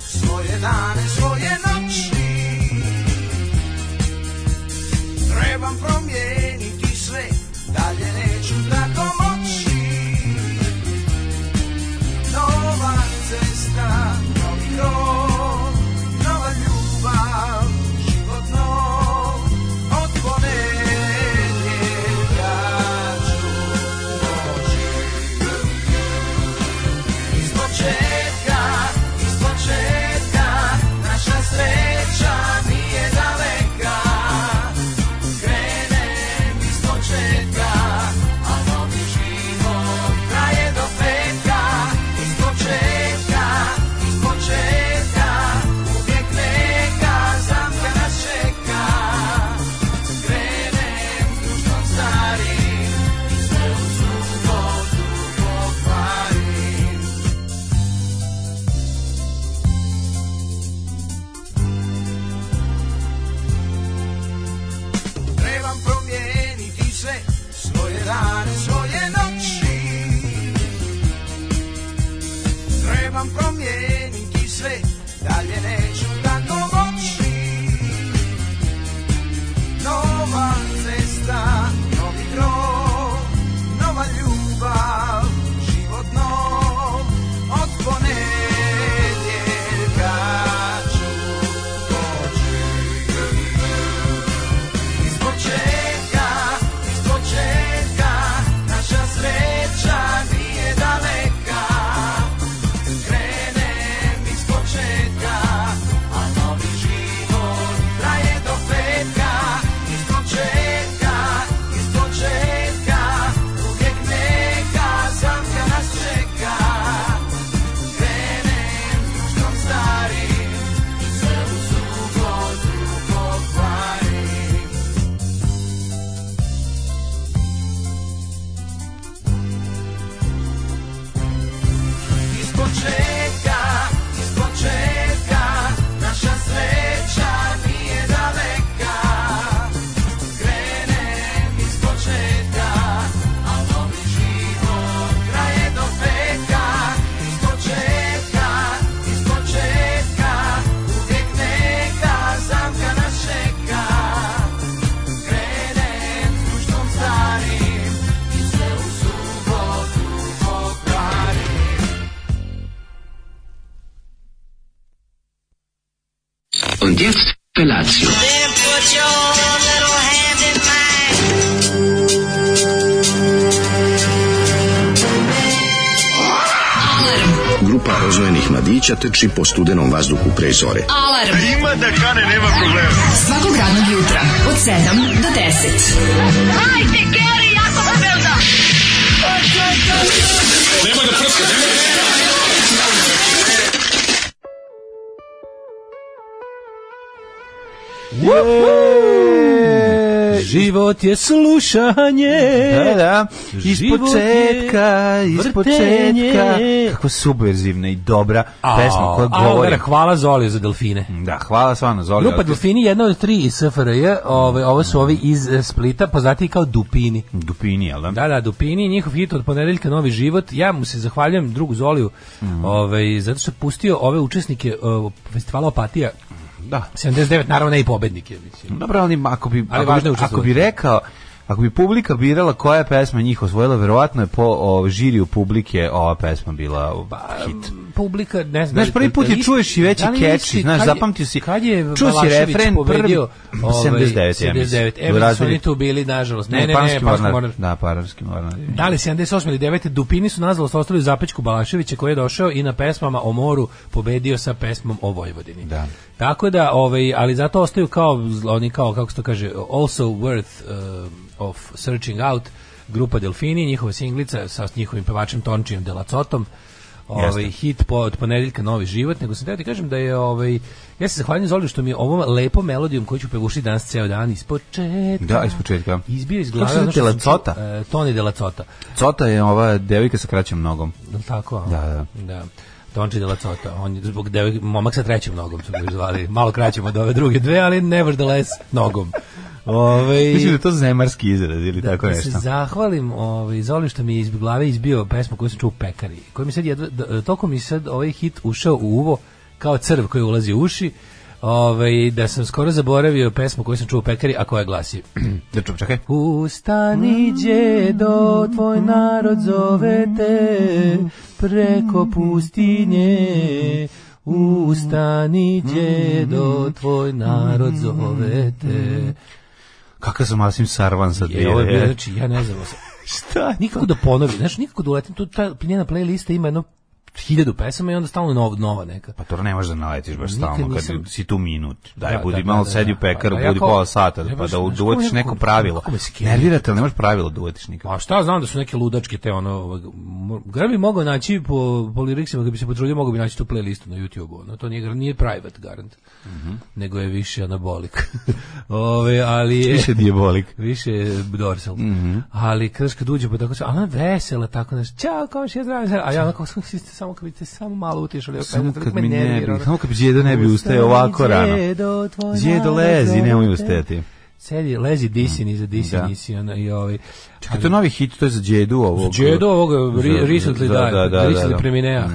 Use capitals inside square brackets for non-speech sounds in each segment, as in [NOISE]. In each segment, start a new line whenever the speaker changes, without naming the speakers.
svoje dane, svoje noći Trebam promijeniti sve, dalje neću tako moći Nova cesta, novi rod, nova ljubav, život nov Od ponedjeljka ću moći iz početka, iz početka, naša sreća nije daleka. Krenem iz početka, a novi život traje do petka. Iz početka, iz početka, uvijek neka zamka nas čeka. Krenem dušom starim i sve u subotu pokvarim. Trebam promijeniti sve Svoje dane, svoje noći Trebam promijeniti sve Dalje neću tako moći Nova cesta, novi krov Nova ljubav, život nov Od ponedjeljka ću poći iz početka, iz početka, naša sreća nije daleka. Krenem iz početka, a novi život traje do petka. Iz početka, iz početka, uvijek neka zamka nas čeka. Krenem društvom starim i sve u subotu pokvarim. Iz početka, iz početka, naša sreća nije daleka. Krenem iz početka, a novi život traje do veka. Iz početka, iz početka, uvijek neka zamka nas čeka. Krenem društvom starim i sve u subotu pokvarim.
Und jetzt Felatio.
Then put your little hand in mine.
Grupa rozvojenih mladića teči po studenom vazduhu pre zore.
Alarm. E, Ima da kane, nema problema. Svakog radnog jutra, od 7 do 10. Hajde, Geri, jako se belda!
Život je slušanje.
Da, da, iz
Život
početka,
je
iz
vrtenje.
početka. Kako subverzivna i dobra pesma koja
A,
govori.
Olivera, hvala Zoli za delfine.
Da, hvala stvarno, Zoli.
Grupa
Ortiz.
Delfini jedna od tri iz SFRJ, ove, ovo su ovi iz eh, Splita, poznati kao Dupini.
Dupini, jel da?
Da, da, Dupini, njihov hit od ponedeljka Novi život. Ja mu se zahvaljujem drugu Zoliju, ovaj, zato što je pustio ove učesnike eh, festivala Opatija,
Da.
79, naravno ne i pobednike. Mislim.
Dobro, ali ako bi,
Ali
ako, bi, ako bi
važno je učestvovati.
rekao, ako bi publika birala koja je pesma njih osvojila, verovatno je po o, žiriju publike ova pesma bila
Pa,
hit.
Publika, ne znam.
Znaš,
da-
prvi
da-
put
da
je
li-
čuvaš i veći
da li
catchy,
isti-
znaš,
kad je-
zapamtio si-
Kad je
čuo si
Balašević
refren, prvi-
pobedio, ovaj,
79, ja mislim.
79, evo
U
da su
razredu.
oni tu bili, nažalost. Ne, ne, ne,
Panonski
Panonski
mornar.
mornar.
Da, panonski mornar.
Da li 78 ili 9 Dupini su nazvali ostali u zapečku Balaševića koji je došao i na pesmama o moru pobedio sa pesmom o Vojvodini.
Da.
Tako da ovaj ali zato ostaju kao zl- oni kao kako se to kaže also worth um, of searching out grupa Delfini, njihova singlica sa njihovim pevačem Tončijem Delacotom. Ovaj hit po, od ponedeljka Novi život, nego sam teo ti kažem da je ovaj ja se zahvaljujem Zoli što mi je ovom lepom melodijom koju ću pevušiti danas ceo dan ispočetka.
Da, ispočetka.
Izbio iz
Kako
glave.
se zove
ono što sam
Delacota?
čuo, e, Toni Delacota.
Cota je ova devojka sa kraćom nogom.
Jel tako?
Da, da.
da. Tonči de la Cota, on je zbog devojke, momak sa trećim nogom su ga još zvali, malo kraćim od ove druge dve, ali ne baš da les nogom. Ove,
Mislim da je to zemarski izraz ili tako
da se
nešto.
zahvalim ovaj, Zoli što mi je iz e, glave izbio pesmu koju sam čuo u pekari, koja mi sad jedva, da, toliko mi sad ovaj hit ušao u uvo, kao crv koji ulazi u uši. Ove, da sam skoro zaboravio pesmu koju sam čuo u pekari, a koja glasi
Da čujem, čekaj.
Ustani đedo, tvoj narod zove te preko pustinje. Ustani đedo, tvoj narod zove te.
Kakav sam Asim Sarvan sad
Je,
bio.
ovo je bilo,
je.
znači, ja ne znam. ovo sam-
[LAUGHS] Šta?
Nikako da ponovi, znaš, nikako da uletim. Tu ta njena playlista ima jedno hiljadu pesama i onda stalno nov, nova neka.
Pa to ne možeš da naletiš baš
Nikad
stalno kad
nisam-
si tu minut. Daj,
Da,
budi
da, da,
malo
da,
sedi u
da.
pekaru,
Pa ja
budi
kao-
pola sata,
Ne
pa
baš,
da
znaš, kako
uvatiš
me-
neko pravilo.
kako me skine.
Nervirate, ali ne možeš pravilo da uvatiš nikako.
A šta znam da su neke ludačke te ono, ovaj, mo- Gara bi mogao naći po, po liriksima, kad bi se potrudio, mogao bi naći tu playlistu na YouTube-u. Ono, to nije, nije private garant,
Mhm.
nego je više anabolik. [LAUGHS] Ove, ali je,
Više Mhm. dijabolik.
više je dorsal. Ali kada kad uđe, pa tako se, a ona je vesela, tako nešto, čao, komšija, zdravim se, a ja onako, [LAUGHS] samo, svi ste- samo kad biste samo malo utišali,
Samo
opet,
kad
me
mi ne
nervira,
bi,
ono.
samo kad bi djedo ne bi ustaje ovako rano.
Djedo, tvoj
Djedo
narod
lezi,
zove
nemoj
te.
ustajati.
Sedi, lezi, disi, niza, disi,
Da.
nisi, ono, i ovaj.
Čekaj, Pa to je novi hit, to je za djedu ovog.
Đedo ovoga
Za-
ri- recently
da,
da,
da, da,
recently
da. Mhm.
preminea.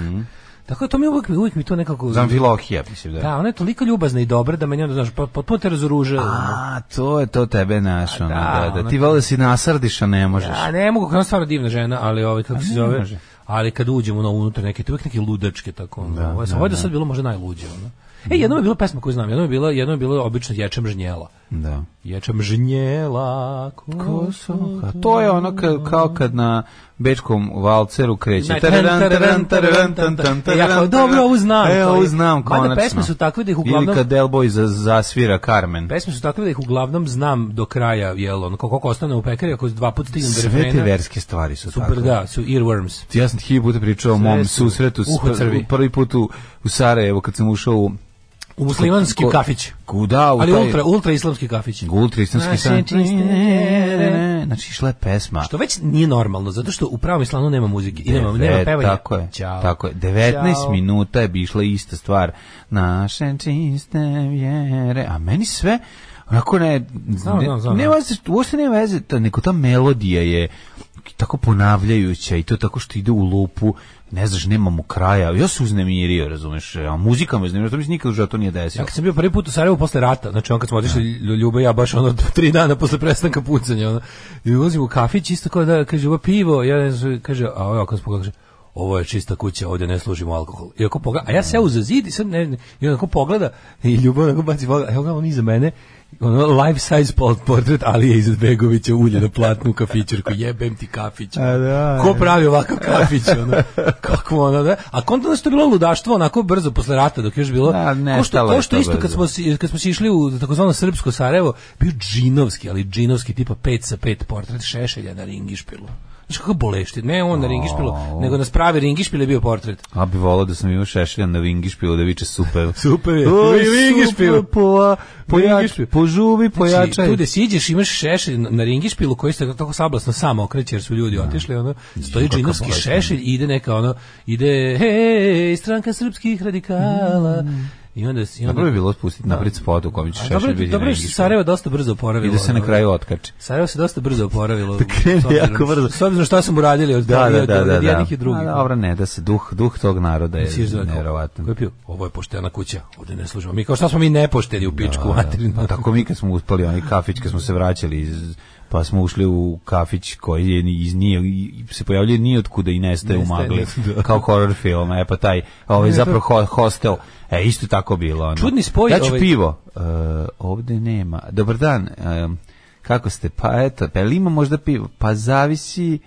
Tako da to mi uvek uvek mi to nekako
Za Amfilohija, mislim da. je.
Da, ona je toliko ljubazna i dobra da meni onda znaš pot- potpuno te razoruža.
A, to je to tebe naš, ono,
da,
da, da.
ono
Ti
to-
vole da si nasrdiš, a ne možeš.
A ne mogu, kako je stvarno divna žena, ali ovaj kako se zove.
može.
Ali kad uđemo na unutra neke, to je uvek neke ludačke tako. ono. Ovo je ovo je do sad bilo možda najluđe ono. E,
Mhm.
jednom je bila pesma koju znam, jednom je bila, jednom je bila obično Ječem ženjela.
Da.
Ječem ženjela, ko
Kosovka. To je ono ka, kao kad na bečkom valceru kreće.
Ne, tararan, tararan, tararan, E, ja kao, dobro, ovo znam.
E,
to je.
ovo znam, konačno.
Mada pesme su takve da ih uglavnom...
Ili kad Delboy za- zasvira Carmen.
Pesme su takve da ih uglavnom znam do kraja, jel, ono, koliko ostane u pekari, ako dva puta stignem do
Sve te
refrena,
verske stvari su
super,
takve.
da, su earworms.
Ja sam hiljadu puta pričao o mom
su
susretu s,
uho crvi.
u prvi put u, u Sarajevo kad sam ušao u
U muslimanski
Ko-
kafić.
Kuda, u
Ali
taj-
ultra, ultra islamski kafić.
Ultra islamski
Naše
san.
čiste-
Znači, išla je pesma.
Što već nije normalno, zato što u pravom islamu nema muzike i nema, nema
Devet-
pevanja.
E, Tako je.
Ćao.
Tako je. 19
Ćao.
minuta je bi išla ista stvar. Naše čiste vjere. A meni sve Onako ne,
Znam,
ne,
znam, znam.
ne veze, uopšte ne veze, ta, neko ta melodija je tako ponavljajuća i to tako što ide u lupu, ne znaš, nemamo kraja, ja se uznemirio, razumeš, a muzika me uznemirila, to mi se nikad u životu nije
Ja
desilo.
kad sam bio prvi put u Sarajevu posle rata, znači on kad smo otišli Lju- Ljuba i ja baš ono [LAUGHS] tri dana posle prestanka pucanja, ono, i ulazim u kafić isto kao da kaže Ljuba pivo, ja ne znam, kaže, a ovo ako smo kaže, ovo je čista kuća, ovdje ne služimo alkohol. I ako pogleda, a ja se za zid i sad ne, ne- i onako pogleda i Ljuba onako baci pogled, evo ga on iza mene, ono life size pol- portret Alije Izetbegovića ulje na platnu u kafićerku, jebem ti kafić.
A da,
Ko pravi ovakav kafić, ono, kako ono, da? A kontra da je to bilo ludaštvo, onako brzo posle rata, dok je još bilo,
Da,
ko što,
nestalo Pa je
ko što
to
isto kad
brzo.
smo si- kad smo si išli u takozvano srpsko Sarajevo, bio džinovski, ali džinovski tipa 5 sa 5 portret Šešelja na ringišpilu. Znaš kako bolešti, ne on na ringišpilu, nego nas pravi ringišpil je bio portret.
A bi volao da sam imao šešelja na Vingišpilu da viče super.
[LAUGHS] Super je.
Oj,
Oj, Vingišpil.
super, poa- pojač-
Vingišpil.
Požuvi,
Znači,
pojačaj.
tu gde siđeš imaš šešelj na na ringišpilu koji se tako sablasno samo okreće jer su ljudi otišli, ono, stoji
kakav
džinovski
bolestan.
šešelj i ide neka ono, ide, hej, stranka srpskih radikala. I onda, i
Mm.
onda,
Pa Dobro bi bilo spustiti napred spot u kom će
A
šešelj
Dobro,
biti
dobro je
na
što se
Vingišpilu.
Sarajevo dosta brzo oporavilo.
I da se na
ono.
kraju otkače.
Sarajevo se dosta brzo oporavilo.
krene
s obzirom-
jako brzo.
S obzirom šta smo uradili od,
Da,
od-
da,
od-
da,
od
da. da.
jednih i drugih.
A, dobro, ne, da se duh, duh tog naroda je
Sir Zvezda.
nevjerovatan.
Ko je pio? Ovo je poštena kuća, ovdje ne služimo. Mi kao šta smo mi nepošteni u pičku da,
Pa tako mi kad smo uspali onaj kafić, kad smo se vraćali iz pa smo ušli u kafić koji je ni- iz nije i se pojavljuje ni otkuda i nestaje u
Nestaje,
magli kao horror film e pa taj a ovaj zapravo ho- hostel e isto tako bilo ono.
Čudni spoj,
ja ću
ovaj-
pivo e, ovde nema dobar dan e, kako ste pa eto pa jel ima možda pivo pa zavisi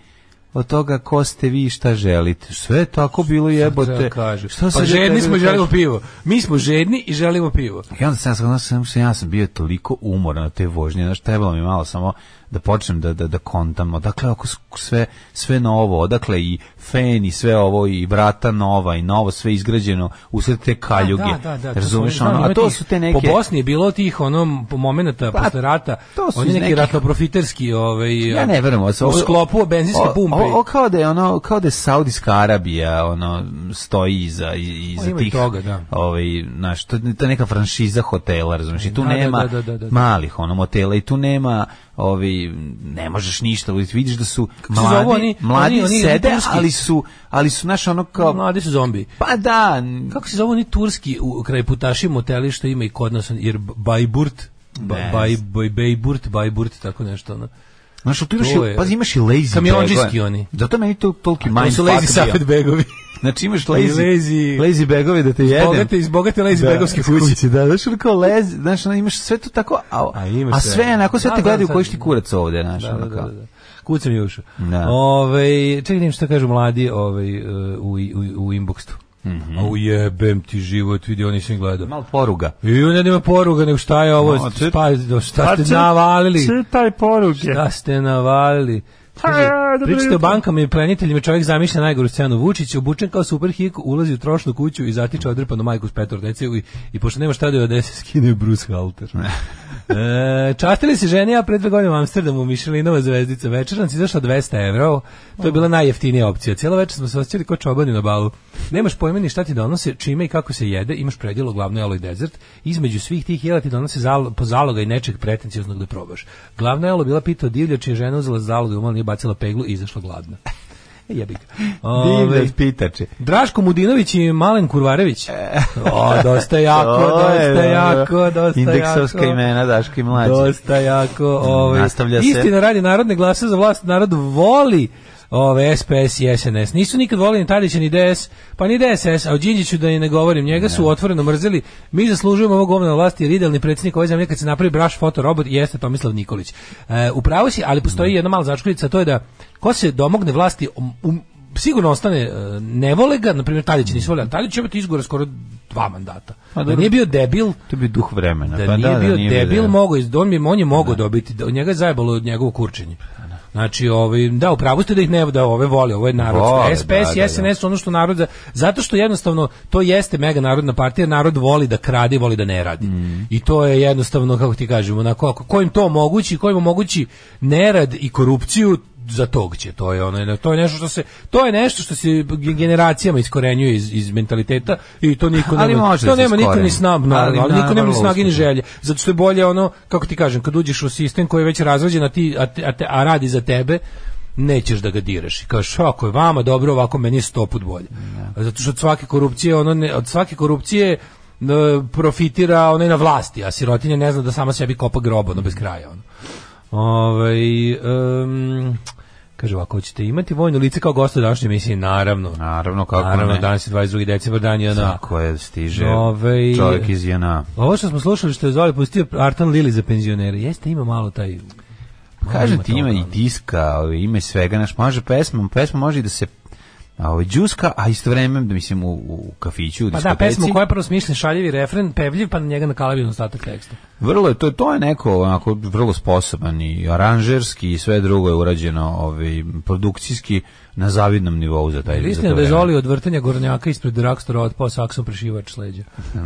od toga ko ste vi i šta želite sve je tako bilo jebote
Kaže.
Šta sad
pa
ja
žedni
tebi
smo
da
i želimo
kažem?
pivo. Mi smo žedni i želimo pivo.
I onda sam ja shvatio, sam, sam, ja sam bio toliko umoran na te vožnje, znaš, trebalo mi malo samo da počnem da, da, da kontam, odakle ako s- sve, sve novo, odakle i fen i sve ovo i vrata nova i novo, sve izgrađeno usred te kaljuge,
to
razumeš,
su-
ono,
znam,
a
ima
to
tih-
su te neke...
Po Bosni je bilo tih onom po momenata
Pa,
posle rata,
to su
oni
iz
neki
nekih-
ratnoprofiterski, ovaj
Ja ne verujem, ovo se-
u
ovo-
sklopu benzinske
o-
pumpe.
O, o, kao da je ono, kao da je Saudijska Arabija ono stoji iza i- iza
ima i
tih.
toga, da.
Ovaj, znaš, to, to je neka franšiza hotela, razumeš? I tu
Da, da,
nema
da, da, da, da.
malih ono motela i tu nema ovi ne možeš ništa uraditi. Vidiš da su
se
mladi,
zovu oni-
mladi
oni- oni
sede,
turski?
ali su ali su naš ono kao
Mladi su zombi.
pa da, n-
Kako se zove oni turski u, kraj putaši moteli što ima i kod nas, jer Bajburt, ba,
Ne
baj, baj, Bajburt, Bajburt, tako nešto. Ono.
znaš, tu imaš,
To
i-
je-
pazi, imaš i lazy
Kamionđijski
bagove.
oni.
Zato meni to toliki
To
mind
su lazy
fuck bio.
safet begovi.
Znači imaš
I
lazy,
[LAUGHS] lazy-
lazy begove da te jedem.
Bogate, iz bogate lazy begovske kuće.
Da, znaš, ono kao lez, znaš, ono, imaš sve to tako, a,
A
a,
ima sve.
sve, onako sve
Da,
te
da,
gledaju
sad-
koji ti kurac ovde, znaš,
Da, da,
ono
da,
kao.
da. Kucam je ušao.
Da.
Ovaj, čekaj, da vidim što kažu mladi ovaj, eh, u, u, u inboxu. Mm -hmm. Au jebem ti život, vidi, oni nisam gledao.
Mal poruga.
I onda nema poruga, nego šta je ovo,
Ma, če-
spa, do, šta
Pa
ste
če-
navalili?
Čitaj poruke. Pa,
Šta ste navalili? Kaže,
dobro
pričate o
jutro.
bankama i pleniteljima, čovjek zamišlja najgoru scenu. Vučić je obučen kao super hik, ulazi u trošnu kuću i zatiče odrpanu majku s petor dece i, i pošto nema šta da joj odese, [LAUGHS] skine Bruce
[LAUGHS]
Halter. e, častili se žene, ja pred dve godine u Amsterdamu, Mišelinova zvezdica, večer nam si izašla 200 evra, to je bila najjeftinija opcija. Cijelo večer smo se osjećali kao čobani na balu. Nemaš pojma ni šta ti donose, čime i kako se jede, imaš predjelo glavno jelo i dezert, između svih tih jela ti donose zal, po zaloga i nečeg pretencijoznog da probaš. Glavno jelo bila pita divlja, čija je žena uzela zaloga, umala nije bacila peglu i izašla gladna. [LAUGHS] E, Jebik.
Divne pitače.
Draško Mudinović i Malen Kurvarević. O, dosta jako,
E. [LAUGHS] To je
dosta
dobro.
jako, dosta
Indeksovska
jako.
imena Daško i mlađe. Mm,
Dosta jako. Ovaj,
Nastavlja se.
Istina radi narodne glase za vlast, narod voli ove SPS i SNS. Nisu nikad volili ni Tadića ni DS, pa ni DSS, a o Đinđiću da i ne govorim. Njega su otvoreno mrzeli. Mi zaslužujemo ovog govna na vlasti jer idealni predsjednik ove zemlje kad se napravi braš fotorobot jeste Tomislav Nikolić. E, upravo si, ali postoji jedna mala začkoljica, a to je da ko se domogne vlasti um, um, sigurno ostane e, ne vole ga, na primjer Tadić nisu voleli, a Tadić će imati izgore skoro dva mandata.
Pa
Da
dobro.
nije bio debil,
To bi duh vremena.
da
pa
nije
da,
bio
da, nije
debil,
bio
mogao iz on je on je mogao dobiti da njega je zajebalo od njegovo kurčenje.
Pa
Znači, ovaj da u pravu ste da ih ne da ove vole, ovo je narod.
Vole,
SPS
da, da,
i SNS su ono što narod za- zato što jednostavno to jeste mega narodna partija, narod voli da krade, i voli da ne radi.
Mm.
I to je jednostavno kako ti kažemo, na kako kojim to mogući, kojim mogući nerad i korupciju za tog će to je ono to je nešto što se to je nešto što se generacijama iskorenjuje iz, iz mentaliteta i to niko
Ali
nema
može da
to
se
nema niko ni
iskoreni.
snab naravno,
Ali
ali niko nema ni
vrlo
snage ni
uspešno.
želje zato što je bolje ono kako ti kažem kad uđeš u sistem koji je već razrađen a ti a, te- a, te- a radi za tebe nećeš da ga diraš i kažeš ako je vama dobro ovako meni je sto put bolje zato što od svake korupcije ono ne, od svake korupcije e, profitira onaj na vlasti a sirotinja ne zna da sama sebi kopa grob ono bez kraja ono ovaj em, kaže ovako hoćete imati vojno lice kao gosta u današnjoj emisiji naravno
Naravno, kako
naravno
ne.
danas je 22. decembar dan je ono, na
Tako je, stiže
Ovaj-
čovjek iz JNA.
ovo što smo slušali što je Zoli pustio Artan Lili za penzionere, jeste ima malo taj...
Pa Kažem ti, ima
toga,
i
ono.
diska, ovaj, ima i svega, naš, može pesma, pesma može i da se a ovaj džuska, a istovremeno da mislim u, u kafiću, u
Pa
diskoteci.
da, pesma koja je prvo smišljen šaljivi refren, pevljiv, pa na njega nakalabi ostatak teksta.
Vrlo je to to je neko onako vrlo sposoban i aranžerski i sve drugo je urađeno ovaj produkcijski na zavidnom nivou za taj za
Istina
to
da je
vreme.
Zoli od vrtanja gornjaka ispred Rakstora otpao saksom prešivač sleđa.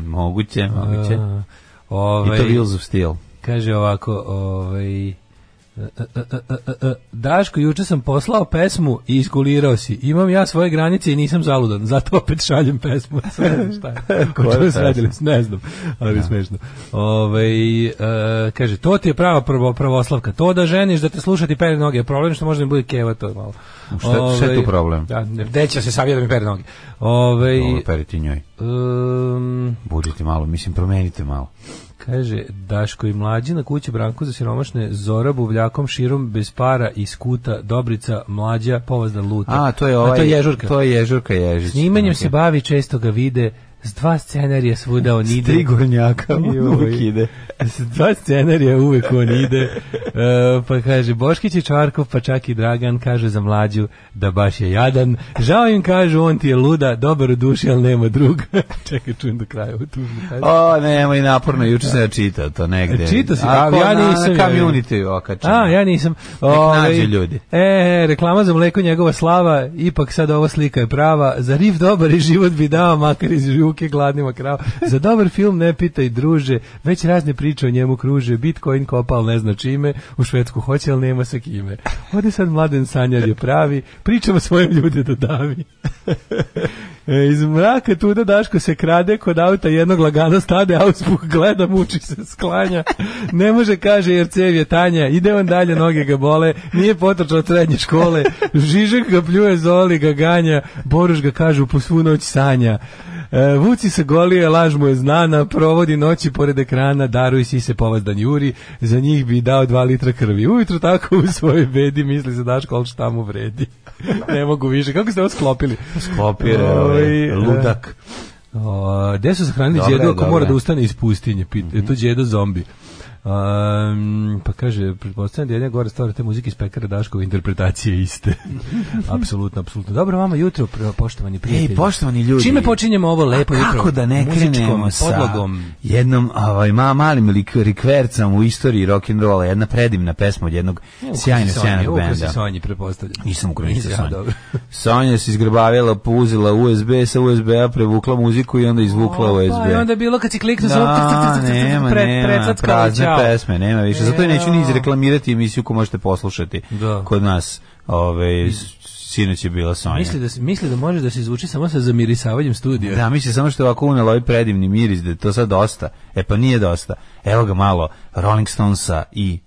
moguće, moguće.
A,
I to
Ovaj,
Wheels of Steel.
kaže ovako, ovaj... e, e, e, e, e, e, Daško, juče sam poslao pesmu i iskulirao si. Imam ja svoje granice i nisam zaludan, zato opet šaljem pesmu. [LAUGHS] Sve ne znam šta je. Ko
[LAUGHS] Koja
čuje
pesma?
sradili, ne znam, ali smešno. Ovaj, e, kaže, to ti je prava prvo, pravoslavka. To da ženiš, da te slušati pere noge. je Problem što možda mi bude keva, to je malo. Ovaj,
Šta- šta je tu problem?
Da, ne, deća se savija da mi pere noge. Ovaj,
Dobro, periti njoj.
em,
Budite malo, mislim, promenite malo.
Kaže, Daško i mlađi na kući Branku za siromašne, Zora buvljakom širom bez para iz kuta, Dobrica, mlađa, povazda luta.
A, to je ovaj...
A to je ježurka.
To je ježurka ježić.
Snimanjem
Ok.
se bavi, često ga vide, s dva scenarija svuda on ide.
Tri gornjaka, on
Joj.
uvijek ide.
S dva scenarija uvek on ide.
[LAUGHS]
E, pa kaže, Boškić i Čarkov, pa čak i Dragan, kaže za mlađu da baš je jadan. Žao im kažu, on ti je luda, dobar u duši, ali nema druga. [LAUGHS] Čekaj, čujem do kraja ovu tužnu pesmu.
O, nemoj naporno, juče sam ja čitao to negde.
Čitao si,
Ako
a ja
na-
nisam,
Na
ja vidim.
community okačeno.
A, ja nisam. ovaj,
nađe ljudi.
E, reklama za mleko njegova slava, ipak sad ova slika je prava. Za riv dobar i život bi dao, makar iz ruke gladnima krava. Za dobar film ne pitaj druže, već razne priče o njemu kruže, Bitcoin kopal ne zna čime, u Švedsku hoće, ali nema sa kime. Ode sad mladen sanjar je pravi, pričamo svojim ljude da davi. [LAUGHS] E, iz mraka tuda Daško se krade kod auta jednog lagano stade, auspuh gleda, muči se, sklanja. Ne može, kaže, jer cev je tanja. Ide on dalje, noge ga bole, nije potrčao od srednje škole. Žižek ga pljuje, zoli ga ganja. Boruš ga kaže, po svu noć sanja. E, Vuci se golije, laž mu je znana, provodi noći pored ekrana, daruj si se povazdan Juri, za njih bi dao dva litra krvi. Ujutro tako u svojoj bedi misli se Daško, ali šta mu vredi? [LAUGHS] ne mogu više. Kako ste ovo sklopili?
Skopire, ovaj,
Ovaj,
ludak.
O, gde su sahranili
Dobro je,
djedu ako
dobro
mora
je.
da ustane iz pustinje? Pit,
Mhm.
Je to djedo zombi. Um, pa kaže, pretpostavljam da je jedna gore stvar te muzike iz pekara Daškova
[LAUGHS]
interpretacije iste. apsolutno, apsolutno. Dobro, vama jutro, pro- poštovani prijatelji.
Ej, poštovani ljudi.
e, Čime počinjemo ovo lepo
A
jutro?
Kako da ne
Pa Muzičkom
krenemo sa
podlogom.
jednom ovaj, ma, malim lik- rikvercom u istoriji rock'n'rolla, jedna predivna pesma od jednog sjajnog, sjajnog
Ukrasi
benda.
Sonji, pretpostavljam.
Nisam ukrao ništa
Ja,
Sonja.
dobro.
[LAUGHS] Sonja se izgrbavila, uzela USB, sa USB-a prevukla muziku i onda izvukla USB.
Pa i onda je bilo kad si kliknuo samo cak,
Da,
cak, cak, cak, cak,
nema,
pre-
nema,
prececkalo i
prazne
ćao.
pesme, nema više. Zato i neću ni
Evo.
izreklamirati emisiju koju možete poslušati
Da.
kod nas. Ove, s- sinoć je bila Sonja.
Misli da, se- misli da može da se izvuči samo sa zamirisavanjem studija.
Da, mislim samo što je ovako unelo ovaj predivni miris, da je to sad dosta. E pa nije dosta. Evo ga malo, Rolling Stonesa i,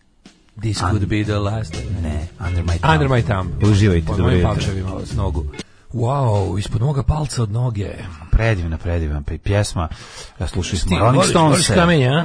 This could be the last.
ne, Under My Thumb.
Under my thumb.
Uživajte,
Pod
dobro
mojim
jutro.
pamčevima s nogu. Wow, ispod moga palca od noge.
Predivna, predivna pa i pjesma. Ja slušali smo
Ti
Rolling
voliš-
Stonesa.
voliš kamenje, a?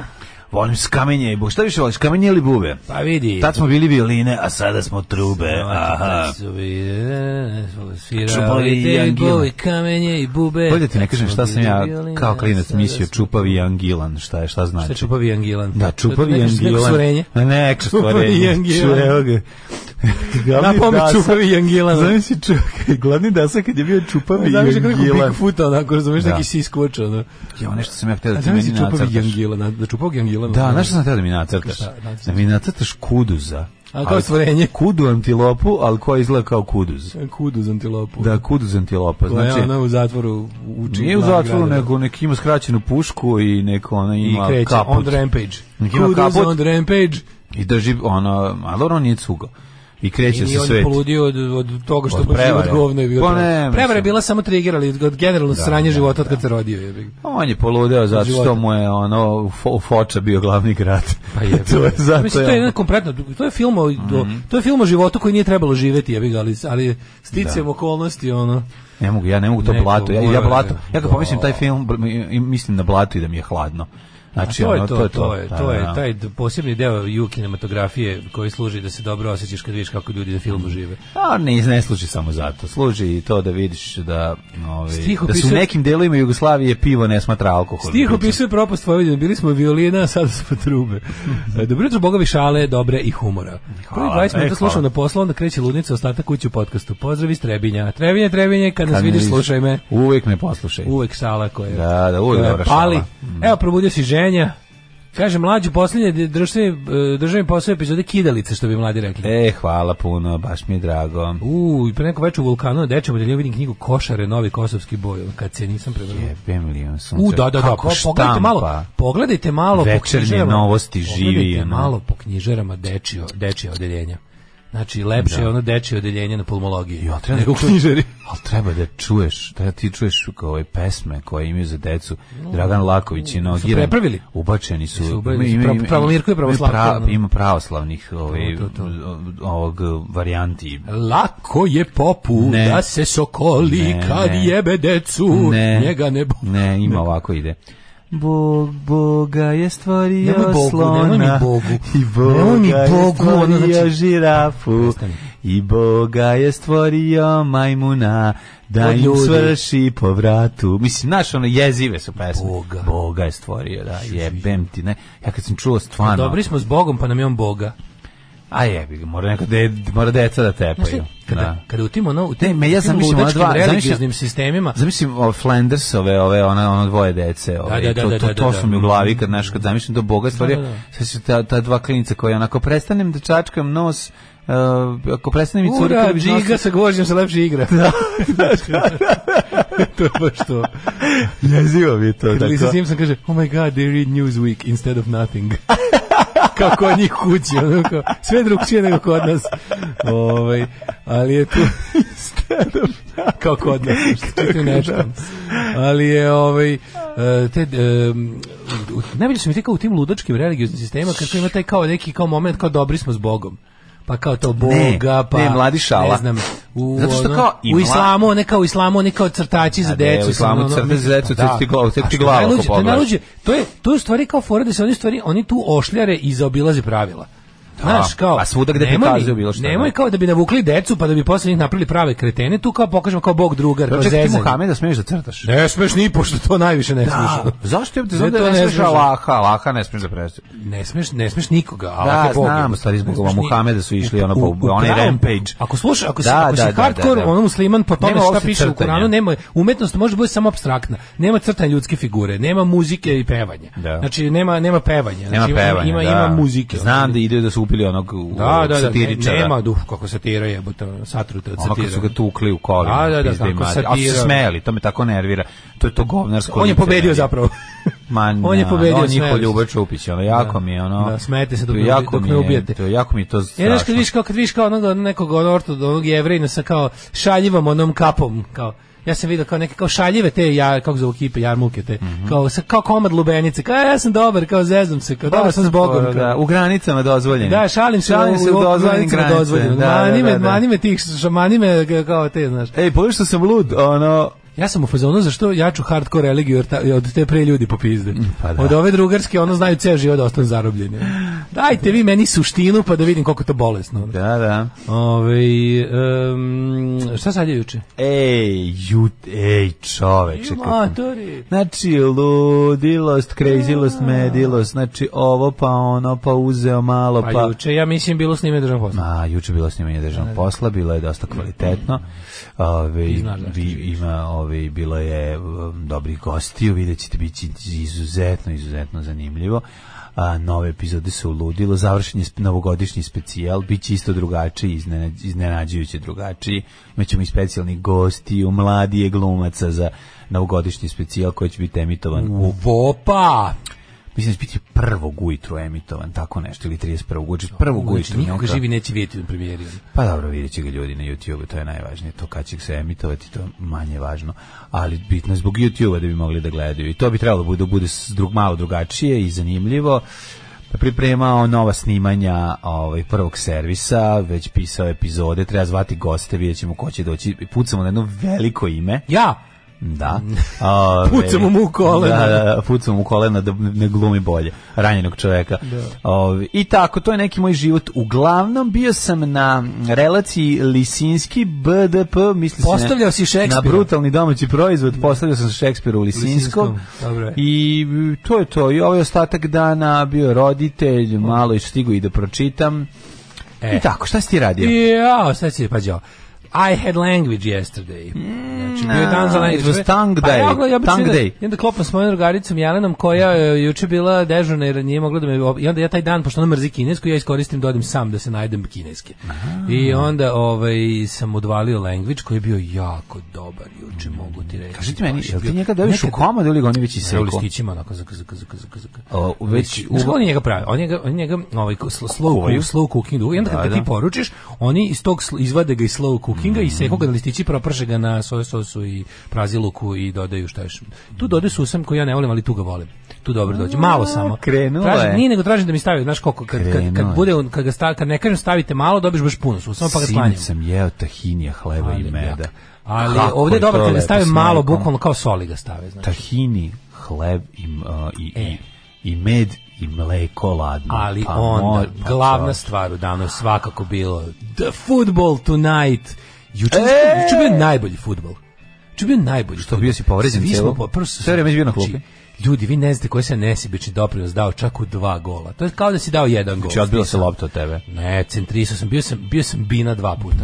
Volim s kamenje i bu. Šta više voliš, kamenje ili bube?
Pa vidi.
Tad smo bili violine, a sada smo trube. Aha.
e,
Čupali
Čupali
i
i
angina.
boli kamenje i bube.
Bolje ti ne
Tad
kažem
smo
šta sam
bili
ja
violina,
kao klinac
sada
mislio
smo-
čupavi angilan, šta je, šta
Šta
znači?
je čupavi angilan?
Da, čupavi
Neko- neko
angilan.
stvorenje.
Ne, neko
Čupavi
stvorenje.
angilan.
Ču- evo ga. [LAUGHS]
Na
Glavni
pomoć
dasak.
čupavi angilan.
Znam si čuk, glavni dasa kad je bio čupavi
Znaš kako neko
angilan.
Bigfoota, onako, razumeš,
Da.
neki sisk uoče, ono.
Ja, nešto sam ja htio da
A
ti
znaš
meni
si čupavi
nacrtaš.
angilan, a- da čupavi angilan.
Da, znaš što sam htio da mi nacrtaš?
Šta, nacrtaš?
Da mi nacrtaš kuduza.
A kao
Ali-
stvorenje.
Kudu antilopu, ali koja izgleda kao kuduz.
Kudu za antilopu.
Da, kuduz antilopa.
Koja je
Znači,
ona u zatvoru uči.
nije u
glavni
zatvoru,
grad.
nego nek ima skraćenu pušku i neko ona
I
ima
kreće
kaput.
on rampage.
Nek ima
Kudos
kaput.
on rampage.
I drži, ono, a dobro, on nije cugo. I kreće
I
se
on
svet.
je poludio od, od toga što
Od
mu je život
prevare.
govno je bio.
Pa ne, mislim.
Prevara je bila samo trigger, ali od generalno sranje života od kad se rodio. Je.
On je poludeo zato što
života.
mu je ono fo, Foča bio glavni grad.
Pa je.
to je ono. Mhm. zato.
Mislim, [LAUGHS] to je jedan kompletno, to je film o, to je film o životu koji nije trebalo živeti, jebi ga, ali, ali sticajem okolnosti, ono.
Ne mogu, ja ne mogu to
Neko
blato. Ja, ja
mora da-
blato. Ja kad
Da.
pomislim taj film, br- mi- i mislim na blato i da mi je hladno. Znači,
to
ono,
je to, to je to, je,
Da,
to je
da.
taj d- posebni deo ju kinematografije koji služi da se dobro osjećaš kad vidiš kako ljudi na filmu žive.
A ne, ne služi samo zato. Služi i to da vidiš da, ovaj, da su u
Stihopisac-
nekim delovima Jugoslavije pivo ne smatra alkohol.
Stih opisuje propast Vojvodine, bili smo violina, a sada smo
[LAUGHS]
trube. E, Dobro jutro, bogovi šale, dobre i humora. Prvi
Hvala,
20
e,
minuta slušam
hvala.
na poslu, onda kreće ludnica, ostatak kući u podcastu. Pozdrav iz Trebinja. Trebinje, Trebinje, kad nas
Kad me
vidiš, slušaj me.
Uvijek me poslušaj.
Uvek šala koja
Da, da, uvek
koja
dobra
pali.
šala. Mm.
Evo, probudio si ženja. Kaže, mlađu posljednje državni, državni posao epizode kidalice, što bi mladi rekli.
E, hvala puno, baš mi je drago.
U, i pre neko večer u Vulkanu na dečjem odeljenju vidim knjigu Košare, novi kosovski boj, ono, kad se nisam prevrnuo.
Jebe milion sunce.
U, da, pa da, da,
Kako
po- Znači, pogledajte malo,
štampa.
pogledajte malo po
Večernje
knjižerama.
novosti živi,
Pogledajte
ono.
malo po knjižerama dečio, dečije odeljenja. Znači, lepše je ono dečije odeljenje na pulmologiji.
Ja, treba
nego
da
u knjižeri.
Ali treba da čuješ, treba ti čuješ kao ove pesme koje imaju za decu. Dragan Laković i Nogiran.
prepravili?
Ubačeni su.
Jesu ubačeni,
ima- ima-
pravo-
ima-
pravomirko i
ima
pravoslavko,
pra-
ono.
Ima pravoslavnih ovaj,
To, to,
ovog varijanti.
Lako je popu
Ne.
da se sokoli
Ne,
kad
ne.
jebe decu,
Ne.
njega ne bo...
Ne, ima ovako ide. Bog Boga je stvorio
Nemoj Bogu, nemoj mi
slona
Bogu.
i
Nemoj mi
Boga je
Bogu, ono,
stvorio
znači-
žirafu
Prestani.
i Boga je stvorio majmuna da
Od
im
ljudi.
svrši po vratu. Mislim, znaš, ono, jezive su pesme.
Boga.
Boga je stvorio, da, jebem ti. Ne. Ja kad sam čuo stvarno,
pa Dobri smo s Bogom, pa nam je on Boga.
A jebi, ga, mora neko de, mora deca da
Pa
tepaju.
Kada,
Da.
kada u tim ono, u tim,
Ne, me ja
u tim
zamišljam ona
ludačkim
dva, zamišljam-
religioznim sistemima,
Zamislim ove Flandersove, ove ona ono dvoje dece, ove,
Da, da,
to,
da,
to,
da, da,
to
da.
su mi u glavi kad znaš kad zamislim do boga stvari,
Da, da, da.
sve su ta, ta dva klinca koji onako prestanem da čačkam nos, uh, ako prestanem i curi
Ura,
kada bi nos... [LAUGHS]
džiga sa gvožđem se lepše igra. [LAUGHS] Da. to je baš to.
Jezivo mi je to.
Kad
tako.
Lisa Simpson kaže, oh my god, they read Newsweek instead of nothing. [LAUGHS] kako je njih kući, ono kao, sve drugčije nego kod nas. Ovaj, ali
[LAUGHS]
je tu... kao kod nas, što čitaju nešto. Ali je, ovaj, e, te, um, najbolje su mi ti kao u tim ludačkim religioznim sistemima, kako ima taj kao neki kao moment, kao dobri smo s Bogom. Pa kao to Boga, pa...
ne, mladi šala.
Ne znam, u,
Zato što
ono,
kao i
u
mla-
islamu, ne kao u islamu, ne kao crtači za
A ne,
decu.
u islamu
ono,
crtač za decu,
da.
crti glavu, crti
A što je
glavu ako
najluđe, to je
pogledaš.
najluđe, to je to je u stvari kao fora da se oni u stvari oni tu ošljare i zaobilaze pravila. Znaš, kao,
a svuda gde
nemoj mi-
prikazuju bilo šta,
Nemoj
ne.
kao da bi navukli decu pa da bi posle njih napravili prave kretene, tu kao pokažemo kao bog drugar, kao
Čekaj, ti
zezanje.
Muhameda smiješ da crtaš?
Ne smeš ni pošto to najviše ne smeš.
Da, zašto je
Ne,
zašto ne
to ne Znači,
smiješ
smiješ.
Allaha, Allaha ne smiješ da prestaš.
Ne smeš, ne smeš nikoga, a
Da,
ovako Bog je
znam,
Bog.
stari, zbog
Ne smeš
ovog
ni-
Muhameda su išli,
U-
ono,
u-
po-
u
onaj
pravu.
rampage.
Ako slušaš, ako si,
Da,
ako si
da, da,
hardcore,
da, da.
ono musliman, po tome
Nema
šta
uopšte
piše u
crtanja.
Koranu, nema, umetnost može biti samo abstraktna. Nema crtanja ljudske figure, nema muzike i pevanja.
Da.
Znači, nema, nema pevanja.
Nema
znači, ima-
pevanja,
ima,
da.
ima muzike. ono,
Znam da ide da su upili onog
da, da, da, ne,
satiričara.
nema duh kako satira je, buta, satrute od
Ono kad su ga
satira.
tukli u kolima.
Da, da, da,
pizde
kako
i mater.
satira.
A su se smejali, to me tako nervira. To je to govnarsko.
On je pobedio
licemerje.
zapravo.
Ma,
On je
na,
pobedio,
On je
smejali
njihov
su.
Ljubo Čupić, ono, jako
Da.
mi je, ono...
Da, smejete se dok
to
ne-
jako
dok
mi
ne
je-
ubijete.
To, jako mi je to
Ja znaš kad
strašno.
vidiš kao kad vidiš kao onog nekog od ortod onog jevrejna sa kao šaljivom onom kapom kao ja sam vidio kao neke kao šaljive te ja kako zove kipe jarmuke te
Mhm.
kao sa kao komad lubenice kao "E, ja sam dobar kao zezam se kao dobar sam s bogom kao.
Pa, Da, u granicama dozvoljenim.
Da, šalim se,
šalim se u dozvoljenim granicama.
dozvoljeno.
Da, da,
mani, me,
da, da.
mani me tih, š- mani me ga- kao te, znaš.
Ej, pogledaj što sam lud, ono...
Ja sam u fazonu zašto jaču hardcore religiju jer ta, od te pre ljudi popizde.
pa da.
Od ove drugarske ono znaju ceo život da ostanu
[LAUGHS]
zarobljeni. Dajte vi meni suštinu pa da vidim koliko je to bolesno.
Da, da.
Ove, um, šta sad je juče?
Ej, jut, ej, čoveče. kako-
Matori.
Znači, ludilost, krezilost, medilost, znači ovo pa ono, pa uzeo malo,
Pa,
pa...
juče, ja mislim, bilo snime državnog posla.
Ma, juče je bilo snimanje državnog posla, bilo je dosta kvalitetno. Ove,
znaš zašto
bi, ima, ove, bilo je um, dobrih gostiju, vidjet ćete, bit će izuzetno, izuzetno zanimljivo. A, nove epizode su uludilo, završen je sp- novogodišnji specijal, bit će isto drugačiji, iznenađ- iznenađujuće drugačiji. Imaćemo i specijalni gostiju, mladije glumaca za novogodišnji specijal koji će biti emitovan u
Vopa!
mislim da će biti prvog ujutru emitovan, tako nešto, ili 31. ujutru, prvog ujutru.
Znači, nikoga
neka-
živi neće vidjeti na premijeri.
pa dobro, vidjet će ga ljudi na YouTube, to je najvažnije, to kad će se emitovati, to je manje važno, ali bitno je zbog YouTube-a da bi mogli da gledaju i to bi trebalo bude, bude s- drug, malo drugačije i zanimljivo. Pa Pripremao nova snimanja ovaj, prvog servisa, već pisao epizode, treba zvati goste, vidjet ćemo ko će doći, pucamo na jedno veliko ime.
Ja! [LAUGHS]
Da. Ove,
Pucamo mu u kolena.
Da, da, da, pucamo mu u kolena da ne glumi bolje. Ranjenog čoveka. Ove, I tako, to je neki moj život. Uglavnom, bio sam na relaciji Lisinski BDP, misli se na-
Postavljao si
Na
Šekspira.
brutalni domaći proizvod, postavljao sam Šekspira u Lisinskom.
Lisinskom, dobro je.
I to je to. I ovaj ostatak dana bio je roditelj, malo je stigu i da pročitam.
E.
I tako, šta si ti radio?
Ja, sad si je pađao. I had language yesterday. Znači, bio je dan za
a,
language.
Mm, it was tongue
Pa ja,
day,
ogla- ja obično
tongue
idem-
day.
idem da klopam s mojom drugaricom Jelenom koja je juče bila dežurna jer nije mogla da me... ob- I onda ja taj dan, pošto ona mrzi kinesku, ja iskoristim da odem sam da se najdem kineske. I
Ah.
onda ovaj, sam odvalio language koji je bio jako dobar juče, mogu ti reći.
Kaži ti meni,
Baš je
jel ti
bio-
njega dobiš u
Nekad-
komadu ili ga oni već
sa
iseku?
listićima onako zaka zaka zaka zaka zaka.
O, već
Znaš
Znači, uva-
kako oni njega pravi? On njega, on njega ovaj, ko- sl- slow,
Kuvaju.
cook, slow cooking duva i onda kad
Da,
ga
da. Mm.
ti poručiš, oni iz tog sl- izvade ga iz slow cookinga i seku ga na listići, proprže ga na soja sosu i praziluku i dodaju šta još. Tu dodaju susam koju ja ne volim, ali tu ga volim. Tu dobro dođe. Malo samo.
krenulo
tražim,
Mm, je.
Nije nego tražim da mi stavi, znaš koliko, kad, kad,
Krenulo je.
kad, bude, on- kad, ga sta, kad ne kažem stavite malo, dobiš baš puno susama pa ga
Sinoć
slanjam.
sam jeo tahinija, hleba i
Ali,
meda.
jak. Ali
Kako
ovdje je dobro
to
kad ga
lepo
stave
s
malo,
majkom.
bukvalno kao soli ga stave. Znači.
Tahini, hleb i, m- a, i, i, i med i mleko ladno.
E. Ali
Pa
onda,
moj- pa
glavna
to-
stvar u danu je svakako bilo The football tonight. Juče,
E!
juče bio najbolji futbol. Čo je bio najbolji?
Što, bio si povređen
Svi smo
celo?
po- prvo su-
Sve vreme si bio na klupi?
Znači, Ljudi, vi ne znate koji se nesibični doprinos dao čak u dva gola. To je kao da si dao jedan gol.
Znači, odbila se
Nisam.
lopta od tebe.
Ne, centrisao sam, bio sam, bio sam Bina dva puta.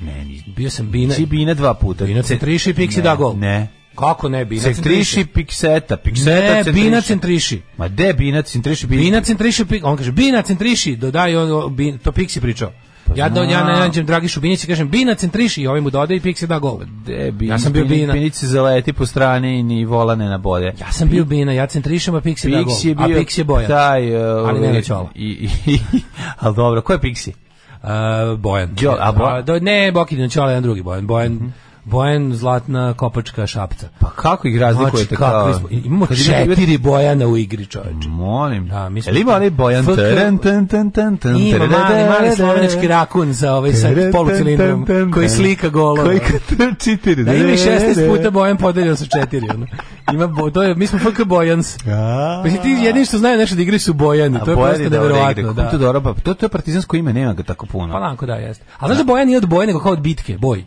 Ne, ni.
Bio sam Bina.
Si Bina dva puta.
Bina centriši i Pixi
Znači, Ne,
da gol.
Ne.
Kako ne, Bina
Centriši pikseta, pikseta
Ne,
centriši.
Bina centriši.
Ma de Bina centriši, Bina.
Bina centriši, Pik- on kaže, Bina centriši, dodaj, on, on, Bin- to Pixi pričao.
Pa
ja, do, ja
znam.
nađem Dragišu Binić i kažem, Bina centriši, i ovaj mu dodaje i Pixi da gol.
De, Bina.
Ja sam bio Bina.
Binici zaleti po strani i ni vola ne nabode.
Ja sam bio Bina, ja centrišem, a Pixi da gol.
Pixi je bio
a Pixi je Bojan.
Taj, uh,
Ali ne na čola.
i, i, [LAUGHS] ali dobro, ko je Pixi?
A, E, Bojan.
Đo- a Bojan?
do, ne, Bokidin Ćola, jedan drugi Bojan. Bojan, Bojan Zlatna Kopačka Šapca.
Pa kako ih razlikujete
Znači, kakvi
kao?
smo- imamo
Kad Mm. imate-
četiri Bojana u igri, čoveče.
Molim.
Da, mi smo-
Jel ima onaj Bojan?
FK?
Teren, ten, ten, ten, ten,
Ima
teren,
mali, mali
teren,
slovenički rakun za ovaj sa
teren,
polucilindrom
ten, ten,
koji
ten.
slika golova.
Koji kad trči tiri.
Da ima i 16 puta Bojan podeljeno sa četiri. Ono. Ima bo, to je, mi smo FK Bojans.
A.
Pa si ti jedini što znaju nešto da igraju su Bojani.
A
To je
Bojan
prosto
dobra
neverovatno.
igra. Kako
Da.
To, dobro, pa to, to je partizansko ime, nema ga tako puno.
Pa onako da, jeste. Ali znaš da Bojan nije od boje, nego kao od bitke, boj.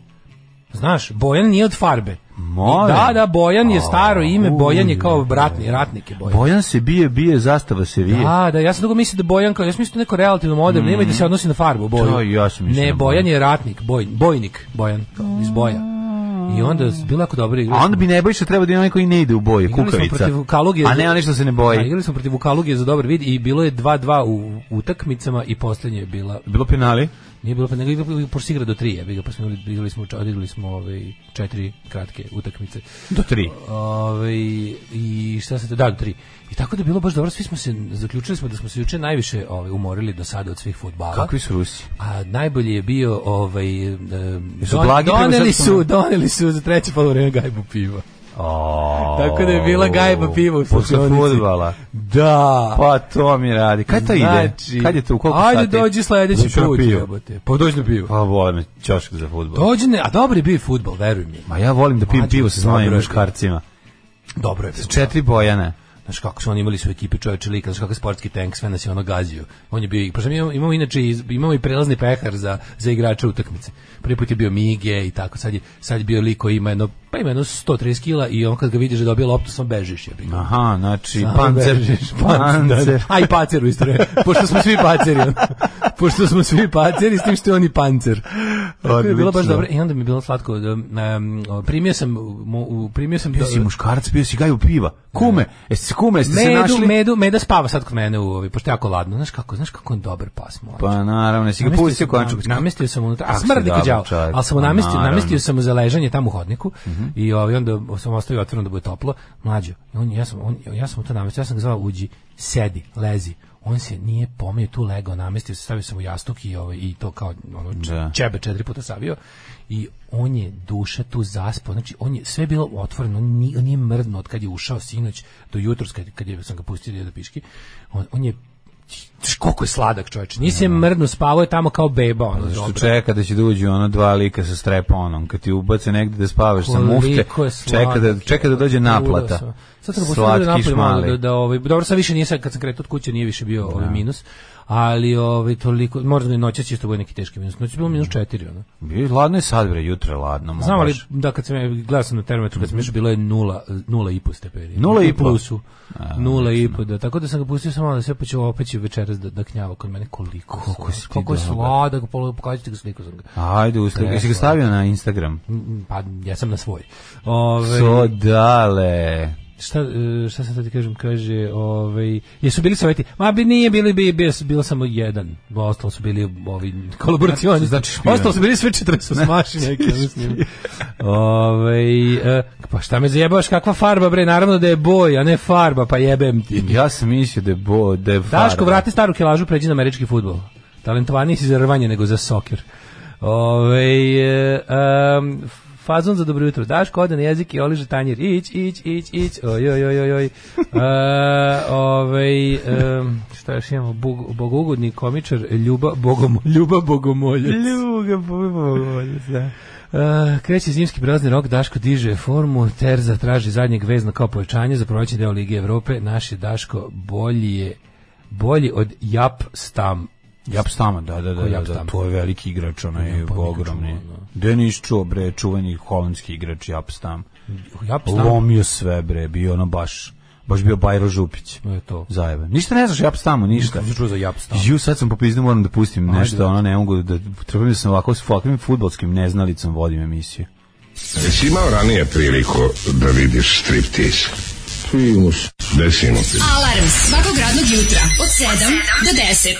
Znaš, Bojan nije od farbe.
Molim.
Da, da, Bojan je staro ime,
uj,
Bojan je kao ratni, ratnike Bojan.
Bojan se bije, bije, zastava se vije.
A, da, ja sam dugo mislio da Bojan kao, ja sam mislio da je neko relativno moderno, mm. nema i da se odnosi na farbu, boju.
To i ja sam mislio
Ne,
na
Bojan
Bojan.
je ratnik, boj, bojnik, Bojan, kao iz boja. I onda je bila jako dobra igra.
A onda bi ne bojiš što treba da ima onaj koji ne ide u boje,
Igrali smo
kukavica.
protiv Kalugije.
A ne onaj što se ne
Da,
boji.
igrali smo protiv Kalugije za dobar vid i bilo je 2-2 u utakmicama i poslednje je bila,
Bilo penali?
nije bilo pa nego igra- pošto igra do 3, jebi ga, pa smo igrali, igrali smo, odigrali smo ovaj, četiri kratke utakmice.
Do tri.
Ove, i šta se da, tri. I tako da je bilo baš dobro, svi smo se, zaključili smo da smo se juče najviše ovaj, umorili do sada od svih fudbala.
Kakvi su Rusi?
A najbolji je bio ovaj em, don-
blagi prema
doneli
srpskom?
su doneli su za treće poluvreme gajbu piva.
O,
Tako da je bila gajba piva u
posle
slušaonici.
fudbala.
Da.
Pa to mi radi. Kad to ide? Kad je to? U koliko sati?
Znači, Ajde dođi sledeći
Dođu na
put,
pivo.
jebote. Pa dođi na pivo.
Pa volim me ćošak za fudbal.
Dođi, ne, a dobro je bio i fudbal, veruj mi.
Ma ja volim da pijem
Mlađe,
pivo sa
dobro je
znojim
bilo.
muškarcima.
Dobro je. bilo.
Četiri bojane.
Znaš kako su oni imali su ekipe čoveče lika, znaš kakav sportski tank, sve nas je ono gazio. On je bio, i- pošto mi imamo, imamo inače, iz- imamo i prelazni pehar za, za igrače utakmice. Prvi put je bio Mige i tako, sad je, sad je bio lik koji ima jedno, pa ima jedno 130 kila i on kad ga vidiš da je dobio loptu, sam bežiš. Je bilo.
Aha, znači pancer.
[LAUGHS] pancer.
[LAUGHS] Pancer.
A i pacer u isto vreme, pošto smo svi paceri. ono. pošto smo svi paceri, s tim što je on i pancer. Tako je bilo baš
Odlično.
dobro. I onda mi je bilo slatko. da, em, primio sam, mu- u- primio sam
Bio si muškarac, bio si gaju piva. Kume, jeste se kume, jeste se
medu,
našli?
medu, meda spava sad kod mene u ovi, pošto je jako ladno. Znaš kako, znaš kako on dobar pas mlađe.
Pa naravno, jesi ga
Namestio
pustio
sam-
konačno.
Namestio sam unutra, a
Kako si
smrdi kao
dobar
đavo.
čovjek.
Al sam mu
Pa,
namestio,
naravno. Mhm.
namestio sam za ležanje tamo u hodniku i ovaj onda sam ostavio otvoreno da bude toplo. Mlađe, on ja sam on ja sam mu to namestio, ja sam ga zvao uđi, sedi, lezi. On se nije pomio tu legao, namestio se, stavio sam mu jastuk i ovaj i to kao ono č-
Da.
ćebe četiri puta savio i on je duša tu zaspao. Znači on je sve je bilo otvoreno, on nije, on nije mrdno od kad je ušao sinoć do jutros kad kad je sam ga pustio da je da piški. On, on je Znaš koliko je sladak čovječe. Nisi je mrdno spavao je tamo kao beba. Ono,
Što
dobro.
čeka da će da uđu ono dva lika sa streponom, kad ti ubace negde da spavaš sa mufte,
Koliko je sladak,
čeka da, čeka da dođe
čovječe.
naplata.
Ludo sam. Sad sam pustio da
Slatkiš
napolje malo da,
mali.
da ovaj, dobro, sad više nije sad, kad sam kretao od kuće nije više bio ovaj minus, ali ovaj, toliko, možda da je noćas isto bude neki teški minus. Noćas je bilo minus četiri, ono.
Bio je Ladno je sad, bre, jutro je ladno. mom
Znam, ali
Pa baš.
da kad sam ja- gledao sam na termometru kad sam išao bilo je nula, nula i po stepeni.
Nula i po?
U plusu. nula i po, da. Tako da sam ga pustio samo da sve pa će opet će večeras da, da knjava kod mene koliko. Koliko si
ti
Koliko je
dobar.
sladak, polo- pokazat ću ga sliku sam ga.
Ajde, ustav. Jesi ga stavio na Instagram?
Mm, Pa ja sam na svoj. Ove,
So dale.
šta, e, šta sam sad ti kažem, kaže, ovaj, jesu bili savjeti? Ma bi nije bili, bi, bio, bilo samo jedan. Ostalo su bili ovi kolaboracioni.
Znači špijun.
Ostalo su bili sve 48 maši neki. ono s njim. Ovaj, e, pa šta me zajebavaš, kakva farba bre, naravno da je boj, a ne farba, pa jebem ti.
Ja sam mislio da je, bo, da je
Daško,
farba.
vrati staru kilažu, pređi na američki futbol. Talentovaniji si za rvanje nego za soker. Ove, um, fazon za dobro jutro. Daško, ode na jezik i oliže tanjir. Ić, ić, ić, ić. Oj, oj, oj, oj, oj. E, ovaj, em, šta još imamo? Bog, bogugodni komičar Ljuba, bogomo, Ljuba Bogomoljac.
Ljuga, bojboljac, da.
E, kreće zimski prazni rok, Daško diže formu, Terza traži zadnjeg vezna kao povećanje za proći deo Lige Evrope. Naš je Daško bolji je bolji od Jap Stam
Japstama, da, da, da,
Ko
da, da,
Japstama?
to je veliki igrač, onaj
Nemam pojma,
ogromni.
pa čuo, da.
Denis Čuo, bre, čuveni holandski igrač Japstam.
Japstam?
Lomio sve, bre, bio ono baš, baš bio Bajro Župić.
E, to.
Zajebe. Ništa ne znaš Japstamu, ništa.
Kako se čuo za Japstam?
Ju, sad sam popizdio, moram da pustim nešto, ono ne mogu da, trebam da sam ovako s fucking futbolskim neznalicom vodim emisiju.
Jesi imao ranije priliku da vidiš striptiz? Primus. Gde si imao priliku?
Alarm svakog radnog jutra od 7 do 10.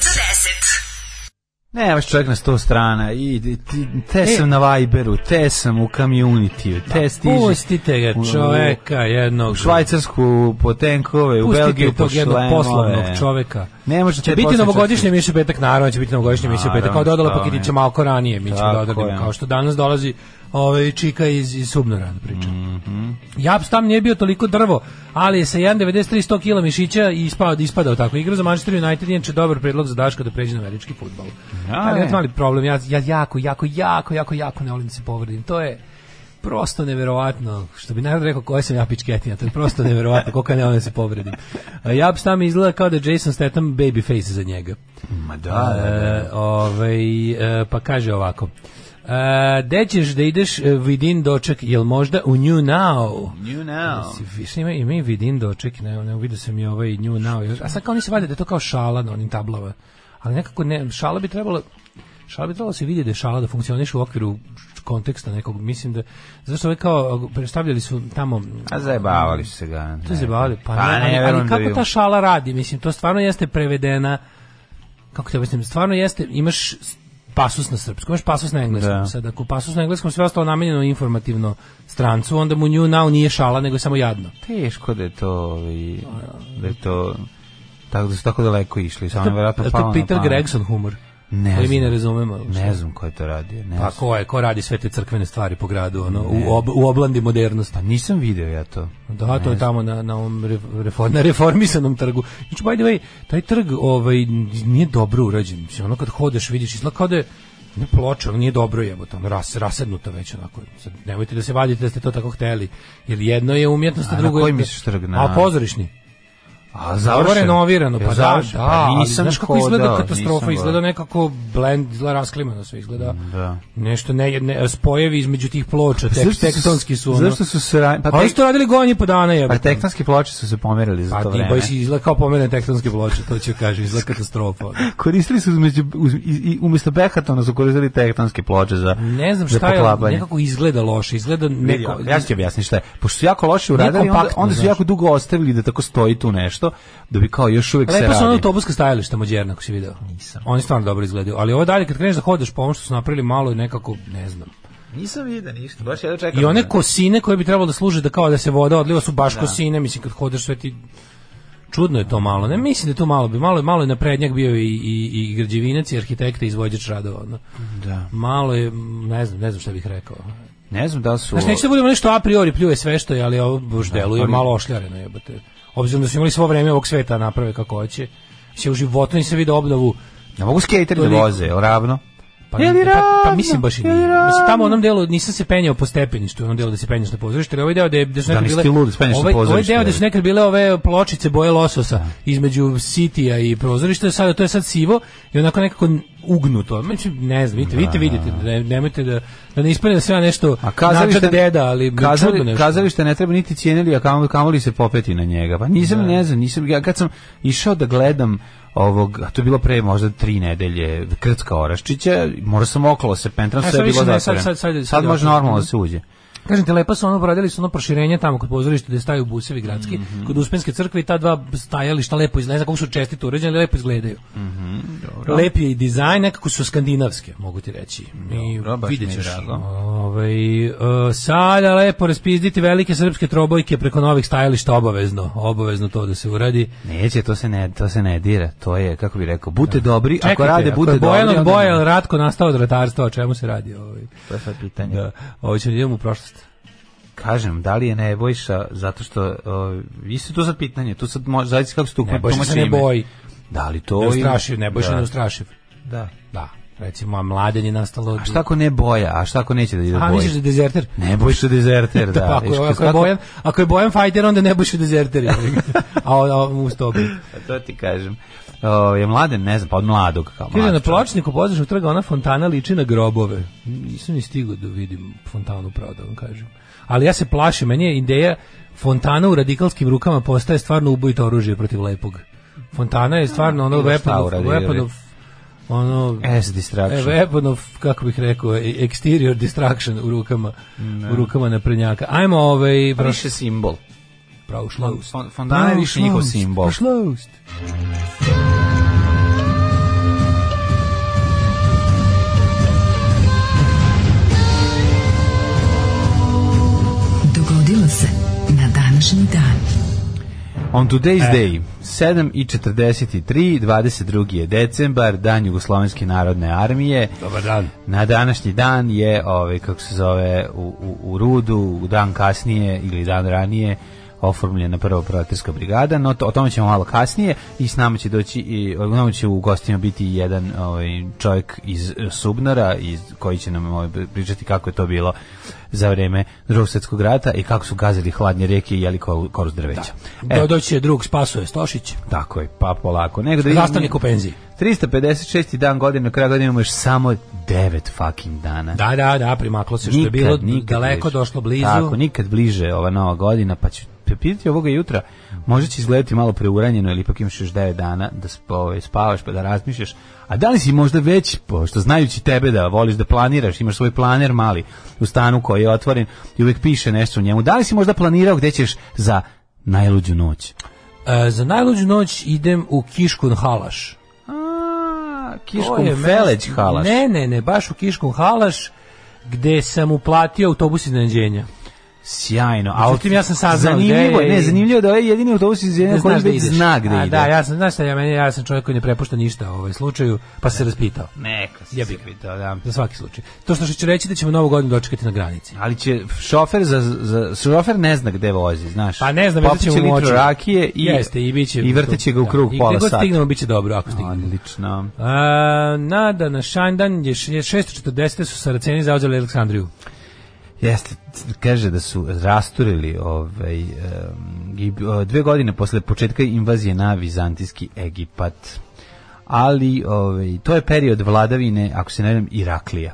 Ne, baš čovjek na sto strana, i, i- ti-
E.
te sam na Viberu, te sam u community, te stižem.
Pustite ga
U-
čoveka jednog.
u Švajcarsku po tenkove, u
Pustite
Belgiju po
tog jednog
šlemove.
poslovnog čoveka.
Ne može
će
te
biti
poslovne
novogodišnja
čovjeke.
emisija u petak, naravno će biti novogodišnja emisija u petak, kao
Naravno,
dodala
šta ne.
paketića malko ranije, mi ćemo
Tako
dodati,
je.
kao što danas dolazi ovaj, Čika iz, iz Subnora da pričam. Japstam nije bio toliko drvo, ali je sa 1,93 100 kila mišića i ispao, ispadao tako. Igra za Manchester United inače dobar predlog za Daška da pređe na američki futbol. ali
je.
imate mali problem, ja, ja jako, jako, jako, jako, jako ne volim da se povredim. To je prosto neverovatno, što bi narod rekao koje sam ja pičketina, to je prosto neverovatno koliko ja ne volim da se povredim. A Japstam izgleda kao da je Jason Statham babyface za njega.
Ma da, da, da.
E, ovaj, e, pa kaže ovako. E, gde ćeš da ideš e, vidin doček, jel možda u New Now?
You know.
Si- Više ima, ima i vidin doček, ne, ne vidio sam i ovaj New Now. A sad kao oni se vade da je to kao šala na onim tablama. Ali nekako ne, šala bi trebala šala bi trebalo se vidjeti da je šala da funkcioniš u okviru konteksta nekog, mislim da zašto ovaj kao predstavljali su tamo
A zajebavali su se ga.
to se bavili, pa,
Pa
ne,
ne,
ali- ali,
verujem da
kako
bi-
ta šala radi? Mislim, to stvarno jeste prevedena, kako te objasnim, stvarno jeste, imaš s- pasus na srpskom, imaš pasus na engleskom.
Da.
Sad, ako pasus na engleskom sve ostalo namenjeno informativno strancu, onda mu new now nije šala, nego je samo jadno.
Teško da je to, ovaj, da je to, tako da su tako daleko išli. Samo je
To,
vjerojatno
je
palo
to
na
Peter
pamet.
Gregson humor.
Ne
Ali mi
znam.
ne razumemo.
Ne znam ko je to radio. Ne
Pa
znam.
ko je, ko radi sve te crkvene stvari po gradu, ono, u, ob, u oblandi modernosti.
Pa nisam video ja to.
Da, to je tamo na, na ovom re- refor- na reformisanom trgu. Znači, by the way, taj trg ovaj, nije dobro urađen. Mislim, ono kad hodeš, vidiš, izgleda kao da je ne ploča, ono nije dobro jebote, ono ras, rasednuto već onako. Sad, nemojte da se vadite da ste to tako hteli. Jer jedno je umjetnost, a,
A na
drugo je...
koji misliš trg? Na-
A pozorišni.
A
Dobro
završen?
renovirano,
Je
pa da,
završen?
da,
Pa
ali
nisam
znaš kako
hodao,
izgleda
nisam
katastrofa,
ga-
izgleda nekako blend, izgleda rasklimano sve, izgleda
da.
nešto, ne, ne, spojevi između tih ploča, tek,
Zašto su-
tektonski su ono.
Zašto su se... ra- Pa
A
tek-
oni su to radili godinu i po dana,
Pa
jebote.
tektonske ploče su se pomerili za
Pa
to
ti
vreme.
bojiš izgleda kao pomerne tektonske ploče, to ću kažem, izgleda katastrofa. ono.
Koristili su između, uz, i, i, umjesto Behatona su koristili tektonske ploče za
Ne znam
za
šta je,
poklapanje.
nekako izgleda loše, izgleda
Vidi,
neko...
ja ću ti objasniti šta je. Pošto su jako loše uradili, onda,
kompaktno,
onda su
znaš.
jako dugo ostavili da tako stoji tu nešto, da bi kao još uvijek se
Lepo su ono
radi.
autobuska stajališta mođerna, ako si video. Nisam. Oni stvarno dobro izgledaju, ali ovo dalje kad kreneš da hodeš po ovom što su napravili malo je nekako, ne znam.
Nisam vidio ništa, baš ja čekam.
I one kosine koje bi trebalo da služe da kao da se voda odliva su baš kosine, mislim kad hodeš sve ti čudno je to malo. Ne mislim da je to malo bi malo je- malo je naprednjak bio i i i građevinac i arhitekta i izvođač radova. ono.
Da.
Malo je ne znam, ne znam šta bih rekao.
Ne znam da li su...
Znaš, neće da budemo nešto a priori pljuje sve što je, ali ovo baš deluje
ali-
malo ošljareno jebote. Obzirom da su imali svo vreme ovog sveta naprave kako hoće. Se u životu nisam vidio obnovu.
Ne mogu skateri da
Toliko.
voze, jel ravno?
Pa,
Je li
pa, pa
ravno?
mislim baš i
Je li
nije.
ravno?
Mislim, tamo u onom delu nisam se penjao po stepeništu, u onom delu da se penješ na pozorište, ali ovaj deo gde, gde su
Da,
nekad
nisi
bile...
ti lud da se penješ na
ovaj, ovaj
pozorište,
deo gde su
je.
nekad bile ove pločice boje lososa između sitija i prozorišta, sada to je sad sivo i onako nekako ugnuto. Mislim, ne znam, vidite, vidite, vidite, ne, nemojte da, da ne ispane da sve nešto
A kazalište
načad deda, ali
kazali-
čudno nešto.
kazalište ne treba niti cijenili, a kamoli kamoli se popeti na njega. Pa nisam ne znam, nisam ja kad sam išao da gledam ovog, a to je bilo pre možda tri nedelje, Krcka Oraščića, morao sam okolo se pentram,
E, sad
sve je
više
bilo
ne,
da
sad- sad- sad- sad
sad
je
može
otvoreno.
normalno da se uđe.
Kažem ti, lepa su ono, uradili su ono proširenje tamo kod pozorišta gde staju busevi gradski,
Mhm.
kod Uspenske crkve i ta dva stajališta lepo izgledaju, ne znam kako su čestito uređene, ali lepo izgledaju.
Mhm.
Lep je i dizajn, nekako su skandinavske, mogu ti reći. I
Dobro, baš
vidjet
mi je
ćeš.
drago.
Ovaj, e, sada lepo raspizditi velike srpske trobojke preko novih stajališta obavezno, obavezno to da se uradi.
Neće, to se ne, to se ne dira. To je, kako bi rekao, budite dobri, ako rade,
ako
budite
je
dobri.
Bojan od
onda
Boja,
ne.
ili Ratko nastao od ratarstva, o čemu se radi? Ovaj?
To je sad pitanje.
Da, ovo ćemo da idemo u prošlost.
Kažem, da li je Nebojša, zato što, uh, isto to sad pitanje, tu sad može, zavisi kako se tu
Nebojša se
tumači
ne
ime.
boji.
Da li to...
Neustrašiv, Nebojša
Da.
je neustrašiv.
Da.
Da, recimo, a mladen je nastalo...
A šta ako ne boja? A šta ako neće da ide
A, misliš da je
boja?
dezerter?
Ne bojiš se
[LAUGHS]
dezerter, da.
Da, ako,
Viš,
je,
kad-
ako, je Bojan, [LAUGHS] ako je Bojan fighter, onda ne bojiš u dezerteri. a on, a on mu stopi.
to ti kažem. je mladen, ne znam, pa od mladog. Kao
Kaže,
mlad
na
čovjek.
pločniku pozdrav trga ona fontana liči na grobove. Nisam ni stigao da vidim fontanu, pravo da vam kažem. Ali ja se plašim, meni je ideja fontana u radikalskim rukama postaje stvarno ubojito oružje protiv lepog. Fontana je stvarno ono
Bilo šta
weapon of,
uradi,
weapon of ono
As distraction.
E, weapon of, kako bih rekao, e- exterior distraction u rukama, u rukama naprednjaka. Ajmo ovaj, prošli,
Više simbol.
praušlaust.
Pa Fon- fontana je više njihov simbol.
Praušlaust.
Dogodilo se na današnji dan.
On today's
E.
day, 7 i 43, 22. je decembar, dan Jugoslovenske narodne armije.
Dobar dan.
Na današnji dan je, ovaj, kako se zove, u, u, u Rudu, u dan kasnije ili dan ranije, oformljena prva proletarska brigada, no to, o tome ćemo malo kasnije i s nama će doći i u nama će u gostima biti i jedan ovaj čovjek iz eh, Subnara iz koji će nam ovaj, pričati kako je to bilo za vrijeme Drugog svjetskog rata i kako su gazili hladne rijeke i jeli ko- koruz drveća. E,
Do, doći je drug, spasoje Stošić.
tako je, pa polako. Nego da vidimo-
Zastavnik u penziji.
356. dan godine, na kraju godine imamo još samo 9 fucking dana.
Da, da, da, primaklo se što je bilo daleko,
bliže.
došlo blizu.
Tako, nikad bliže ova nova godina, pa ću te pitati ovoga jutra, možda će izgledati malo preuranjeno ili ipak imaš još 9 dana da sp- ovaj, spavaš pa da razmišljaš. A da li si možda već, pošto znajući tebe da voliš da planiraš, imaš svoj planer mali u stanu koji je otvoren i uvek piše nešto u njemu, da li si možda planirao gde ćeš za najluđu noć?
E, za najluđu noć idem u Kiškun Halaš.
A,
To je
Kiškom
mesto-
Feleć halaš.
Ne, ne, ne, baš u Kiškun Halaš gde sam uplatio autobus iznenađenja.
Sjajno. A
Međutim, ja sam saznao
Zanimljivo
gde
je,
je
ne,
i-
zanimljivo je da je jedini autobus iz jedne koji već zna gde
A,
ide.
Da, ja sam, znaš šta, ja, meni, ja sam čovjek koji ne prepušta ništa u ovaj slučaju, pa se raspitao.
Neka si
Jebi
se
ga.
pitao, da.
Za svaki slučaj. To što ću reći da ćemo novu godinu dočekati na granici.
Ali će šofer za, za šofer ne zna gde vozi, znaš.
Pa ne znam,
Popit
vidjet ćemo
će
u
litru
oči.
rakije i
Jeste, i biće
i vrteće ga u krug
da. I
pola
gde god
sata.
stignemo biće dobro ako stignemo.
Odlično.
A, nada na Šajndan je š- je 640. su Saraceni zauzeli Aleksandriju.
Jeste, c- kaže da su rasturili ovaj, em, i, o, dve godine posle početka invazije na vizantijski Egipat. Ali ovaj, to je period vladavine, ako se ne vem, Iraklija.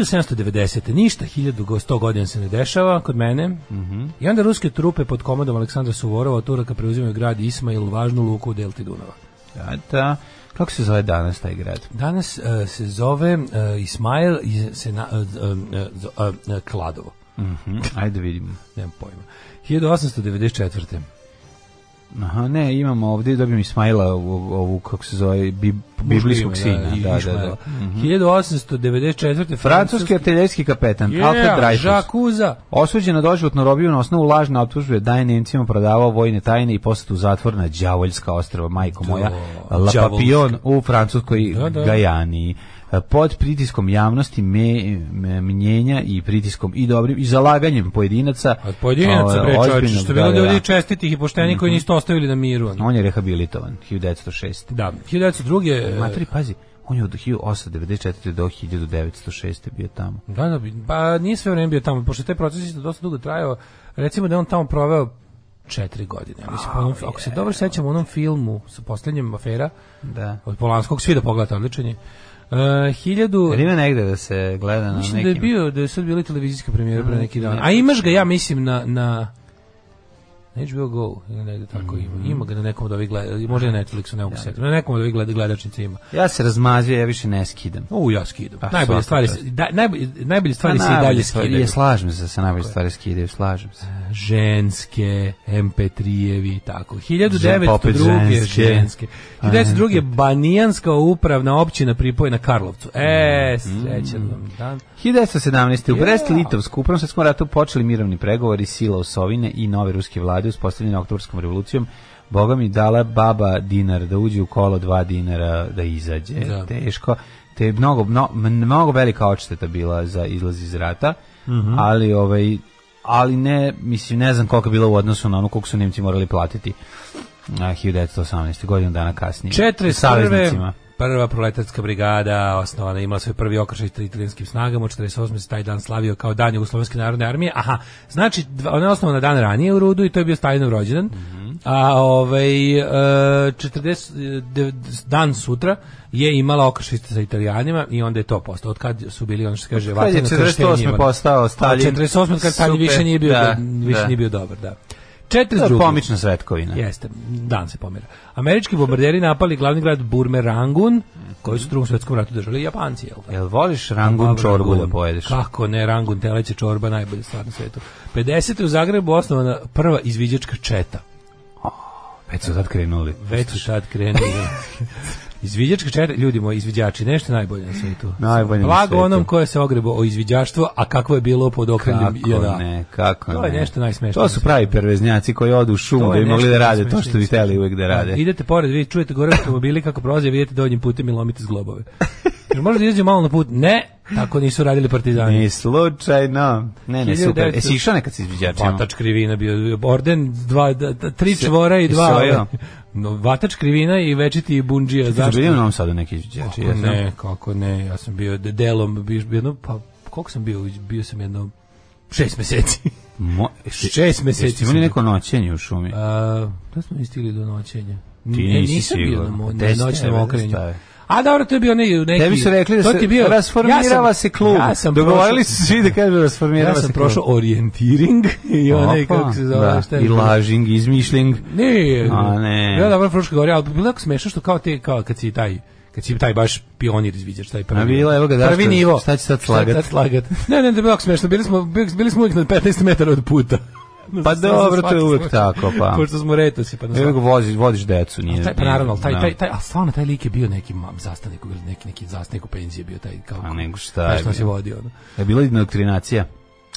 1790. Ništa, 1100 godina se ne dešava kod mene.
Mhm.
I onda ruske trupe pod komandom Aleksandra Suvorova od Turaka preuzimaju grad Ismail, važnu luku u delti Dunava.
Da, da. Kako se zove danas taj grad?
Danas e, se zove e, Ismail i se na, e, e, z- e, e, Kladovo.
Mhm, Ajde vidimo.
Nemam pojma. 1894.
Aha, ne, imamo ovdje, dobijem Ismaila, ovu, ovu kako se zove, bib, biblijskog
Muškog
sina.
i
Da, da,
e, Ismaila.
da.
1894.
Francuski artiljerijski kapetan,
Yeah,
Alfred Dreyfus.
Žakuza.
Osuđen na doživotnu robiju na osnovu lažne optužbe da je Nemcima prodavao vojne tajne i poslat u zatvor na Đavoljska ostrava, majko moja, La
đavoljska.
Papillon u francuskoj
Da, da.
Gajani. Pod pritiskom javnosti, me, me- mnjenja i pritiskom i dobrim i zalaganjem pojedinaca.
Od pojedinaca,
ovaj,
Pa, bre čovječe,
ozbiljnog,
što je
da,
bilo
da, da.
ljudi čestitih i poštenih koji nisu ostavili na miru. ono.
On je rehabilitovan, 1906.
Da, 1902.
Matri, pazi, on je od 1894. do 1906. bio tamo.
Da, da, bi- pa nije sve vreme bio tamo, pošto je taj proces isto dosta dugo trajao. Recimo da je on tamo proveo četiri godine. ja Mislim, po onom, ako se dobro sećam u onom filmu sa posljednjem afera
Da.
od Polanskog, svi da pogledate, odličan je. E, hiljadu...
Jel ima negde da se gleda na
Mislim da je
nekim... Mm,
bio, da je sad bila i televizijska premijera pre neki dan. A imaš ga, ja mislim, na, na na HBO Go, ili negde tako
Mm.
ima. Ima ga na nekom od ovih gleda, možda i na Netflixu, ne mogu se setiti. Na nekom od ovih gleda, gledačnica ima.
Ja se razmazio, ja više ne skidam.
U, ja skidam.
Pa, svaka
najbolje stvari,
čast.
se- da, najbolje, najbolje stvari se
A,
i dalje
Pa najbolje stvari-
skidaju.
Je, slažem se, da se najbolje stvari skidaju, slažem se.
ženske, MP3-evi i tako.
Popet
1902.
ženske.
ženske. 1902. Banijanska upravna općina pripojena Karlovcu. E, srećan vam dan.
1917. U Brest-Litovsku u Prvom svjetskom ratu počeli mirovni pregovori sila Osovine i nove ruske vlade uspostavljene oktobarskom revolucijom. Boga mi dala baba dinar da uđe u kolo, dva dinara da izađe.
Da.
Teško. Te je mnogo, mno- mnogo velika odšteta bila za izlaz iz rata, ali ovaj ali ne, mislim, ne znam koliko je bilo u odnosu na ono koliko su Nemci morali platiti na 1918. godinu dana kasnije. Saveznicima.
41. Prva proletarska brigada osnovana je imala svoj prvi okršaj sa italijanskim snagama, u 48. se taj dan slavio kao
Mhm.
dan Jugoslovenske narodne armije. Aha, znači dva- ona je osnovana dan ranije u Rudu i to je bio Stalinov rođendan. A ovaj e, 40 de- dan sutra je imala okršnicu sa Italijanima i onda je to postao. Od kad su bili ono što se kaže
Kad je
vatreno krštenje
48.
Ivana.
postao Stalin.
Od 48. kad Stalin
Super.
više nije bio
Da,
više
da.
nije bio dobar, da.
To
42.
je pomična svetkovina.
Jeste, dan se pomera. Američki bombarderi napali glavni grad Burme Rangun, koji su u drugom svetskom ratu držali Japanci, jel da?
Jel voliš rangun
Dobro,
čorbu da
Rangun.
pojedeš?
Kako ne, Rangun teleće čorba najbolja stvar na svetu. 50. u Zagrebu osnovana prva izviđačka četa.
Već su tad krenuli.
Već su sad krenuli.
[LAUGHS]
Izviđačka četa, ljudi moji, izviđači, nešto najbolje na svetu.
Najbolje na
Blago
svetu.
onom koje se ogrebo o izviđaštvo, a kakvo je bilo pod okrenjem
Kako ne, kako ne.
To je nešto najsmešnije.
To su pravi perveznjaci koji odu u šumu
To
da
je
bi mogli
nešto
da rade to što
najsmešnije.
bi hteli uvek da
Da,
rade.
Idete pored, vi čujete gore automobili kako prolaze, vidite donjim putem i lomite zglobove. Jer možda izađe malo na put. Ne, tako nisu radili partizani.
Ni slučajno. Ne, ne, super.
1900
E, si išao nekad sa izviđačima?
Pa, Vatač krivina bio orden, dva, da, da, tri čvora i dva.
Isojao.
ovaj, No, vatač krivina i večiti bundžija.
Zašto?
Zašto?
Bili ono- u Novom Sadu neki izviđači?
Kako
jesam?
ne, kako ne, ja sam bio de- delom, bio, jedno, pa koliko sam bio, bio sam jedno šest meseci.
Mo,
Šest meseci
Jeste imali
sam
neko noćenje u šumi?
A, da smo mi stigli do noćenja.
Ti
Ne,
nisi
nisam bio
sigurno.
na, mo, na
Gde ste
noćnom
tebe
okrenju.
stave?
A dobro, to je bio ne, neki...
Tebi su rekli da
to
se
ti je bio,
rasformirava
ja sam-
se klub.
Ja sam
Dogovorili
prošao-
su svi da kažu rasformirava
Ja
se
sam
klub.
prošao orijentiring [LAUGHS] i onaj
Opa,
kako se zove,
da,
šta je
I
bilo?
lažing, izmišljing.
Ne,
A, ne.
Ja dobro Fruška govorio, ali bilo je tako smešno što kao te kao kad si taj kad si taj baš pionir izviđaš taj prvi.
A bilo, evo ga,
prvi
Daško,
nivo.
šta će sad slagat?
slagat? Ne, ne, ne, bilo je tako smešno. Bili smo bili, bili smo uvijek na 15 metara od puta. [LAUGHS]
Pa dobro, to je
Svaki
uvek
smo-
tako, pa.
Pošto smo retosi, pa na
Evo
svaki-
ga voziš, vodiš decu, nije.
taj, pa naravno, ali taj,
da.
taj, taj, a stvarno taj lik je bio neki mam, zastanik, ili neki, neki zastanik u penziji je bio taj, kao,
A Pa nego šta
taj
je
što nas je
bio.
vodio, ono.
Je bila indoktrinacija.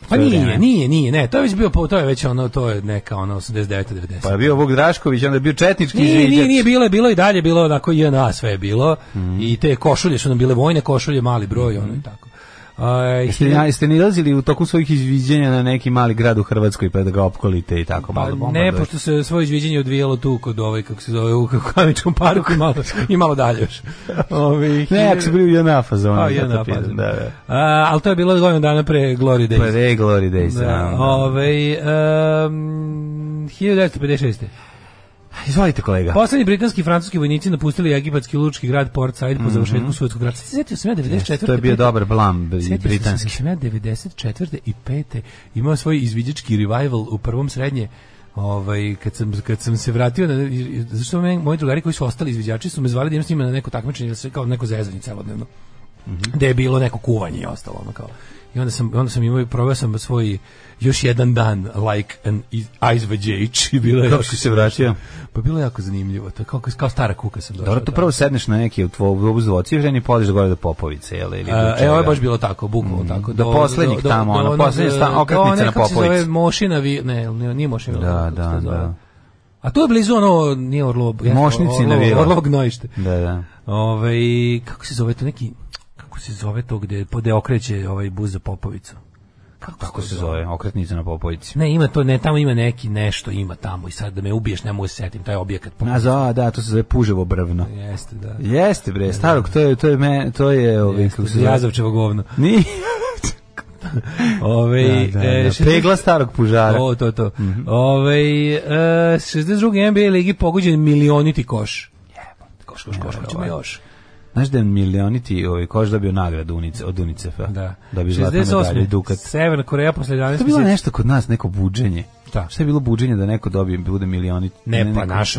Pa
To je
nije,
vreme.
nije, nije, ne, to je već bio, po- to je već ono, to je neka, ono, 89. 90.
Pa je bio Vuk Drašković, onda je bio Četnički
Nije,
izviđač.
nije, nije bilo, je bilo i dalje, bilo je onako JNA, sve je bilo.
Mhm.
I te košulje su nam bile vojne košulje, mali broj, ono i tako. Aj,
Jeste, na- jeste nilazili u toku svojih izviđenja na neki mali grad u Hrvatskoj pa da ga opkolite i tako malo
pa,
bombardujete?
ne, pošto se svoje izviđenje odvijalo tu kod ovaj, kako se zove, u Kamičkom parku i malo, i malo dalje
[LAUGHS]
još. Ovi,
Ne, ako su bili u jedna fazonu.
A, jedna,
zato pitam,
pa,
Da, da.
A, ali to je bilo godinu dana pre Glory Days.
Pa Ray Glory Days. Da,
Da,
da.
ovaj, um, 1956.
Izvolite kolega.
Poslednji britanski i francuski vojnici napustili egipatski lučki grad Port Said po završetku Suetskog rata. Sjetio sam ja 94.
Mhm. to je bio
pete-
dobar blam i
Sjetio sam se
britanski.
da sam ja 94. i 5. imao svoj izviđački revival u prvom srednje Ovaj kad sam kad sam se vratio na zašto me moji drugari koji su ostali izviđači su me zvali da idem s njima na neko takmičenje da se kao neko zezanje celodnevno.
Mhm.
Gde je bilo neko kuvanje i ostalo ono kao. I onda sam onda sam imao i proveo sam svoj još jedan dan like an iz- izviđač i bilo je
Kako
jako,
si se vratio?
pa bilo je jako zanimljivo. To je kao kao stara kuka sam došao.
Dobro, tu
tamo.
prvo sedneš na neki u tvoj uz i podiš gore do Popovice, jel? Ili do
A, E, ovo
čega.
je baš bilo tako, bukvalno tako.
Mm. Do poslednjeg tamo, ono,
onog,
poslednje
e,
stan-
do
okretnice
one,
na
kako se
Popovici.
zove, Mošina, vi, ne, ne, nije Mošina.
Da,
kako se
da,
to zove.
da.
A tu je blizu ono, nije Orlo, jeste,
Mošnici na
Orlovo-
vila.
Orlovo gnojište.
Da, da.
Ovaj, kako se zove to neki, kako se zove to gde, gde okreće ovaj buz za Popovicu? Kako,
Kako
to
se zove? Okretnica na Popovici.
Ne, ima to, ne, tamo ima neki, nešto ima tamo i sad da me ubiješ, ne mogu se setim, taj objekat.
A za, da, to se zove Puževo brvno.
Jeste, da.
Jeste bre, starog, to je to je me, to je ovaj kako se zove.
Jazavčevo govno.
Ni. E,
Ove, e,
Da, da, da. Pegla starog pužara.
O, to, to.
Mhm.
Ovaj, e, 62. NBA ligi pogođen milioniti koš. Koš, koš, koš, koš, ćemo još.
Znaš da je milioniti ovaj koš dobio nagradu Unice, od UNICEF-a.
Da.
Da bi zlatnu medalju i dukat.
Severna Koreja posle 11
To je bilo
mjeseci-
nešto kod nas, neko buđenje.
Šta?
Šta je bilo buđenje da neko dobije, bude milioniti?
Ne, pa
neko-
naš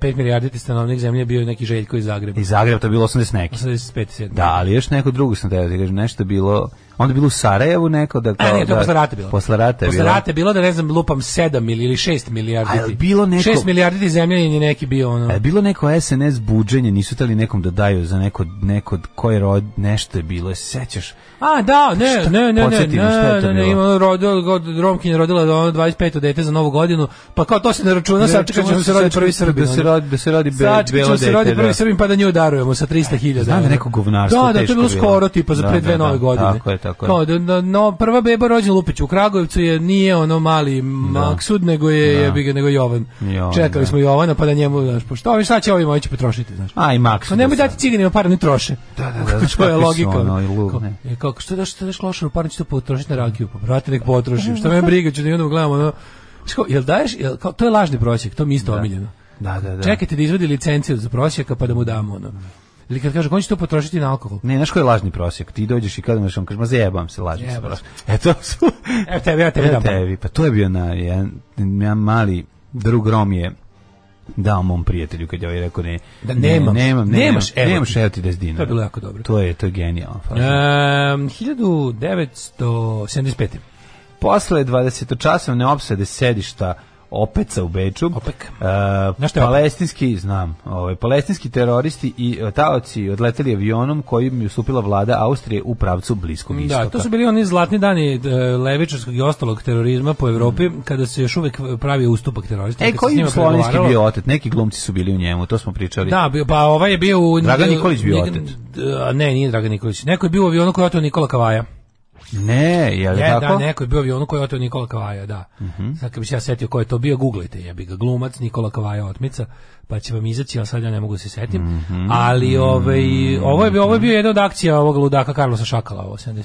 5 milijarditi stanovnik zemlje je bio neki Željko iz Zagreba.
Iz Zagreba to je bilo 80 neki.
85 7.
Da, ali još neko drugo sam teo ti kažem, nešto je bilo, onda je bilo u Sarajevu neko da...
A E, ne, to je
da,
posle rata bilo.
Posle rata je
Posle
bilo.
rata je bilo da ne znam lupam 7 ili 6 milijardi.
A je li bilo neko-
6 milijardi zemljanin je neki bio ono.
A je E, bilo neko SNS buđenje, nisu tali nekom da daju za neko, neko koji rod, nešto je bilo, sećaš?
A, da, ne,
Šta?
ne, ne, ne,
Podsjeti me, šta je
ne,
to
ne, ne,
bilo?
ima rodila, god, Romkinja rodila da ono 25. dete za novu godinu, pa kao to se ne računa, sad čekaj ćemo se rodi prvi Srbin.
Da se
ono.
rodi, da se rodi be,
Sad čekaj
belo
ćemo se rodi
dete,
prvi
da.
Srbin pa da nju darujemo sa 300.000.
Znam da
ono.
neko govnarstvo
Da, da, to
teško
je bilo
bilo.
skoro tipa za
Da,
pre
da,
dve
da.
nove godine.
Tako je, tako je.
Kao da, da, no, prva beba rođena Lupić u Kragujevcu je nije ono mali Maksud, nego je,
Da.
jebi ga, nego Jovan.
Jovan,
Čekali
da.
smo Jovana, pa da njemu, znaš, pošto ovi šta će ovi moći potrošiti, znaš.
A i Maksu.
Pa nemoj
da
dati ciganima par, ne troše.
Da, da, da,
to je
kakvi su
logika.
ono, i lud,
Kao-
ne.
e, kako, što daš, što daš klošaru, par ću to potrošiti na rakiju, pa brate, nek potrošim, što me briga, ću da i onda gledamo, ono, Znaš kao, Jel daješ, jel, kao, to je lažni prosjek, to mi je isto omiljeno.
Da, da, da.
Čekajte da izvadi licenciju za prosjeka pa da mu damo ono. Ili kad kaže, on će to potrošiti na alkohol.
Ne, znaš koji je lažni prosjek? Ti dođeš i kada me on kaže, ma zajebam se, lažni se
Jebam se.
prosjek. E to su...
Evo tebi, evo tebi
Evo
dam par.
tebi. Pa to je bio na, jedan, jedan mali drug Rom je dao mom prijatelju kad je ovaj rekao ne,
Da
ne, nemam,
nemaš.
nemam,
Nemaš, evo
nemaš,
ti.
evo ti 10 dinara.
To je bilo jako dobro.
To je, to je genijalno.
Ehm, 1975.
Posle 20-časovne opsade sedišta Opeca u Beču.
Opek.
e,
Znaš šta je Opek?
palestinski, znam, ovaj, palestinski teroristi i e, taoci odleteli avionom kojim je ustupila vlada Austrije u pravcu Bliskog istoka.
Da, to su bili oni zlatni dani e, levičarskog i ostalog terorizma po Evropi, kada se još uvek pravi ustupak terorista.
E, koji je slovenski bio otet? Neki glumci su bili u njemu, to smo pričali.
Da, bio, pa ovaj je bio... U,
Dragan Nikolić bio
Nik-
otet.
d- Ne, nije Dragan Nikolić. Neko je bio u avionu koji je oteo Nikola Kavaja.
Ne, je li
Je,
tako? Mhm.
da, neko je bio u avionu koji je oteo Nikola Kavaja, da. Sad kad bi se ja setio ko je to bio, googlajte, jebi ga, glumac Nikola Kavaja otmica, pa će vam izaći, ali sad ja ne mogu da se setim.
Mhm.
Ali ovaj, ovo, je, bio- ovo je bio jedna od akcija ovog ludaka Carlosa Šakala, ovo 75.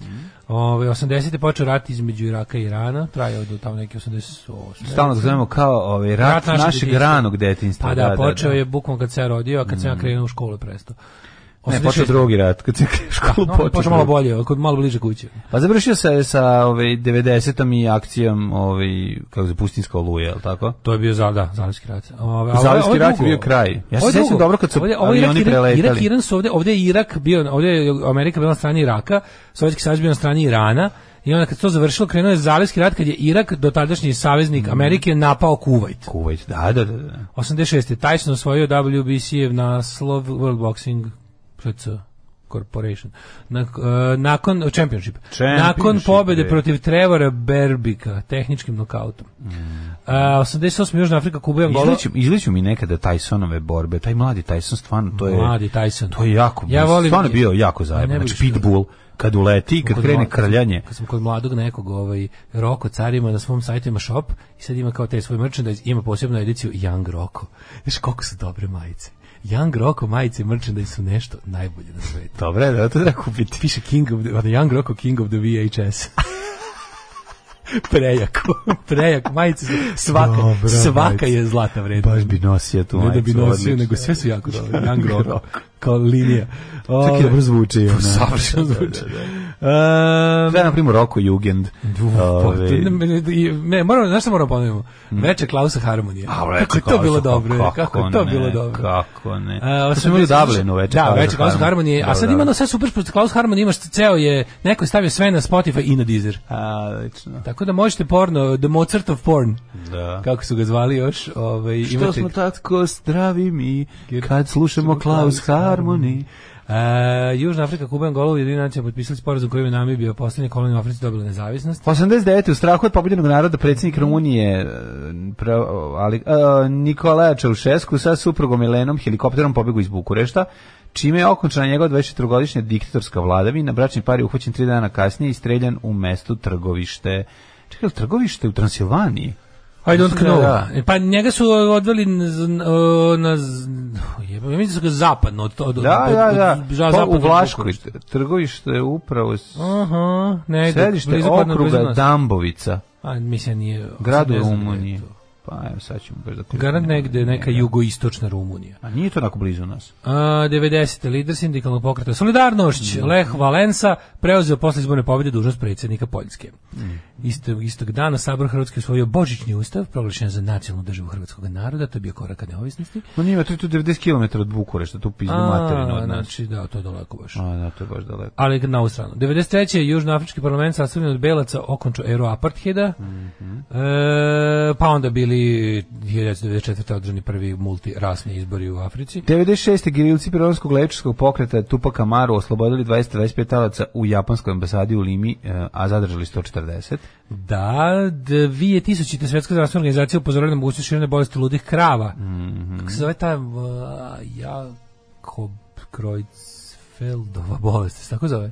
Mhm.
Ovaj, 80. je počeo rat između Iraka i Irana, trajao do tamo neki 88.
Stalno zovemo kao ovaj, rat,
našeg
našeg
detinjstva.
ranog detinjstva.
Pa da, počeo je bukvalno kad se ja rodio, a kad sam ja krenuo u školu je prestao.
Mhm. Ne, počeo
86.
drugi rat, kad se [LAUGHS] u školu
Pa, No, počeo
počeo.
malo
drugi.
bolje, kod malo bliže kući.
Pa završio se sa ovaj 90-om i akcijom ovaj kako se pustinska oluja, je li tako?
To je bio za, da, Zalivski rat. Ove,
Zalivski rat je bio kraj. Ja se sjećam dobro kad su avioni preletali.
Irak, Iran su ovde, ovde je Irak bio, ovde je Amerika bila na strani Iraka, Sovjetski savez bio na strani Irana, i onda kad se to završilo, krenuo je Zalivski rat kad je Irak, dotadašnji saveznik Amerike, napao Kuvajt.
Kuvajt, da, da, da. da.
86. Tyson osvojio WBC-ev naslov World Boxing PC Corporation. Nak, e, nakon championship.
Championship,
Nakon pobede
bre.
protiv Trevora Berbika tehničkim nokautom. E, 88. Južna Afrika Kuba je Angola.
Izliću, izliću mi nekada Tysonove borbe. Taj mladi Tyson stvarno to je
Mladi Tyson.
To je jako,
Ja volim-
stvarno je bio jako
Ne
zajeban.
bih
Znači
što-
Pitbull kad uleti, kad
Kod
krene
mla-
krljanje.
Kad sam kod mladog nekog ovaj, Roko carima na svom sajtu ima shop i sad ima kao taj svoj merchandise, ima posebnu ediciju Young Roko. Znaš koliko su dobre majice. Young Roko majice i merchandise su nešto najbolje na svetu.
Dobre, da to treba kupiti.
Piše King of the, Young Roko King of the [LAUGHS] VHS. [LAUGHS] prejako, prejako, majice su, svaka,
Dobra
svaka
majica.
je zlata vredna.
Baš bi nosio tu
ne
majicu.
da bi nosio,
odlično.
nego sve su jako dobre. Young
Young
Roko, kao linija.
Čak i dobro zvuči. ono. ona.
[LAUGHS] Savršeno zvuči.
Da, da, da.
Ehm,
Da, Pa na primjer, Roko Jugend.
Ove...
Ove,
pa, Ne, ne, ne, moramo, znaš šta moramo ponovimo? Veče Klausa Harmonije.
Mm. A, vreće
kako je to
Klausa,
bilo
pa
dobro? Kako, je to
ne,
bilo dobro?
Kako ne?
E,
to smo imali u
80
Dublinu veče.
Da,
Klausa
veče Klaus Harmonije. A sad
Da,
ima
da.
ono sve super, pošto Klaus Harmonije imaš ceo je, neko je stavio sve na Spotify i na Deezer.
A, lično.
Tako da možete porno, The Mozart of Porn,
Da.
kako su ga zvali još. Ovaj,
Što
imate-
smo tako zdravi mi kad slušamo Klaus Harmoni.
E, Južna Afrika, Kuba, Angola, Ujedinjena nacija potpisali sporazum kojim je Namibija poslednja kolonija u Africi dobila nezavisnost.
89. u strahu od pobjedenog naroda predsjednik Rumunije e, pra, ali, e, Nikolaja Čaušesku sa suprugom Milenom helikopterom pobjegu iz Bukurešta, čime je okončena njegova 24-godišnja diktatorska vladavina. Bračni par je uhvaćen tri dana kasnije i streljan u mestu Trgovište. Čekaj, je li Trgovište u Transilvaniji?
I don't
Mislim da
know.
da.
Pa njega su odveli na, na, na jebe, mislim da su ga zapadno od, od,
Da,
od,
da,
od-
da.
za-
Pa,
zapadno
u
od
Vlaškoj.
Bukurešta.
Trgovište je upravo s-
Aha, ne,
središte okruga Dambovica,
A mislim nije.
gradu
ne znam gde je
Rumunije.
to.
Pa evo sad ćemo baš da kliknemo.
Garant negde neka
Ne, da.
jugoistočna Rumunija.
A nije to onako blizu nas.
A, 90. lider sindikalnog pokreta Solidarnošć,
Mm.
Lech Valensa, preuzeo posle izborne pobjede dužnost predsjednika Poljske.
Mm.
Istog, istog dana Sabor Hrvatske usvojio Božićni ustav, proglašen za nacionalnu državu hrvatskog naroda, to je bio korak ka neovisnosti.
Ma nije, to je tu 90 km od Bukurešta, tu pizdu materinu od nas.
Znači, da, to je daleko baš.
A, da, to je baš daleko.
Ali na ovu stranu. 93. je Južnoafrički parlament sastavljen od Belaca okončao eru apartheida,
Mhm.
e, pa onda bili 1994. održani prvi multirasni izbori u Africi.
96. gerilci Pironskog levičarskog pokreta Tupaka Maru oslobodili 225 talaca u japanskoj ambasadi u Limi, e, a zadržali 140.
Da, 2000. Svetska zdravstvena organizacija upozorila na mogućnost širene bolesti ludih krava.
Mhm.
Kako se zove ta uh, Jakob Kreutzfeldova bolest, se tako zove?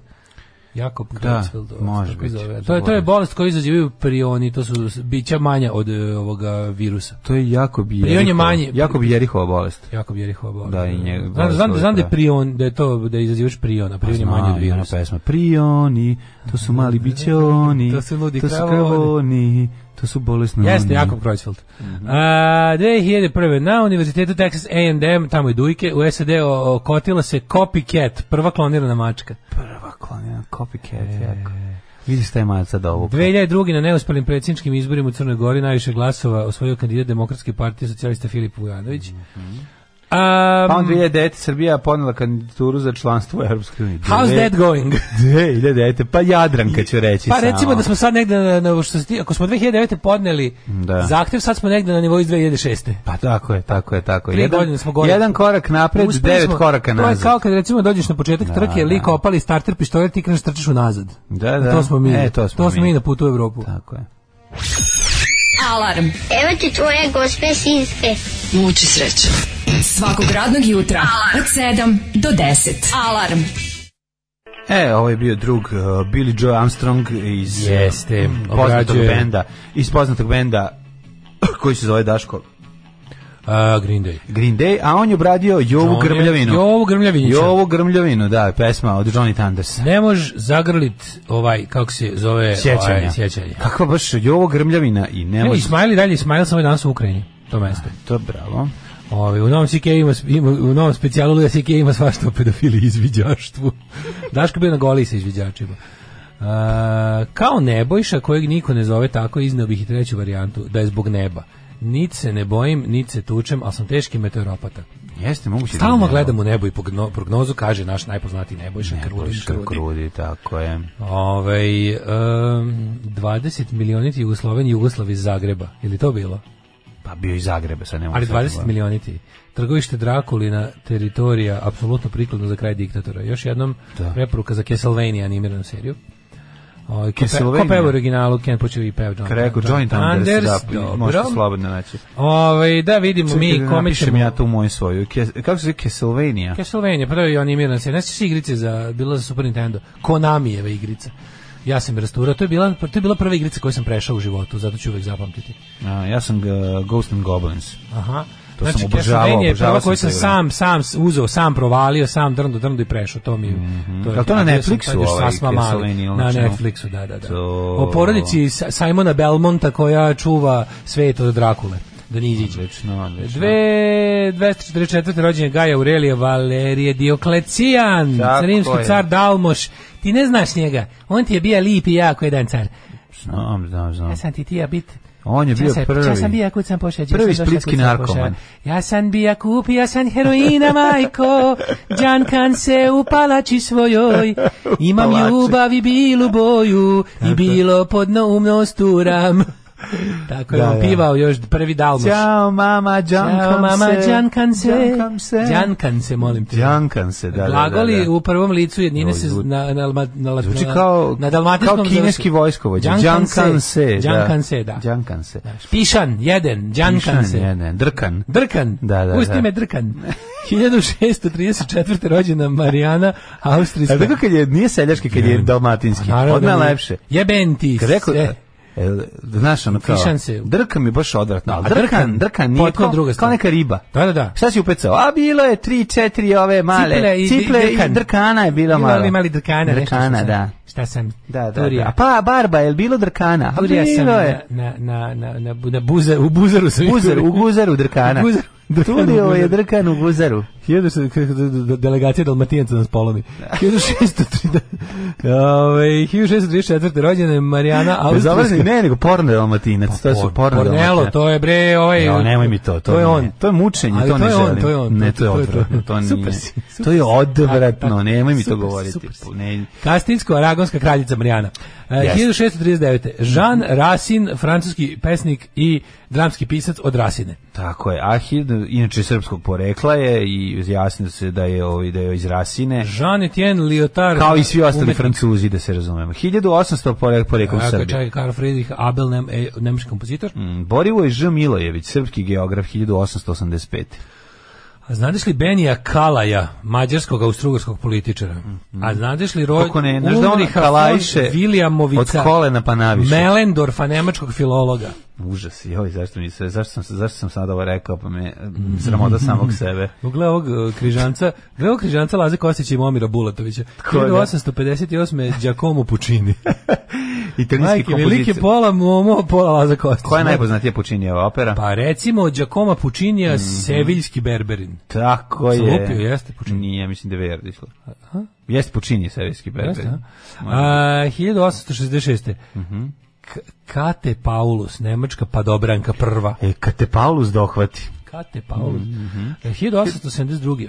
Jakob Kreutzfeldova, se
može
tako
biti,
zove. To je, to je bolest koju izazivaju prioni, to su s- bića manja od e, ovoga virusa.
To je jako bi
Prion je manji.
Jako bi Jerihova bolest.
Jakob Jerihova bolest.
Da, i njega-
Znam,
bolest
znam,
ludih
znam da je
krava.
prion, da je to, da je izazivač priona, prion je manji
Znam,
od
i ona
virusa.
pesma. Prioni, [LAUGHS] to su mali bićoni,
To su ludi
to su
kravoni.
kravoni, To su bolesni.
Jeste,
oni.
Jakob Kreuzfeld.
Mhm.
A, 2001. na Univerzitetu Texas A&M, tamo je Dujke, u SAD o- okotila se Copycat, prva klonirana mačka.
Prva klonina, copycat,
E.
jako. Vidiš šta je Maja sad ovo.
2002. na neuspelim predsjedničkim izborima u Crnoj Gori najviše glasova osvojio kandidat Demokratske partije socijalista Filip Vujanović. A,
Mhm. Pa on 2009. Srbija podnela kandidaturu za članstvo u Europskoj uniji.
how's that
[LAUGHS]
going?
2009. Pa Jadranka ću reći
Pa
samo.
recimo da smo sad negde, na, na, što se ti, ako smo 2009. podneli
Da.
zahtev, sad smo negde na nivou iz 2006.
Pa tako je, tako je, tako je.
Tri
Jedan,
godine smo gore.
jedan korak napred,
Uspeli
devet
smo-
koraka nazad.
To je kao kad recimo dođeš na početak trke, lik
da.
opali starter pištolja i ti kreneš trčeš unazad.
Da, da.
To smo mi.
E, to smo mi.
na putu u Evropu.
Tako je.
Alarm.
Evo ti tvoje gospe sinske.
Luči sreće. Svakog radnog jutra od 7 do 10. Alarm.
E, ovo je bio drug uh, Billy Joe Armstrong iz uh,
Jeste,
poznatog
obrađuje-
benda, iz poznatog benda [CLEARS THROAT] koji se zove Daško
A, Green Day.
Green Day, a on je obradio Jovu
On je-
Grmljavinu.
Jovu Grmljavinića.
Jovu Grmljavinu, da, pesma od Johnny Thundersa.
Ne možeš zagrlit ovaj, kako se zove, ovaj,
Sjećanja.
sjećanje.
Kakva baš Jovo Grmljavina i ne
Evo,
može...
Ismail i dalje, Ismail samo je danas u Ukrajini. To mesto.
To bravo.
Ove, u novom CK ima, ima u novom specijalu Luja CK ima svašta o pedofiliji i izviđaštvu. [LAUGHS] Daško je bio na goli sa izviđačima. A, kao nebojša kojeg niko ne zove tako izneo bih i treću varijantu da je zbog neba. Nit se ne bojim, nit se tučem, ali sam teški meteoropata.
Jeste, moguće... da
Stalno
je
gledam u nebo i pogno- prognozu, kaže naš najpoznatiji nebojša
Nebo.
Krvuliš.
Krudi. Krudi, tako je.
Ovaj, em, 20 milioniti Jugosloven Jugoslav iz Zagreba. Ili to bilo?
Pa bio iz Zagreba, sad ne mogu
Ali
sad
20
pogledati.
milioniti. Trgovište Drakulina teritorija apsolutno prikladno za kraj diktatora. Još jednom
Da.
preporuka za Castlevania animiranu seriju. O, ko, pe,
Castlevania?
ko peva u originalu, Ken počeo i peva John,
Kada je rekao Johnny Thunders, da, pa možete
dobro.
slobodno naći.
Ove, da vidimo
Čekaj
mi
da
kome
napišem
ćemo...
ja tu moju svoju. Kes- Kako se zove Castlevania?
Castlevania, prvi animirana serija. Ne se igrice za, bila za Super Nintendo. Konamijeva igrica. Ja sam je rasturao. To je bila, to je bila prva igrica koju sam prešao u životu, zato ću uvek zapamtiti.
A, ja sam uh, Ghost and Goblins.
Aha.
To
znači,
sam obožavao,
Castlevania je
obožavao
prva
sam
koju sam
taj igranje.
sam, sam uzeo, sam provalio, sam drndo, drndo i prešao. To mi je... je-
Mhm. Jel to na
a bio sam
Netflixu
tad još
ovaj
sasma mali.
Castlevania,
Na
znači,
Netflixu, da, da, da.
To-
O porodici Sa- Simona Belmonta koja čuva svet od Drakule. Da ni iziđe.
Odlično, odlično.
Dve- 244. rođenje Gaja Aurelija Valerije Dioklecijan,
Tako
rimski
je.
car Dalmoš. Ti ne znaš njega, on ti je bio lip i jako jedan car.
Znam, znam, znam.
Ja sam ti ti ja bit.
On je
Ja
bio
sam-
prvi.
Ja sam bija kud sam pošao.
Prvi splitski narkoman.
Ja sam bija kupio sam
[LAUGHS]
heroina majko, džankan se u palači svojoj, imam
palači.
ljubav i bilu boju i bilo podno umno
[LAUGHS]
sturam. Tako je
Da,
on
da.
pivao još prvi dalmoš.
Ćao mama,
Ćao,
džankam
mama,
se.
džankam se.
Džankam se.
Džankan se, molim te.
Džankan se, da, da, da.
Glagoli
da.
u prvom licu jednine
Joj,
se
zvuči-
na, na, na, na,
Zvuči
na-
kao,
na dalmatinskom
kao kineski
završi.
vojskovođa.
Džankan
Džankan se.
Džankan se, da.
Džankan se.
Pišan, jedan, Džankan se.
Ne, ne, drkan.
Drkan.
Da, da,
Pusti
da.
me Drkan. [LAUGHS] 1634. rođena Marijana Austrijska.
A tako kad je, nije seljački, kad je dalmatinski.
Naravno
Od
da mi-
najlepše.
Jeben ti
Kad rekao,
sve.
e, znaš, ono kao,
Fišan se.
drkan mi baš odvratno, ali
A
drkan, drkan nije
potpuno
kao,
druga
kao
stvar.
neka riba.
Da, da, da.
Šta si upecao? A bilo je tri, četiri ove male.
Ciple i drkan.
drkana je bilo malo.
Imali mali drkana. nešto što
Drkana,
sam-
da.
Šta sam?
Da, da,
turija.
da. A Pa, barba, je li bilo drkana? A
Turija sam
bilo
na,
je.
na, na, na, na, bu- na buze, u buzaru sam.
Guzer, u
[LAUGHS]
guzaru drkana.
U guzaru. Drkan u
Turio je
guzaru.
drkan u guzaru.
1600 delegacija Dalmatinaca nas polomi. 1603 [LAUGHS] Ovaj 1634. rođena je Marijana
Bezobrazni,
Austrijska.
ne, nego porno dalmatinac. to su porno
Pornelo,
dalmatinac.
to je bre ovaj.
Jo, nemoj mi to, to,
je
nije.
on.
To je mučenje,
Ali
to,
to
ne
je on,
želim.
to je on,
Ne,
to-
to je
to je to.
odvratno, to
Super
nije.
si, super
To je
si.
odvratno,
Tako, tako.
nemoj mi to
Super si,
govoriti.
super si.
Ne,
Kastinsko-aragonska kraljica Marijana. E,
Jeste.
1639. Jean Racine, francuski pesnik i dramski pisac od Rasine.
Tako je. Ahid, inače srpskog porekla je i izjasnio se da je, ovaj, da je iz Rasine.
Jean Etienne Lyotard.
Kao i svi ostali
umetnik.
Francuzi, da se razumemo. 1800 pore- poreklom
Tako je,
Srbije.
čak Karl Friedrich Abel, nem, e, nemački kompozitor.
Mm, Borivo je Ž. Milojević, srpski geograf 1885.
A znadeš li Benija Kalaja, mađarskog austrougarskog političara? A znadeš li Roj
Kako Mm, ne, znaš da on kalajše od
Viljamovica,
kolena pa naviše.
Melendorfa, nemačkog filologa.
Užas, joj, zašto, mi se, zašto, sam, se- zašto sam sad ovo rekao, pa me mm, sramota
[LAUGHS]
samog sebe.
Gle ovog e, križanca, gle ovog križanca Laze Kostića i Momira Bulatovića.
je, da? [LAUGHS]
1858. Giacomo Puccini.
italijanski
Majke, velike
kompozicija.
pola Momo, pola Laza Kostić.
Koja je najpoznatija Pučinijeva opera?
Pa recimo, Giacomo Pučinija,
Mhm.
Seviljski Berberin.
Tako je.
Sam lupio, jeste Puccini.
Nije, mislim da je Verdi. Jeste Pučinije, serijski Berberin.
Jeste, a? A, 1866.
Mhm.
K- Kate Paulus, Nemačka padobranka prva.
E, kad te Paulus dohvati.
Kate Paulus.
Mhm.
E, 1872.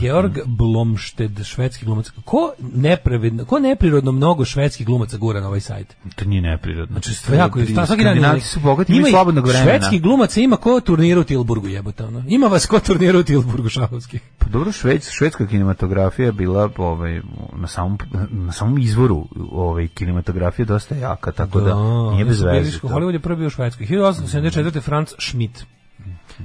Georg Blomsted, švedski glumac. Ko, nepravedno, ko neprirodno mnogo švedskih glumaca gura na ovaj sajt?
To nije neprirodno.
Znači, stvarno jako je, sta- svaki dan ima
Skandinavci
neki-
su bogati,
ima
imaju
ih-
slobodnog vremena.
Švedskih glumaca ima ko turnira u Tilburgu jebote ono. Ima vas ko turnira u Tilburgu šahovskih.
Pa dobro, šved, švedska kinematografija je bila ovaj, na, samom, na samom izvoru ovaj, kinematografije dosta jaka, tako Pa da, nije bez veze. to.
Hollywood je prvi bio u Švedskoj. 1874. Franz Schmidt.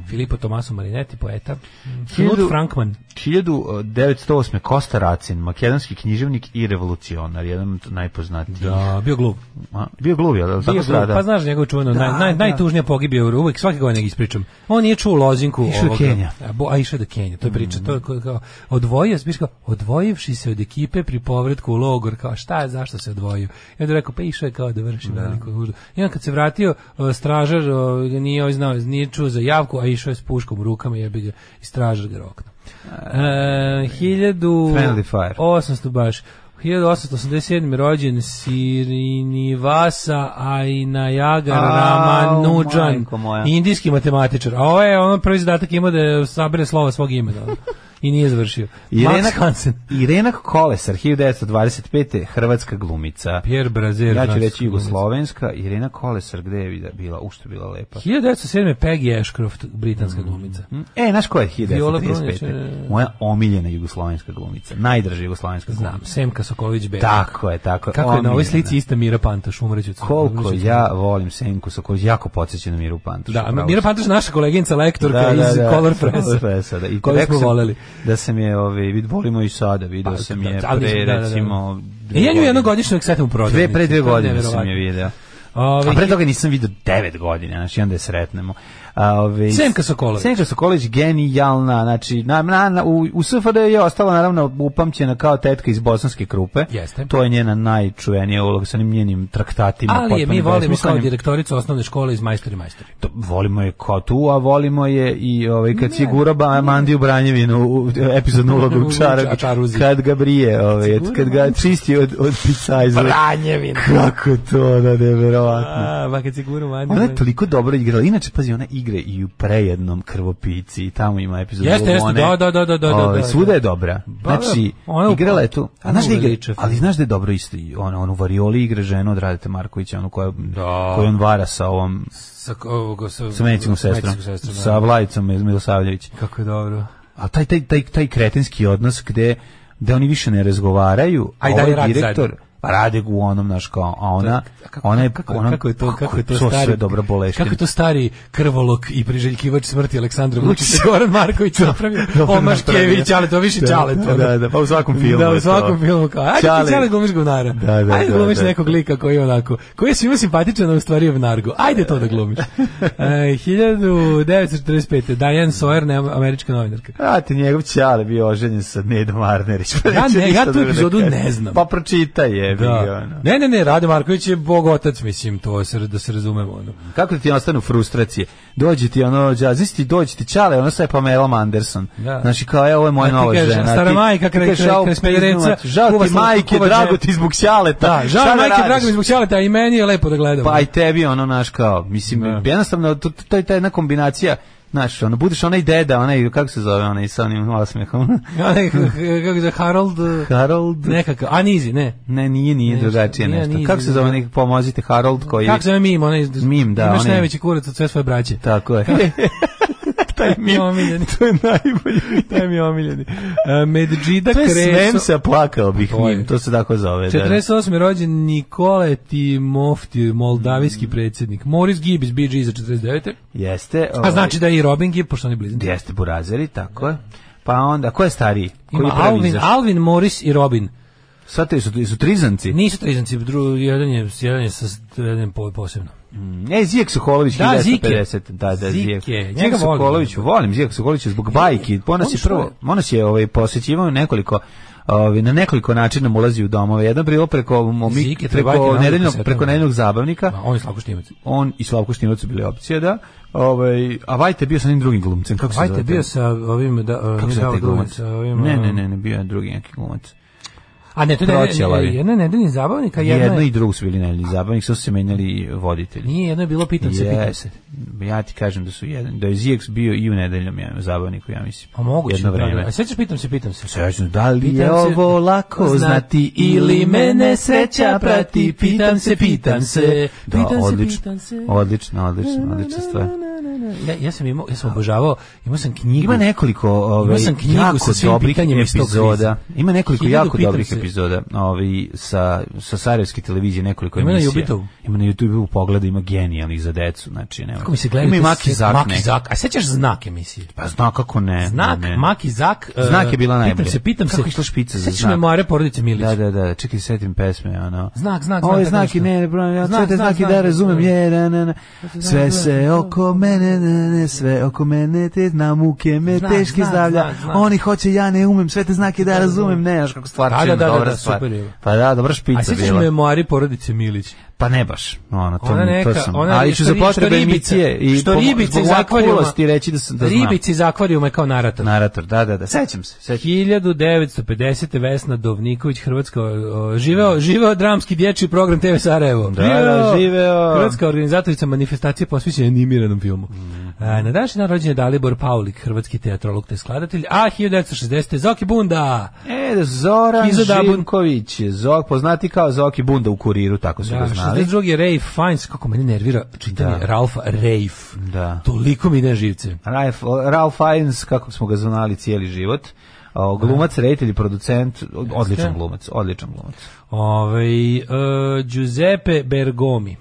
Filippo Tommaso Marinetti, poeta. Knut
Hiljadu-
Frankman.
1908. e, Kosta Racin, makedonski književnik i revolucionar, jedan od najpoznatijih.
Da, bio glup.
A, bio gluv, je li? Tako
Bio glup.
strada.
Pa znaš njegovu čuvenu, naj, naj, najtužnija pogibija u uvek svake godine ga ispričam. On nije čuo lozinku
Išao je
ovoga.
Kenja.
A, bo, a išao je do Kenja, to je priča. To je kao- kao, odvojio, se, biš kao, odvojivši se od ekipe pri povratku u logor, kao šta je, zašto se odvojio? I onda je rekao, pa išao je kao da vrši veliku nuždu. I onda kad se vratio, o, stražar o, nije, ovaj znao, nije čuo za javku, a išao je s puškom u rukama, jebi ga, i stražar ga rokno. E, hiljadu...
Friendly fire.
800 baš. 1887. rođen Sirinivasa Ainayagar
Au,
Ramanujan,
majko moja.
indijski matematičar. A ovo je ono prvi zadatak imao da sabere slova svog imena. ono. I nije završio. Max Hansen.
Irena Kolesar, 1925. Hrvatska glumica.
Pierre Brazier.
Ja ću
francuski
reći
glumac.
Jugoslovenska. Irena Kolesar, gde je vida- bila? U što je bila lepa.
1907. Peggy Ashcroft, britanska glumica.
E, znaš koja je
Viola Brunić,
1935.
e.
Moja omiljena jugoslovenska glumica. Najdraža jugoslovenska
Znam,
glumica.
Semka Soković Bebe.
Tako je, tako je.
Kako je na ovoj
Omiljena.
slici ista Mira Pantoš, umreću.
Koliko ja volim Senku Soković, jako podsjeća na Miru Pantošu.
Da,
pravo
Mira
si.
Pantoš, naša koleginica, lektorka iz Color Pressa.
Color Pressa, da. I
koju
rekao
smo
sam
voleli.
Da sam je, ove, vid- volimo i sada, video
Pa,
sam
da,
je
ali
pre,
nisam- da, da, da.
recimo...
E, ja nju
godine.
jednogodišnju uvijek setim u prodavnici.
Dve, pre dve
To je
godine sam je
neverovatno.
video.
Ove,
A pre toga nisam vidio devet godina, znači onda je sretnemo. A, ove,
Senka Sokolović.
Senka Sokolović, genijalna, znači, na, na, na, u, u SFRJ je ostala naravno upamćena kao tetka iz bosanske krupe.
Jeste.
To je njena najčuvenija uloga sa onim njenim traktatima.
ali je mi
potpuno
volimo kao
besmislenim.
direktoricu osnovne škole iz Majstori Majstori.
To, volimo je kao tu, a volimo je i ovaj, kad si guraba Mandiju Branjevinu u u epizodnu ulogu
U
u Čarogu,
Čaruzi.
kad ga brije, ovaj, kad ga čisti od, od picajza.
Ranjevina.
Kako je to, da nevjerovatno.
A, pa kad si guru manju.
Ona je toliko dobro igrala. Inače, pazi, ona igre i u prejednom krvopici i tamo ima epizod
Jeste, jeste,
Lomone.
da, da, da, da, da,
Ovaj,
da,
svuda
da.
je dobra.
Ba,
Znači,
ona u-
igrala je tu. A
ona
znaš da igra,
uveliča.
ali znaš da je dobro isto i ona, ona u Varioli igra ženu od Radete Markovića, onu koja,
Da.
koju on vara sa ovom,
Sa, ovoga, sa,
sa medicinskom sestrom,
da.
sa Vlajicom Milosavljević.
Kako je dobro.
A taj, taj, taj, taj kretenski odnos gde, gde oni više ne razgovaraju, a
A i
ovaj
dalje rade
direktor,
zajedno.
pa rade u onom, znaš, kao, a ona,
A
ona je,
kako,
ona,
kako je to, kako je to stari,
sve dobro boleština.
Kako je to stari krvolok i priželjkivač smrti Aleksandra Vučića, Goran
[LAUGHS]
Marković napravio,
Dobro
Omaš
napravio.
Kević, ali to više
Da,
Čale.
da, da, da, pa u svakom filmu
Da,
je
u
to.
svakom filmu kao, ajde
Čale.
ti Čale glumiš govnara.
Da, da,
ajde
da,
glumiš
da.
nekog lika koji je onako, koji je svima simpatičan, a u stvari je vnargo. Ajde to da
[LAUGHS]
glumiš. E, 1945. Diane Sawyer, nema- američka novinarka.
A ti njegov ćale bio oženjen sa Nedom Arnerić. Pa
Ja
neće
ne,
ništa
ja tu
drugo da
epizodu
kaže.
ne znam.
Pa pročitaj je. ono. Da.
Da. Ne, ne, ne, Rade Marković je bog otac, mislim, to se, da se razumemo. Ono.
Kako ti ostanu frustracije? Dođe ti ono, ja, znaš ti dođe ti ćale, ono sve je Pamela Manderson.
Da.
Znači kao, evo ovo je moja
A ti
nova
kažeš,
žena.
stara
Ti-
majka,
ti
kraj-
kažeš,
kraj-
au,
kraj smederevca,
pizdu mater, Žao
kuva
ti
slu-
majke,
kuva
drago
žena.
ti zbog ćaleta.
Da,
Šta
žao majke,
radiš?
drago mi zbog Ćaleta, i meni je lepo da gledam.
Pa i tebi ono, naš kao, mislim, jednostavno, to, to, to je ta jedna kombinacija, znaš, ono, budeš onaj deda, onaj, kako se zove, onaj sa onim osmehom,
Ja ne, k- k- kako se Harold eh,
[LAUGHS] Harold,
nekakav, a nizi, ne.
Ne, nije, nije
Nešto,
drugačije
nije,
nešto.
nije,
Kako se zove
nije.
neki pomozite Harold koji
Kako se zove mim, onaj
Mim, da,
Imaš
onaj-
najveći kurac od sve svoje braće.
tako je. [LAUGHS]
[LAUGHS]
Taj mim,
Omiljeni.
to je najbolji. mim.
Taj mi je omiljeni. Uh, Medžida
To je smem
Kreso.
se plakao bih
To je.
mim, to se tako zove. da.
48. rođen Nikole Timofti,
Mm.
moldavijski predsjednik. Moris Gibbs, BG za 49.
Jeste.
A
ovaj,
znači da je i Robin Gibb, pošto oni blizni.
Jeste burazeri, tako je. Pa onda, ko je stariji? Koji
Ima
je prvi
Alvin,
izašao?
Alvin, Morris i Robin.
Sva tri su, su trizanci?
Nisu trizanci, dru, jedan je, jedan je sa, jedan je po- posebno.
Ne, Zijek Sokolović
Da,
1950. Da, da,
Zike.
Zijek.
Njega
Zijek
volim.
Sokolović, volim Zijek Sokolović zbog bajki. On nas
on
je
što
prvo,
je?
on nas je ovaj, posjećivao nekoliko Ovi, na nekoliko načina nam ulazi u domove. Jedno je bilo preko, mo- mi,
Zike, to je bajke
preko,
navike
nedeljnog,
sa
preko
tamo.
nedeljnog zabavnika.
Ma, on je Slavko Štimac.
On i Slavko Štinovac su bili opcije, da. Ovaj, a Vajte je bio sa onim drugim glumcem. Kako se
Ajte,
zove
bio
taj?
sa ovim... Da, uh,
Kako
nije
se zove
Davor
taj
Dulić,
glumac?
sa ovim,
Ne,
uh,
ne, ne, ne, bio je drugi neki glumac.
A ne, to je jedna,
Proćelavi.
jedna je nedeljni zabavnik, a jedna,
Jedno
je,
i drugo su bili nedeljni zabavnik, su se menjali voditelji.
Nije, jedno je bilo, pitam se, pitam se.
Jeste. Ja ti kažem da su jedan, da je ZX bio i u nedeljnom ja, zabavniku, ja mislim.
A moguće.
Jedno vreme.
Da, da. A sećaš, pitam se, pitam se.
Srećno, da li
Pitam
je
se-
ovo lako znati ili mene sreća prati, pitam se, pitam se. Da,
Pitam se,
odlično,
pitam se.
odlično, odlično, odlična stvar.
Ja, ja sam imao, ja sam obožavao, imao sam knjigu.
Ima nekoliko
Mm. Imao
ove,
sam knjigu
jako
sa svim
dobrih
pitanjima iz tog
epizoda.
kviza.
Ima nekoliko
Hiljadu
jako
pitam
dobrih
se.
epizoda ovi, sa, sa Sarajevske televizije, nekoliko
Ima na
emisija.
Jubitovu?
Ima na YouTube u pogledu, ima genijalnih za decu. Znači, nema.
Kako mi se gledaju
Ima i
te
Maki
sve-
Zak.
Maki
neki.
Zak. A sećaš znak emisije?
Pa zna kako ne.
Znak,
ne, ne.
Maki Zak. e,
Znak je bila najbolja.
Pitam se, pitam se.
Kako je išla špica za
Sećaš
znak?
memoare porodice Milić?
Da, da, da, čekaj, setim pesme, ono.
Znak, znak,
Ovo je
znak,
znak i
nešto.
ne, ne, bro, ja
Znak,
sve te
znak,
znake da
znak.
razumem, je, ne, ne, ne. Sve
znak,
se
znak.
oko mene, ne, ne, sve oko mene, te na muke me
Znak,
teški
znak,
zdavlja.
znak, znak.
Oni hoće, ja ne umem, sve te znake da razumem, ne, znaš kako stvar
Da, da,
čini,
da, da,
dobra
da,
stvar.
super je.
Pa da, dobra
A
špica
sećaš
bila.
memoari porodice Milić?
Pa ne baš, ono, to,
Ona neka,
to sam.
ona
Ali
je
ću
što
za
ri-
potrebe
što ribica-
emisije i
što
pomo-
ribica
zbog
iz akvarijuma-
lakulosti reći da, sam- da znam.
Ribici iz akvarijuma je kao narator.
Narator, da, da, da, sećam se, sećam se.
1950. Vesna Dovniković Hrvatska o, živeo živeo dramski dječji program TV Sarajevo.
Da, da, živeo.
Hrvatska organizatorica manifestacije posvećena animiranom filmu.
Mm.
E, na današnji dan rođen je Dalibor Paulik, hrvatski teatrolog te skladatelj, a 1960. Zoki Bunda.
E, da, Zoran
Kizo Dabun.
Živković, je Zok, poznati kao Zoki Bunda u kuriru, tako su
Da,
ga znali.
62. je Rafe Fiennes, kako mene nervira čitanje
Da.
Ralfa Rafe.
Da.
Toliko mi ide na živce.
Ralph, Ralph Fiennes, kako smo ga znali cijeli život. O, Glumac, reditelj, i producent, odličan glumac, odličan glumac.
Ovaj e, Giuseppe Bergomi.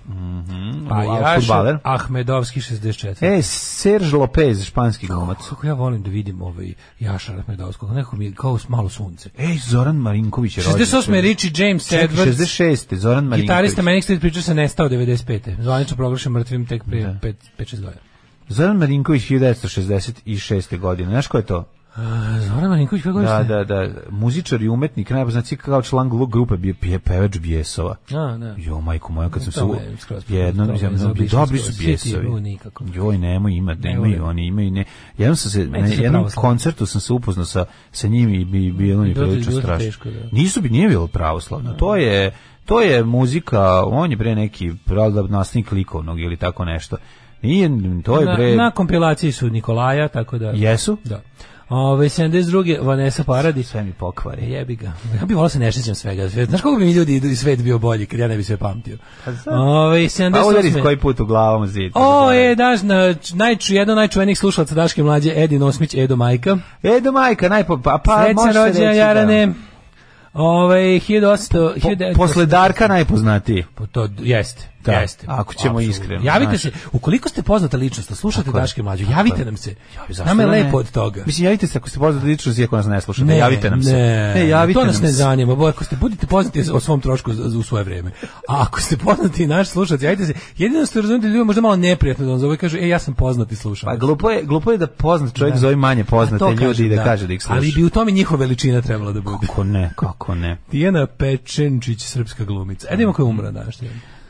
Pa
Wow,
Jaša
fudbaler.
Ahmedovski 64.
E, Serge Lopez, španski glumac.
Kako ja volim da vidim ovaj Jaša Rahmedovskog, nekako mi je kao malo sunce.
Ej, E, Zoran Marinković je rođen.
68. Richie James
Čekaj,
Edwards,
66. Zoran Marinković.
gitarista Manic Street Preacher se nestao 95. Zvanično proglašen mrtvim tek prije
Da.
5-6 godina.
Zoran Marinković 1966. godine. Znaš ko je to?
A, E, Zoran Marinković, kako
Da,
je?
da, da. Muzičar i umetnik, najpoznatiji kao član glu- grupe bio pje, pevač Bijesova.
Da, da.
Jo, majko moja, kad sam se
To
u...
me je skroz problem,
Jednom,
to me je
jednom,
zaobišlo
dobri su
skroz. Svi ti, u,
bijesovi.
nikako.
Joj, nemoj ima,
Ne
nemaju
volim.
oni, imaju ne. Jednom sam se, na
Meni su
jednom
pravoslavni.
koncertu sam se upoznao sa, sa njim i bi, bilo mi je
Bilo ti-
prilično
bilo ti
strašno.
teško, da.
Nisu bi, nije bilo pravoslavno. To je, to je muzika, on je bre neki, pravda, nastavnik likovnog ili tako nešto. Nije, to je bre...
Na, na kompilaciji su Nikolaja, tako da...
Jesu?
Da. Ove, 72. Vanessa Paradis.
Sve mi pokvari.
E, Jebi ga. Ja bih volao se ne sjećam svega. Znaš koliko bi mi ljudi idu i svet bio bolji kad ja ne bi sve pamtio. Ove, 78.
Pa udari koji put u glavom zid.
O, e, daš, na, najču, jedno od najčuvenijih slušalaca Daške mlađe, Edin Osmić, Edo E, Majka.
Edo majka, najpo... Pa, pa može
Srećan
se
rođendan,
reći
Jarane.
da-
Ovaj 1800
Po,
1900
posle Darka najpoznatiji.
Pa to jeste.
Da,
jeste.
ako ćemo
apsolutno.
iskreno,
Javite
znaš.
se, ukoliko ste poznata ličnost, a slušate
Tako je.
Daške mlađe,
Tako
javite
je.
nam se.
Zašto
Nama je
da ne?
lepo od toga.
Mislim, javite se ako ste poznati ličnost, iako nas ne slušate. javite nam se.
Ne,
ne javite
to nas
nam
ne
se.
zanima. Bo, ako ste budite poznati o svom trošku za- za- u svoje vreme. A ako ste poznati naš slušac, javite se. Jedino što razumete ljudi možda malo neprijatno da vam zove i kažu ej ja sam poznati slušam.
Pa glupo je, glupo je da poznat čovjek zove manje Pa, poznate ljudi i da, kaže da ih sluša.
Ali bi u tome njihova veličina trebala da bude.
Kako ne, kako ne.
Tijena Pečenčić, srpska glumica. Edimo koja je umra danas.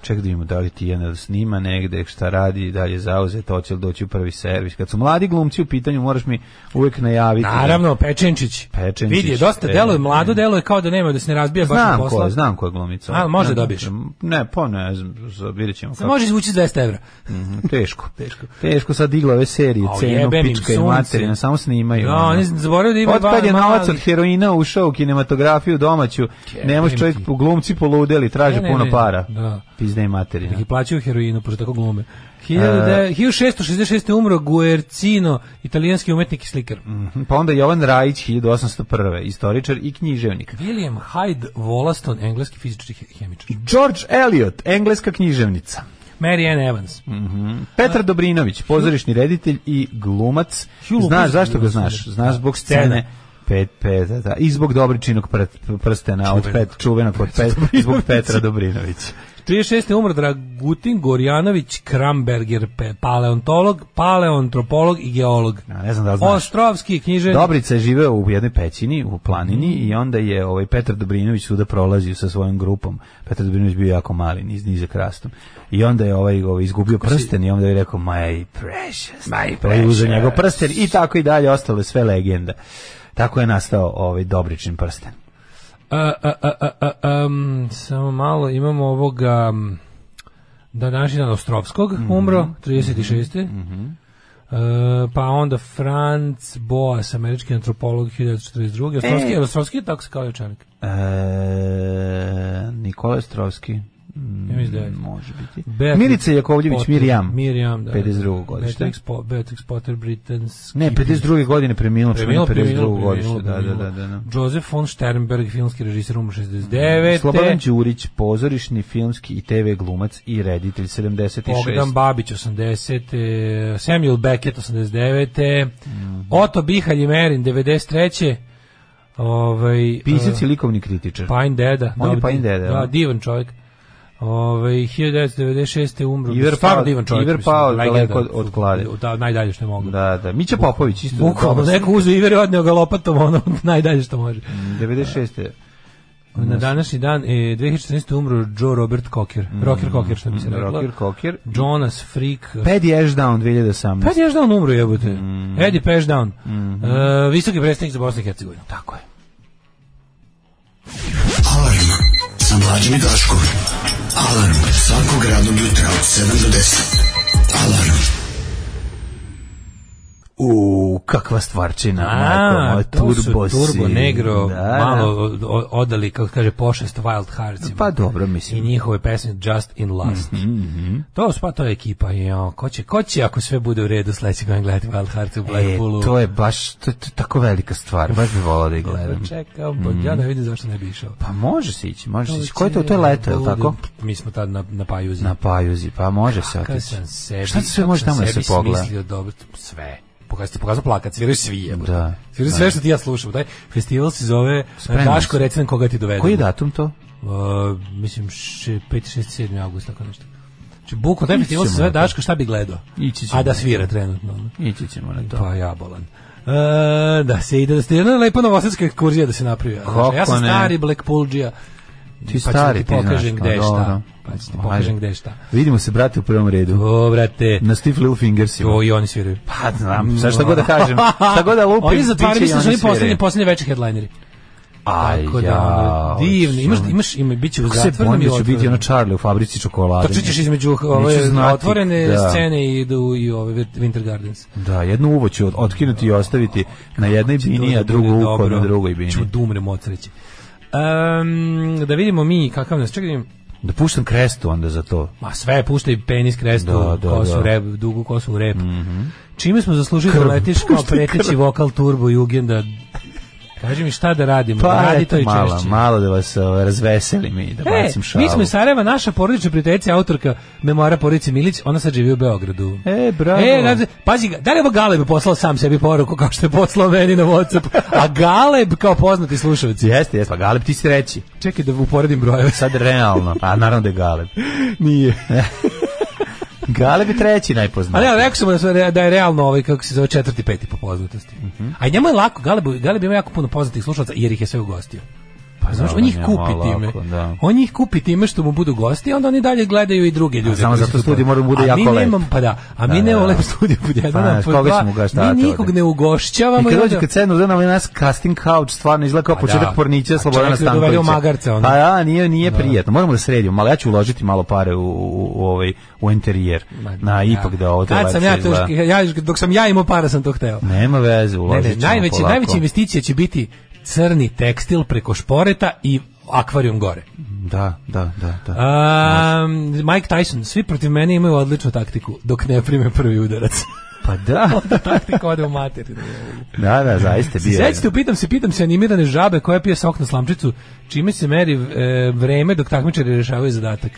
Ček da vidimo da li ti jedna snima negde, šta radi, da li je zauzet, hoće li doći u prvi servis. Kad su mladi glumci u pitanju, moraš mi uvek najaviti.
Naravno, Pečenčić.
Pečenčić,
Vidi, je dosta
Pečenčić.
deluje, mlado deluje kao da nema, da se ne razbija baš na
Znam
posla.
ko je, znam ko je glumica.
A, može
Ne,
da dobiješ?
Ne, pa ne, znam, za- vidjet ćemo
Se
kako.
može izvući 200 evra.
Mhm, Teško, teško. Teško sad digla ove serije,
A,
cenu,
jebem im
pička i
sunce.
materina, samo snimaju.
Da,
ono.
oni zaboravio da ima
Otpad je
dva
novac
mali-
od heroina ušao u kinematografiju domaću. Ne može
ti.
čovjek u glumci poludeli, traže
Ne, ne,
puno
ne.
para.
Da.
Pizde i materina.
I plaćaju heroinu, pošto tako glume.
E.
1900 1666. umro Guercino, italijanski umetnik i slikar.
Mhm, Pa onda Jovan Rajić 1801. istoričar i književnik.
William Hyde Wollaston, engleski fizički he- hemičar.
George Eliot, engleska književnica.
Mary Ann Evans.
Mm. Petar Dobrinović, pozorišni reditelj i glumac.
Hugh Lupus
Znaš zašto ga
bio
znaš?
super.
Znaš zbog scene pet pet da, i zbog dobričinog pr- prstena od pet čuvenog od pet zbog Petra Dobrinovića.
36. umro Dragutin Gorjanović Kramberger, pe- paleontolog, paleontropolog i geolog.
A, ne znam da li znaš.
Ostrovski knjižen...
Dobrica je živeo u jednoj pećini, u planini i onda je ovaj Petar Dobrinović svuda prolazio sa svojom grupom. Petar Dobrinović bio jako mali, niz nizak rastom. I onda je ovaj, ovaj izgubio prsten i onda je rekao my precious. My precious. Uzeo njegov prsten i tako i dalje ostale sve legende. Tako je nastao ovaj Dobričin prsten.
A, a, a, a, a, um, samo malo, imamo ovoga um, da naši dan Ostrovskog
Mhm.
umro, 36. E, pa onda Franz Boas, američki antropolog 1942. Ostrovski, e. Ostrovski je tako se kao Jočanik.
E, Nikola Ostrovski. Mm,
Ja mislim da je.
Može biti. Milica Jakovljević
Potter,
Mirjam.
Mirjam, da.
52. godište.
Beatrix, po, Beatrix Potter, britanski.
Ne, 52. godine preminuo,
Preminulo,
preminuo, 52.
preminulo,
godište, da,
preminulo,
da, da, da. da.
preminulo. Joseph von Sternberg, filmski režisir, umro 69.
Slobodan Đurić, pozorišni, filmski i TV glumac i reditelj 76.
Bogdan Babić 80. eh, Samuel Beckett 89.
Mhm.
Oto Bihalj i Merin 93. Ovaj
Pisac
eh,
i likovni kritičar.
Pine Deda.
On je
Da,
Pine Deda,
Da,
da.
divan čovjek. Ovaj 1996. umro.
Iver
Stvarno
pao-
divan čovjek.
Iver
mislim,
pao
legenda,
daleko od- od klade.
Da, najdalje što je mogu.
Da, da. Mića Popović, isto.
Bukvalno
dobar.
neko uzeo Iver i odneo ga lopatom ono [LAUGHS] najdalje što može.
Mhm. 96.
Na današnji dan e, 2014. umro Joe Robert Cocker. Rocker Cocker što bi se reklo.
Mhm. Rocker Cocker.
Jonas Freak,
Paddy Ashdown 2018.
Pet ješ down umru jebote. Mm. Eddie Peš down.
Mhm.
E, visoki predstavnik za Bosnu i Hercegovinu. Tako je.
Sa mlađim i Daškom. Alarm svakog radnog jutra od 7 do 10. Alarm.
U, kakva stvarčina, majko
A,
moja,
to su
turbo si.
Turbo Negro,
Da,
malo
da.
o- o- odali, kako kaže, pošest Wild Hearts.
Pa dobro, Mhm,
I
mislim.
njihove pesme Just in Last. To su pa to je ekipa. Jo, ko, će, ko će ako sve bude u redu sledeći godin gledati Wild Hearts u
E,
Blackpoolu?
to je baš, to, to je tako velika stvar, baš bi volao da je gledam.
Čekam, pa ja ne vidim zašto ne bi išao.
Pa može se ići, može se ići. Ko je to? To je leto, je li tako?
Mi smo tad na, na Pajuzi.
Na Pajuzi, pa može se
Kad
otići.
sam sebi,
Šta se sve može
kako sam
tamo da se
sebi
pogleda?
smislio dobro, sve. Pokazati ti pokazao plakat, sviraju svi jebote.
Da,
Sviraju sve što ti ja slušam. Taj festival se zove eh,
Spremno
Daško,
sam.
reci nam koga ti dovedu.
Koji je datum to?
mislim, še- 5, 6, 7. august, tako nešto. Znači, bukvalno taj festival se
ćemo
zove
na to.
Daško, šta bi gledao?
Ići ćemo
A da
na
svira trenutno. ono.
Ići ćemo na to.
Pa ja bolan. E, da se ide, da se jedna lepa novosadska ekskurzija da se napravi. Znači,
Kako
ja sam
ne?
stari Blackpool-đija.
Ti
pa ću
stari,
ti
ti
pokažem
znaš,
gde
no,
šta.
dobro.
Pa ću ti
Ajde.
pokažem gde šta.
Vidimo se, brate, u prvom redu.
O, brate,
Na Steve Littlefingersima.
to i oni sviraju.
Pa znam, sad šta god da kažem, šta god da lupim,
Oni zatvaraju,
bit će
mislim da
i
su oni
oni
poslednji,
sviraju.
poslednji večer headlineri.
Aj,
Tako da,
ja.
ono, divni, imaš, imaš, ima, bit će u
Kako se
zatvorenom
bojim
i
da će biti ono
otvorenom.
Charlie u fabrici čokolade?
Trčićeš između
Neću
ove
znati,
otvorene
da.
scene i idu i ove Winter Gardens.
Da, jednu uvo ću od- otkinuti i ostaviti na jednoj bini, a drugu
drugo
uko na drugoj bini.
Ču da umrem od sreće. Em, da vidimo mi kakav nas, čekaj, da vidim.
Da puštam krestu onda za to.
ma sve pušta i penis krestu,
Da, da,
kosu
da. Mhm.
rep, dugu kosu u rep. Čime smo zaslužili da
Krv,
letiš
[LAUGHS]
kao
puštaj
preteći vokal turbo jugenda? Kaži mi šta da radimo,
Pa,
radi
eto,
to i
malo,
češće.
malo da vas ovaj, razveseli mi, da
E,
bacim šalu.
mi smo iz Sarajeva, naša porodična prijateljica, autorka memoara porodice Milić, ona sad živi u Beogradu.
E, bravo.
E, znači, pazi, ga, da li je ovo Galeb poslao sam sebi poruku kao što je poslao meni na Whatsapp, a Galeb kao poznati slušalci.
Jeste, jeste, pa Galeb ti si reći.
Čekaj da uporedim brojeve.
Sad realno, pa naravno da je Galeb.
Nije.
[LAUGHS] Galeb je treći
A ne,
najpoznatiji.
ali rekao sam da, su re- da je realno ovaj, kako se zove, četvrti, peti po poznatosti.
Mhm.
A njemu je lako, Galebu, Galeb ima jako puno poznatih slušalaca jer ih je sve ugostio. Pa, znaš,
da,
on njih
njemu je
kupi time.
lako, da.
On njih kupi time što mu budu gosti, onda oni dalje gledaju i druge ljude.
samo
koji
zato
su tu.
studij mora da bude
A mi
jako lep.
nemam- pa da, a mi
Da, da,
nemamo
da.
lep studij pod jedan,
Pa,
a pod
koga
dva,
ćemo ugoštavati
mi nikog
ovde?
ne
I
ugošćavamo.
E, kad
i
dođe
onda-
kad sednu da nam je nas casting couch stvarno izgleda kao
Pa
početak
da. A
pornića
čovjek
Slobodana
je dovedio
Stankovića.
magarca, ono.
Pa da, nije, nije prijatno. Moramo da sredimo, malo ja ću uložiti malo pare u, u, u, ovaj, u interijer. Na, ipak da ovo to
Kad sam
lepše
ja, to,
izgleda.
ja, dok sam ja imao para sam to hteo.
Nema veze,
Ne,
uložit
ne,
ćemo
najveće,
polako.
najveća investicija će biti crni tekstil preko šporeta i akvarijum gore.
Da, da, da. da.
Ehm,
[LAUGHS]
Um, Mike Tyson, svi protiv mene imaju odličnu taktiku, dok ne prime prvi udarac.
Pa da.
Onda taktika ode u materinu.
Da, da, zaista je bio.
Sećate, pitam se, pitam se animirane žabe koja pije sok na slamčicu, čime se meri e, vreme dok takmičari rešavaju zadatak.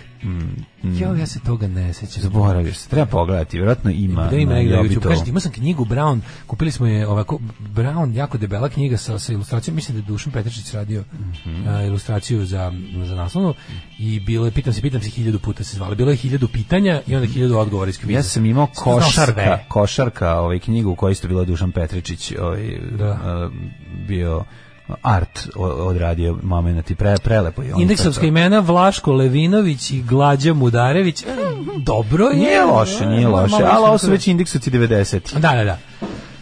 Jo, ja se toga ne sećam.
Mm, Zaboravio se, treba pogledati, vjerojatno ima.
Da ima
na
negde na
Jobitovu.
YouTube. Kažete, imao sam knjigu Brown, kupili smo je ovako, Brown, jako debela knjiga sa, sa ilustracijom, mislim da je Dušan Petričić radio
Mhm.
a, ilustraciju za, za naslovnu i bilo je, pitam se, pitam se, hiljadu puta se zvala, bilo je hiljadu pitanja i onda hiljadu odgovora iz kviza.
Ja sam imao
Znao
košarka,
sve.
košarka, ovaj knjigu u kojoj isto bila Dušan Petričić, ovaj
Da.
a, bio art o- odradio momenat i pre, prelepo je on.
Indeksovska imena Vlaško Levinović i Glađa Mudarević. E, Dobro je.
Mm-hmm. Nije loše, nije
E, malo
loše,
više
ali ovo su
nego-
već indeksovci 90.
Pa Da, da, da.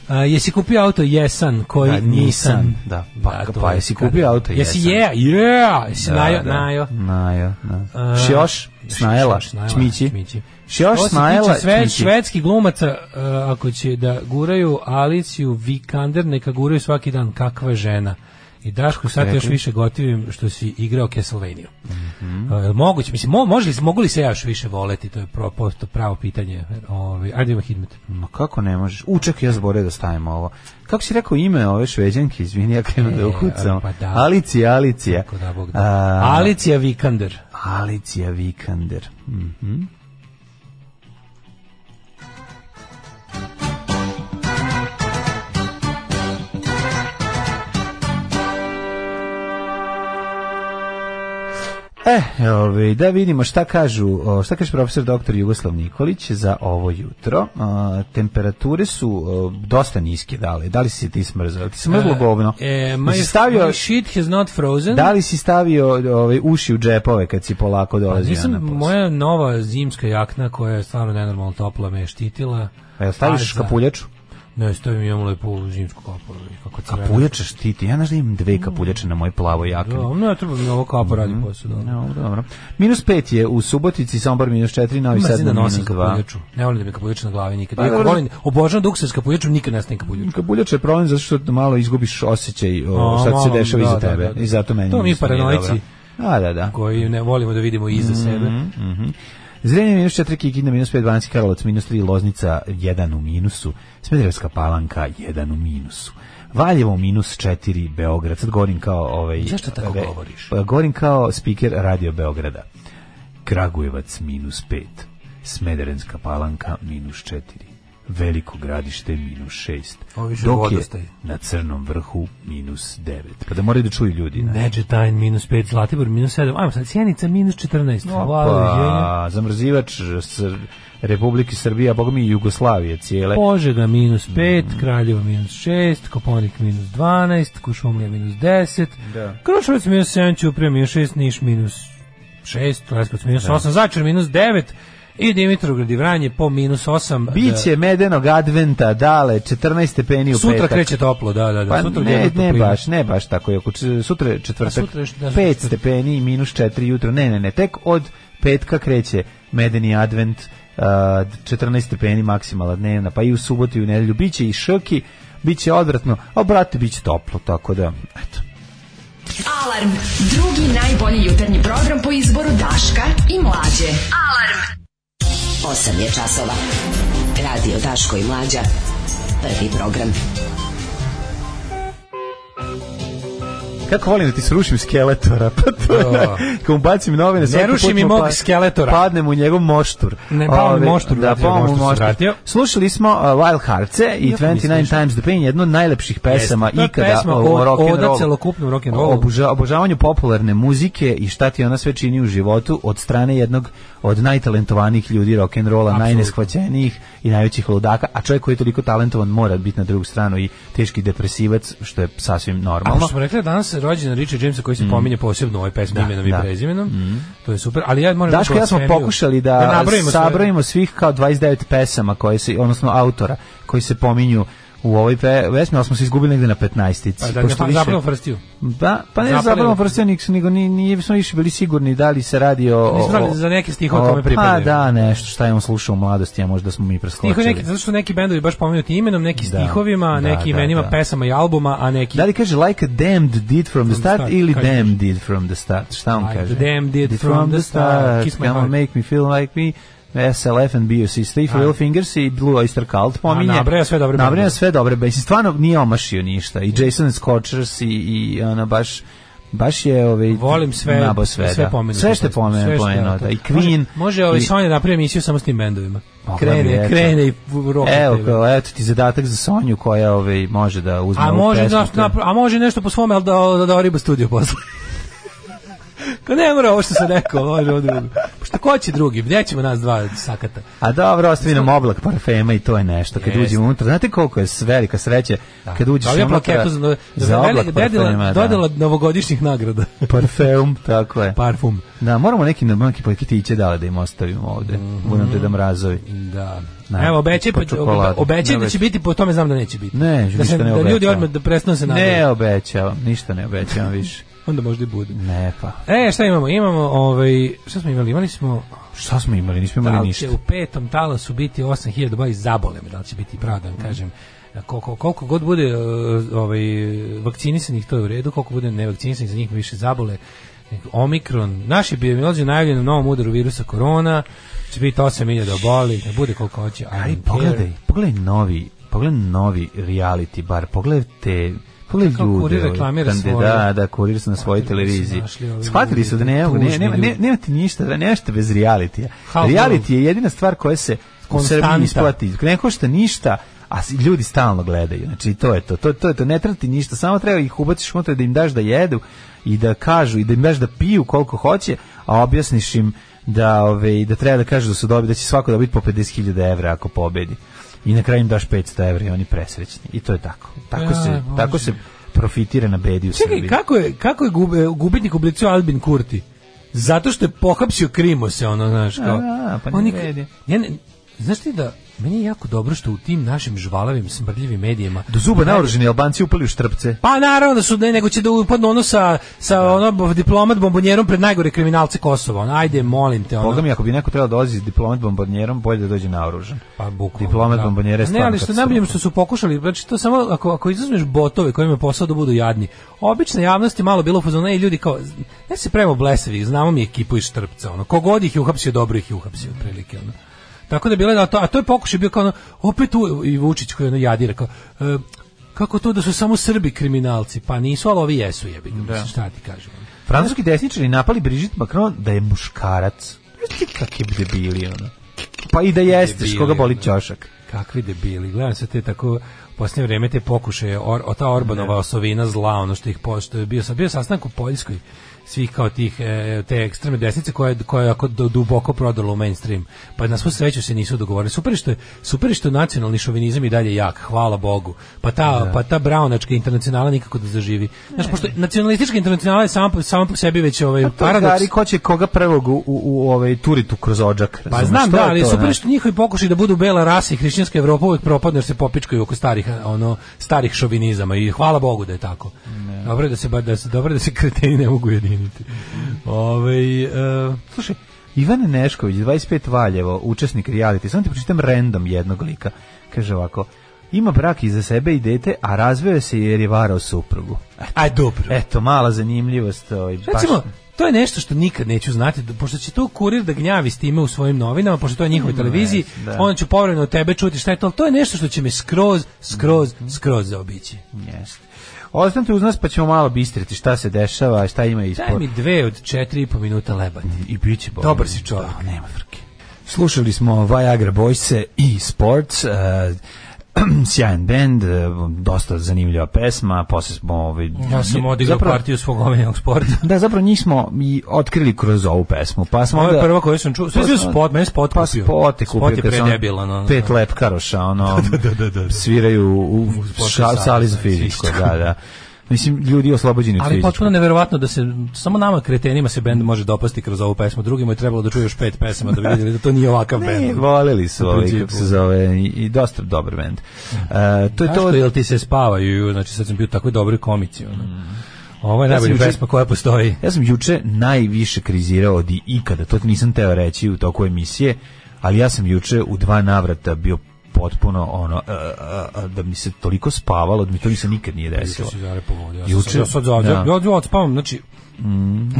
A, jesi kupio auto? Jesan. Koji?
Da,
nisam.
nisam. Da, pa-
to
pa
je
jesi
kad-
kupio auto?
Jesi
Jesam.
je? Yeah! Jesi najo? Najo. Eh,
Najo,
A,
da. Šioš, Snajela,
Šioš, Snajla,
Čmići.
Čmići.
Šioš,
Što se
Snajela,
tiče sve,
Čmići.
švedskih glumaca, e, ako će da guraju Aliciju Vikander, neka guraju svaki dan. Kakva žena. I Daško, sad te još
rekli?
više gotivim što si igrao Castlevania.
Mhm.
E, jel moguće, mislim, mo, može li, se- mogu li se ja još više voleti? To je pro, posto pravo pitanje. Ove, ajde ima hitmet.
Ma kako ne možeš? U, čekaj, ja zaboravio da stavim ovo. Kako si rekao ime ove šveđanke? Izvini, ja krenem
E,
da ukucam.
pa da.
Alicija, Alicija.
Tako da, Bog da.
A,
Alicija Vikander.
Alicija Vikander. Mhm. E, ovaj, da vidimo šta kažu, o, šta kaže profesor doktor Jugoslav Nikolić za ovo jutro. A, temperature su o, dosta niske dale. Da li si se ti smrzao? Ti smrzlo govno.
E,
Jesi
my,
stavio,
my shit has not frozen.
da li si stavio ovaj, uši u džepove kad si polako
Pa
dolazio
nisam,
na posao?
moja nova zimska jakna koja je stvarno nenormalno topla me je štitila.
A jel staviš
Ali za-
kapuljaču?
Ne, stavim imam lepu zimsku kaporu. i Kako crvena.
Kapuljača štiti. Ja znaš da imam dve kapuljače na moj plavoj jakni.
Da, ono ne treba mi ovo kapo radi
Mhm.
posao. Da.
Dobro, dobro. Minus pet je u Subotici, Sombor minus četiri, Novi
Ima
Sad
se da
na minus
nosim
dva.
kapuljaču. Ne volim da mi kapuljača na glavi nikad.
Pa,
Iako
dobro.
volim, obožavam da uksaš kapuljaču, nikad ne stavim kapuljaču.
Kapuljača je problem zato što malo izgubiš osjećaj o,
A,
šta ti se
malo,
dešava
da,
iza
da,
tebe.
da, da.
I zato meni
To mi
isto nije
paranoici.
dobro. A, da, da.
Koji ne volimo da vidimo iza sebe.
Mhm. Zrenje minus 4, Kikinda minus 5, 12, Karlovac minus 3, Loznica 1 u minusu, Smederevska palanka 1 u minusu. Valjevo minus 4, Beograd. Sad govorim kao... Ovaj,
Zašto tako
re-
govoriš?
Pa, govorim kao speaker Radio Beograda. Kragujevac minus 5, Smederevska palanka minus 4, Veliko gradište minus 6,
Ovo više
dok je
vodostaj.
na Crnom vrhu minus 9. Pa da moraju da čuju ljudi. ne?
Neđetajn minus 5, Zlatibor minus 7, ajmo sad, Sjenica minus 14. Hvala, doviđenja.
Pa, zamrzivač Sr- Republike Srbije, a boga mi i Jugoslavije cijele.
Požega minus 5, Kraljevo minus 6, Koponik minus 12, Kušumlija minus 10,
Da.
Krušovac minus 7, Ćuprija minus 6, Niš minus 6, Leskovac minus 8, Začar minus 9 i Dimitrovgrad i Vranje po minus 8.
Biće medenog adventa, dale, 14 stepeni
da,
u
sutra
petak.
kreće toplo, da, da, da.
Pa
sutra
ne,
odjednom
ne
toplina.
baš, ne baš tako. Jako, č- sutra je četvrtak,
A sutra još- da, sutra
5
četvrtak.
stepeni i minus 4 jutro. Ne, ne, ne, tek od petka kreće medeni advent, uh, 14 stepeni maksimala dnevna, pa i u subotu i u nedelju. Biće i šoki, biće odvratno, a brate, biće toplo, tako da, eto.
Alarm. Drugi najbolji jutarnji program po izboru Daška i Mlađe. Alarm.
8 je časova. Radio Daško i Mlađa. Prvi program.
Kako volim da ti srušim skeletora? [LAUGHS] Pa to je,
Da.
kad mu bacim novine, svaki
ruši
put
mi
mu
mog
pa-
skeletora.
Padnem u njegov moštur.
Ne, pao mi
Ove,
moštur,
da,
vratio,
pao mu
moštur se
moštur.
vratio.
Slušali smo uh, Wild Hearts i
Jako mi
29
slično.
Times the Pain, jednu od najlepših pesama
to je
ikada
pesma
o,
o-
o rock and
oda
rollu.
celokupnom rock and rollu.
Oboža- obožavanju popularne muzike i šta ti ona sve čini u životu od strane jednog od najtalentovanijih ljudi rock and rolla,
Apsolutno.
najneshvaćenijih i najvećih ludaka, a čovjek koji je toliko talentovan mora biti na drugu stranu i teški depresivac, što je sasvim
A
normalno.
pošto smo rekli da danas je rođen Richard Jamesa koji se pominje posebno u ovoj pesmi imenom i
Mm. da. Mm.
prezimenom, to je super, ali ja moram...
Daško i ja smo
blasfemiju-
pokušali da,
nabrojimo sve-
sabrojimo svih kao 29 pesama koje se odnosno autora koji se pominju u ovoj pe- pesmi, ali smo se izgubili negde na 15
Pa da ne pa, zapravo frstiju.
Da, pa ne
zapalimo.
zapravo prstenik, nego ni nije smo više bili sigurni da li se radi o
Nismo znali za neke stihove kome
Pa
pripadaju.
da, nešto šta je on slušao u mladosti, a možda smo mi
Niko
preskočili.
neki, zato što neki bendovi baš pomenuti imenom, neki
Da.
stihovima,
Da,
a neki
da,
imenima
da.
pesama i albuma, a neki
Da li kaže like a damned did from the start,
start,
ili
kaže.
damned did from the start? Šta on
Like
kaže?
a damned did from the start, kiss my
Come on,
heart.
make me feel like me. SLF and BUC, Three for Real Fingers i Blue Oyster Cult pominje.
nabraja sve dobre
Nabraja
bendove.
sve dobre bendove. Mislim, Stvarno nije omašio ništa. I Jason Scotchers i, i ona baš baš je ovaj
Volim sve,
nabo sve,
sve
da.
pomenute
sve što
pesme, sve
pomenu
što-
pomenuto
da.
i Queen
Može, može ovaj
i-
Sonja napravi emisiju samo s tim bendovima.
Mogla bi,
Krene,
eto.
krene i roka.
Evo, kao, eto ti zadatak za Sonju koja ovaj, može da uzme
A
ovu
može,
pesmu,
da,
to je-
napra- a može nešto po svome, ali da, da, da Oriba studio posle. [LAUGHS] Ka ne mora ovo što sam rekao, može ovo drugo. Pošto ko će drugi, gdje ćemo nas dva sakata?
A dobro, ostavi nam oblak parfema i to je nešto. Kad
Jeste.
uđemo unutra, znate koliko je s- velika sreće kad uđeš
Dobio
unutra
plaketu za, no-
za,
za
oblak
velik- dodjela,
parfema.
dodjela novogodišnjih nagrada.
Da. Parfum, tako je.
Parfum.
Da, moramo neki, neki paketiće dale da im ostavimo ovde. Budem te da mrazovi.
Da.
Da.
Mhm. Evo, obećaj,
Po
pa-
čokoladi.
obećaj da
Obećaj.
će biti, po tome znam da neće biti.
Ne,
da
ništa ne
Da ljudi
obećavam.
odmah da prestanu se nadaju.
Ne obećavam, ništa ne obećavam
[LAUGHS]
više.
Onda možda i bude.
Ne pa.
E, šta imamo? Imamo, ovaj, šta smo imali? Imali smo,
Šta smo imali? Nismo
da
imali
li
ništa.
će u petom talasu biti 8000 baš zabolem, da li će biti pravo
Mm.
da vam kažem. Koliko, koliko god bude e, ovaj, vakcinisanih, to je u redu, koliko bude nevakcinisanih, za njih više zabole. Omikron, naši biolozi najavljeni u novom udaru virusa korona, će biti 8000 oboli, da bude koliko hoće. I
Ali
don't
pogledaj,
care.
pogledaj novi, pogledaj novi reality bar, pogledaj te Pogledaj
Kako
ljude,
kurir
ovaj,
reklamira
kande-
svoje.
Da, da, kurir su na svojoj
Shvatili da su
televiziji.
našli ovi
Shvatili su da
ljudi,
ne mogu, ne,
tužni
nema,
ljudi.
ne, nema ti ništa, da nema ništa bez realitija.
Half
Reality je jedina stvar koja se u Srbiji
Konstanta.
isplati. Ne košta ništa, a s- ljudi stalno gledaju. Znači, to je to, to, to je to, ne treba ti ništa, samo treba ih ubaciš unutra da im daš da jedu i da kažu i da im daš da piju koliko hoće, a objasniš im da, ove, da treba da kažu da su dobiti, da će svako dobiti po 50.000 evra ako pobedi. I na kraju im daš 500 evra i oni presrećni. I to je tako. Tako se,
Ja,
tako
Bože.
se profitira na bedi u
Čekaj,
Srbiji.
kako je, kako je gube, gubitnik u blicu Albin Kurti? Zato što je pohapsio krimo se, ono, znaš, kao...
A, pa ne
Oni-
vredi.
Ja ne- znaš ti da, meni je jako dobro što u tim našim žvalavim, smrdljivim medijima...
Do zuba naoruženi Albanci upali u štrpce.
Pa naravno da su ne, nego će da upadnu ono sa, sa ono b- diplomat bombonjerom pred najgore kriminalce Kosova. Ono, ajde, molim te, ono.
Boga mi, ako bi neko trebao dolazi s diplomat bombonjerom, bolje da dođe naoružan.
Pa bukvalno.
Diplomat
da.
bombonjera je
Ne,
stvarno
ali što je
katastrofa.
najbolje što su pokušali, znači to samo ako ako izuzmeš botove kojima je posao da budu jadni. Obična javnost je malo bilo fazona i ljudi kao ne se premo blesavi, znamo mi ekipu iz Štrpca, ono. Kogod ih je uhapsio, dobro ih je uhapsio otprilike, ono. Tako da je bilo da to, a to je pokušaj bio kao ono, opet u, i Vučić koji je ono jadira kao e, kako to da su samo Srbi kriminalci? Pa nisu, ali ovi jesu jebi ga. mislim, Šta ti kažem? ono.
Francuski desničari napali Brigitte Macron da je muškarac. Kakvi bi debili, ono. Pa i da jeste,
Debili,
koga boli
ono.
ćošak.
Kakvi debili. Gledam se te tako u posljednje vrijeme te pokušaje or, o ta Orbanova osovina zla, ono što ih pošto je bio sam bio sastanak u Poljskoj svih kao tih e, te ekstremne desnice koje koje je jako do- duboko prodalo u mainstream. Pa na svu sreću se nisu dogovorili. Super je što je super je što je nacionalni šovinizam i dalje jak, hvala Bogu. Pa ta pa ta braunačka internacionala nikako da zaživi. Znaš, pošto nacionalistička internacionala je sama po, sama po sebi već ovaj
Pa To je
paradoks.
gari ko će koga prvog u, u, u ovaj turitu kroz odžak.
Pa
razumeš?
znam,
To je
da, ali
to,
super
znaš.
što njihovi pokušaj da budu bela rasa i hrišćanska Evropa uvek propadne jer se popičkaju oko starih ono starih šovinizama i hvala Bogu da je tako. Dobro je da se ba- da se dobro je da se kreteni ne mogu jediniti. Ovaj e,
Slušaj, Ivan Nešković, 25 Valjevo, učesnik reality, samo ti pročitam random jednog lika. Kaže ovako, ima brak iza sebe i dete, a razveo se jer je varao suprugu.
aj dobro.
Eto, mala zanimljivost. Ovaj, baš-
Recimo, to je nešto što nikad neću znati, da- pošto će tu kurir da gnjavi s time u svojim novinama, pošto to je njihovoj televiziji,
da.
onda ću povremeno od tebe čuti šta je to, ali to je nešto što će me skroz, skroz, skroz zaobići.
Jeste. Ostanite uz nas pa ćemo malo bistriti šta se dešava, šta ima ispod.
Daj mi dve od četiri i po minuta lebati.
I bit će bolje.
Dobar si čovjek.
Da, nema frke. Slušali smo Viagra Boyse i Sports. eh, [CLEARS THROAT] sjajan band, eh, dosta zanimljiva pesma, posle smo... Ovaj,
Ja sam odigrao
zapravo-
partiju svog omiljenog sporta.
Da, zapravo njih smo i otkrili kroz ovu pesmu. Pa smo
Ovo je
onda-
prvo koju sam čuo. Sve
Pa
su
smo-
spot, meni je spot
pa
kupio.
spot je kupio.
Spot je
kad su ono
predebilan, ono,
Pet
da.
lepkaroša,
[LAUGHS]
ono, sviraju u, u
sportskoj
ša-
sali,
sali za
da,
fizičko,
fizičko.
da, da. Mislim, ljudi oslobođeni od
Ali
fizičkog.
potpuno neverovatno da se samo nama kretenima se bend može dopasti kroz ovu pesmu. Drugima je trebalo da čuje još pet pesama da bi vidjeli da to nije ovakav
Ne,
bend.
voleli su
U
ovaj,
principu.
kako se zove, i, i dosta dobar band. E, to je
Daško,
to...
jel ti se spavaju? Znači sad sam bio u takvoj dobroj komici. Ono. Ovo je
Ja sam
najbolja
juče-
pesma koja postoji.
Ja sam juče najviše krizirao od i- ikada, to ti nisam teo reći u toku emisije, ali ja sam juče u dva navrata bio potpuno ono, e, e, e, da mi se toliko spavalo, da mi to nisam nikad nije desilo.
Pa Juče Mm. si Zare pogodio. Ja
Juče?
sam, ja sad za-
Da.
ja, ja, odspavam, znači,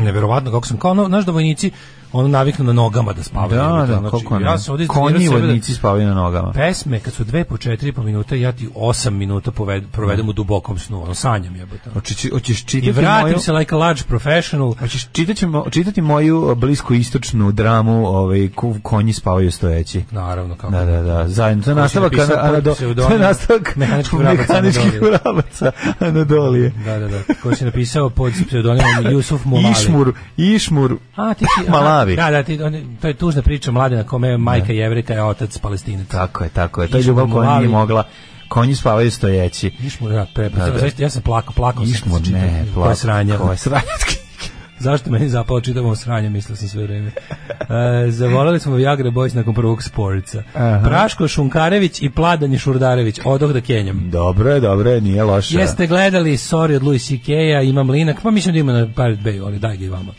neverovatno kako sam kao, ono, znaš da vojnici, ono naviknu na nogama da spavaju.
Da,
jebote,
da,
ono,
koliko
znači,
ne.
ja sam ovdje
Konji i
trenirao sebe da-
vodnici spavaju na nogama.
Pesme, kad su dve po četiri i po minuta, ja ti osam minuta poved, provedem u dubokom snu, ono sanjam jebote.
Hoćeš hoćeš
I
čitati
vratim
moju-
se like a large professional.
Hoćeš čitaćemo čitati moju blisko istočnu dramu, ovaj ku- konji spavaju stojeći.
Naravno, kako.
Da, da, da. Zajedno to je
Ko si
nastavak
napisao pod
Anado, to je
pseudonimom
nastavak
Mehanički vrabac
mehaničkih
Anadolije.
vrabaca Anadolije.
Da, da, da. Koji si napisao pod
[LAUGHS]
pseudonimom Jusuf Molali.
Išmur, Išmur.
A, ti si, aha,
Malavi.
Da, da, ti, on, to je tužna priča mladena kome je majka jevrika, a otac palestinac.
Tako je, tako je. To je
Išmur
ljubav koja nije
Malavi.
mogla. Konji spavaju stojeći.
Išmur, da, pre,
Da, da.
zaista, ja sam plakao, plakao sam.
Išmur,
kad sam
ne,
čitao. Koja
plako.
sranja.
Koja sranja.
Zašto meni zapalo čitavo sranje, mislio sam sve vreme. E, zavolali smo Viagra Boys nakon prvog sporca.
Aha.
Praško Šunkarević i Pladanje Šurdarević, odoh da kenjam.
[LAUGHS] Dobro je, dobro je, nije loše.
Jeste gledali Sorry od Louis C.K.-a, imam linak, pa mislim da ima na Pirate Bay, ali daj ga i vama.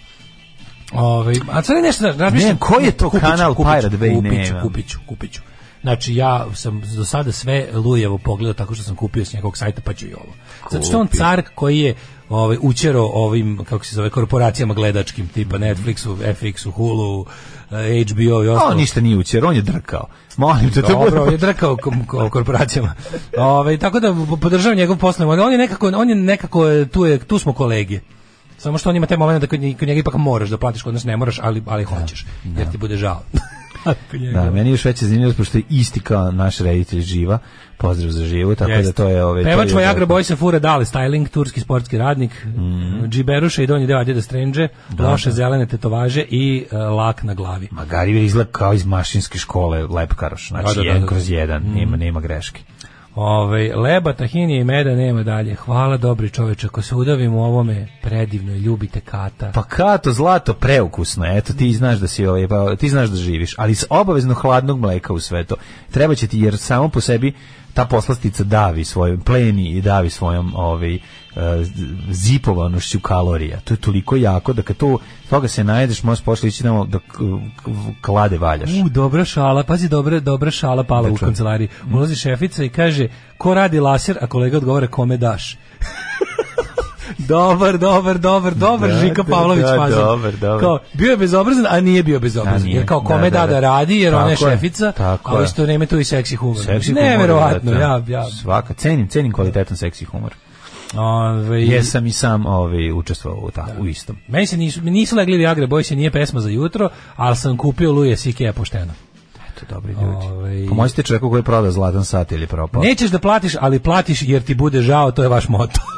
Ove, a sad je nešto, znaš, razmišljam...
Ne, koji je to kanal Pirate Bay?
Kupit ću,
Nemam.
kupit ću, kupit ću. Znači, ja sam do sada sve Lujevo pogledao tako što sam kupio s njegovog sajta, pa ću i ovo. Zato što je on
Kupi.
car koji je ovaj učero ovim kako se zove korporacijama gledačkim tipa Netflixu, FX-u, Hulu, eh, HBO i
A
ostalo.
On ništa nije učer, on je drkao. Molim te, to
Dobro, on
bude...
je drkao kom- ko- korporacijama. Ove, tako da podržavam njegov poslovni model. On je nekako, on je nekako e, tu, je, tu smo kolege. Samo što on ima te momente da kod nje- kod njega ipak moraš da platiš, kod nas ne moraš, ali, ali hoćeš, jer ti bude žao. [LAUGHS] Kod njega.
Da, meni je još veća zanimljivost, pošto je isti kao naš reditelj živa. Pozdrav za živu, tako
Jeste.
da to je... Ove,
Pevač
to je-
Viagra Boysa Fura Dale, styling, turski sportski radnik,
Mhm.
džiberuša i donji deo Adida Strange, loše zelene tetovaže i e, lak na glavi.
Ma Gariver izgleda kao iz mašinske škole Lepkaroš, znači
Da, da, da,
jedan
da. Mm.
kroz jedan, nema, nema greške.
Ove, leba, tahinije i meda nema dalje. Hvala dobri čoveče, ako se udavim u ovome, predivno je, ljubite kata.
Pa kato, zlato, preukusno, eto, ti znaš da si ovaj, pa, ti znaš da živiš, ali s obavezno hladnog mleka u sve to. Treba će ti, jer samo po sebi ta poslastica davi svojom, pleni i davi svojom ovaj, eh, zipovanošću kalorija. To je toliko jako da kad to, toga se najedeš, možeš pošli ići tamo da k- k- klade valjaš.
U, dobra šala, pazi, dobra, dobra šala pala
Dakle.
u kancelariji. Ulazi šefica i kaže, ko radi laser, a kolega odgovara, kome daš? [LAUGHS] dobar, dobar, dobar, dobar,
Da,
Žika
da,
Pavlović
da,
fazon.
dobar, dobar.
Kao, bio je bezobrazan, a nije bio
A
bezobrazan.
nije,
Jer kao
da,
kome da,
da,
da,
da.
radi, jer ona je
Tako je,
šefica,
tako
a u
je.
isto vreme tu i seksi humor.
Seksi humor,
Neverovatno,
da, da.
ja, ja.
Svaka, cenim, cenim kvalitetan seksi humor.
Ove,
Jesam i sam ovaj, učestvovao u, ta, u istom.
Meni se nisu, mi nisu legli Viagra Boys, nije pesma za jutro, ali sam kupio Luje Sikea pošteno.
Eto, dobri ljudi.
Ovaj-
Pomoćite čovjeku koji proda zlatan sat ili propao.
Nećeš da platiš, ali platiš jer ti bude žao, to je vaš moto. [LAUGHS]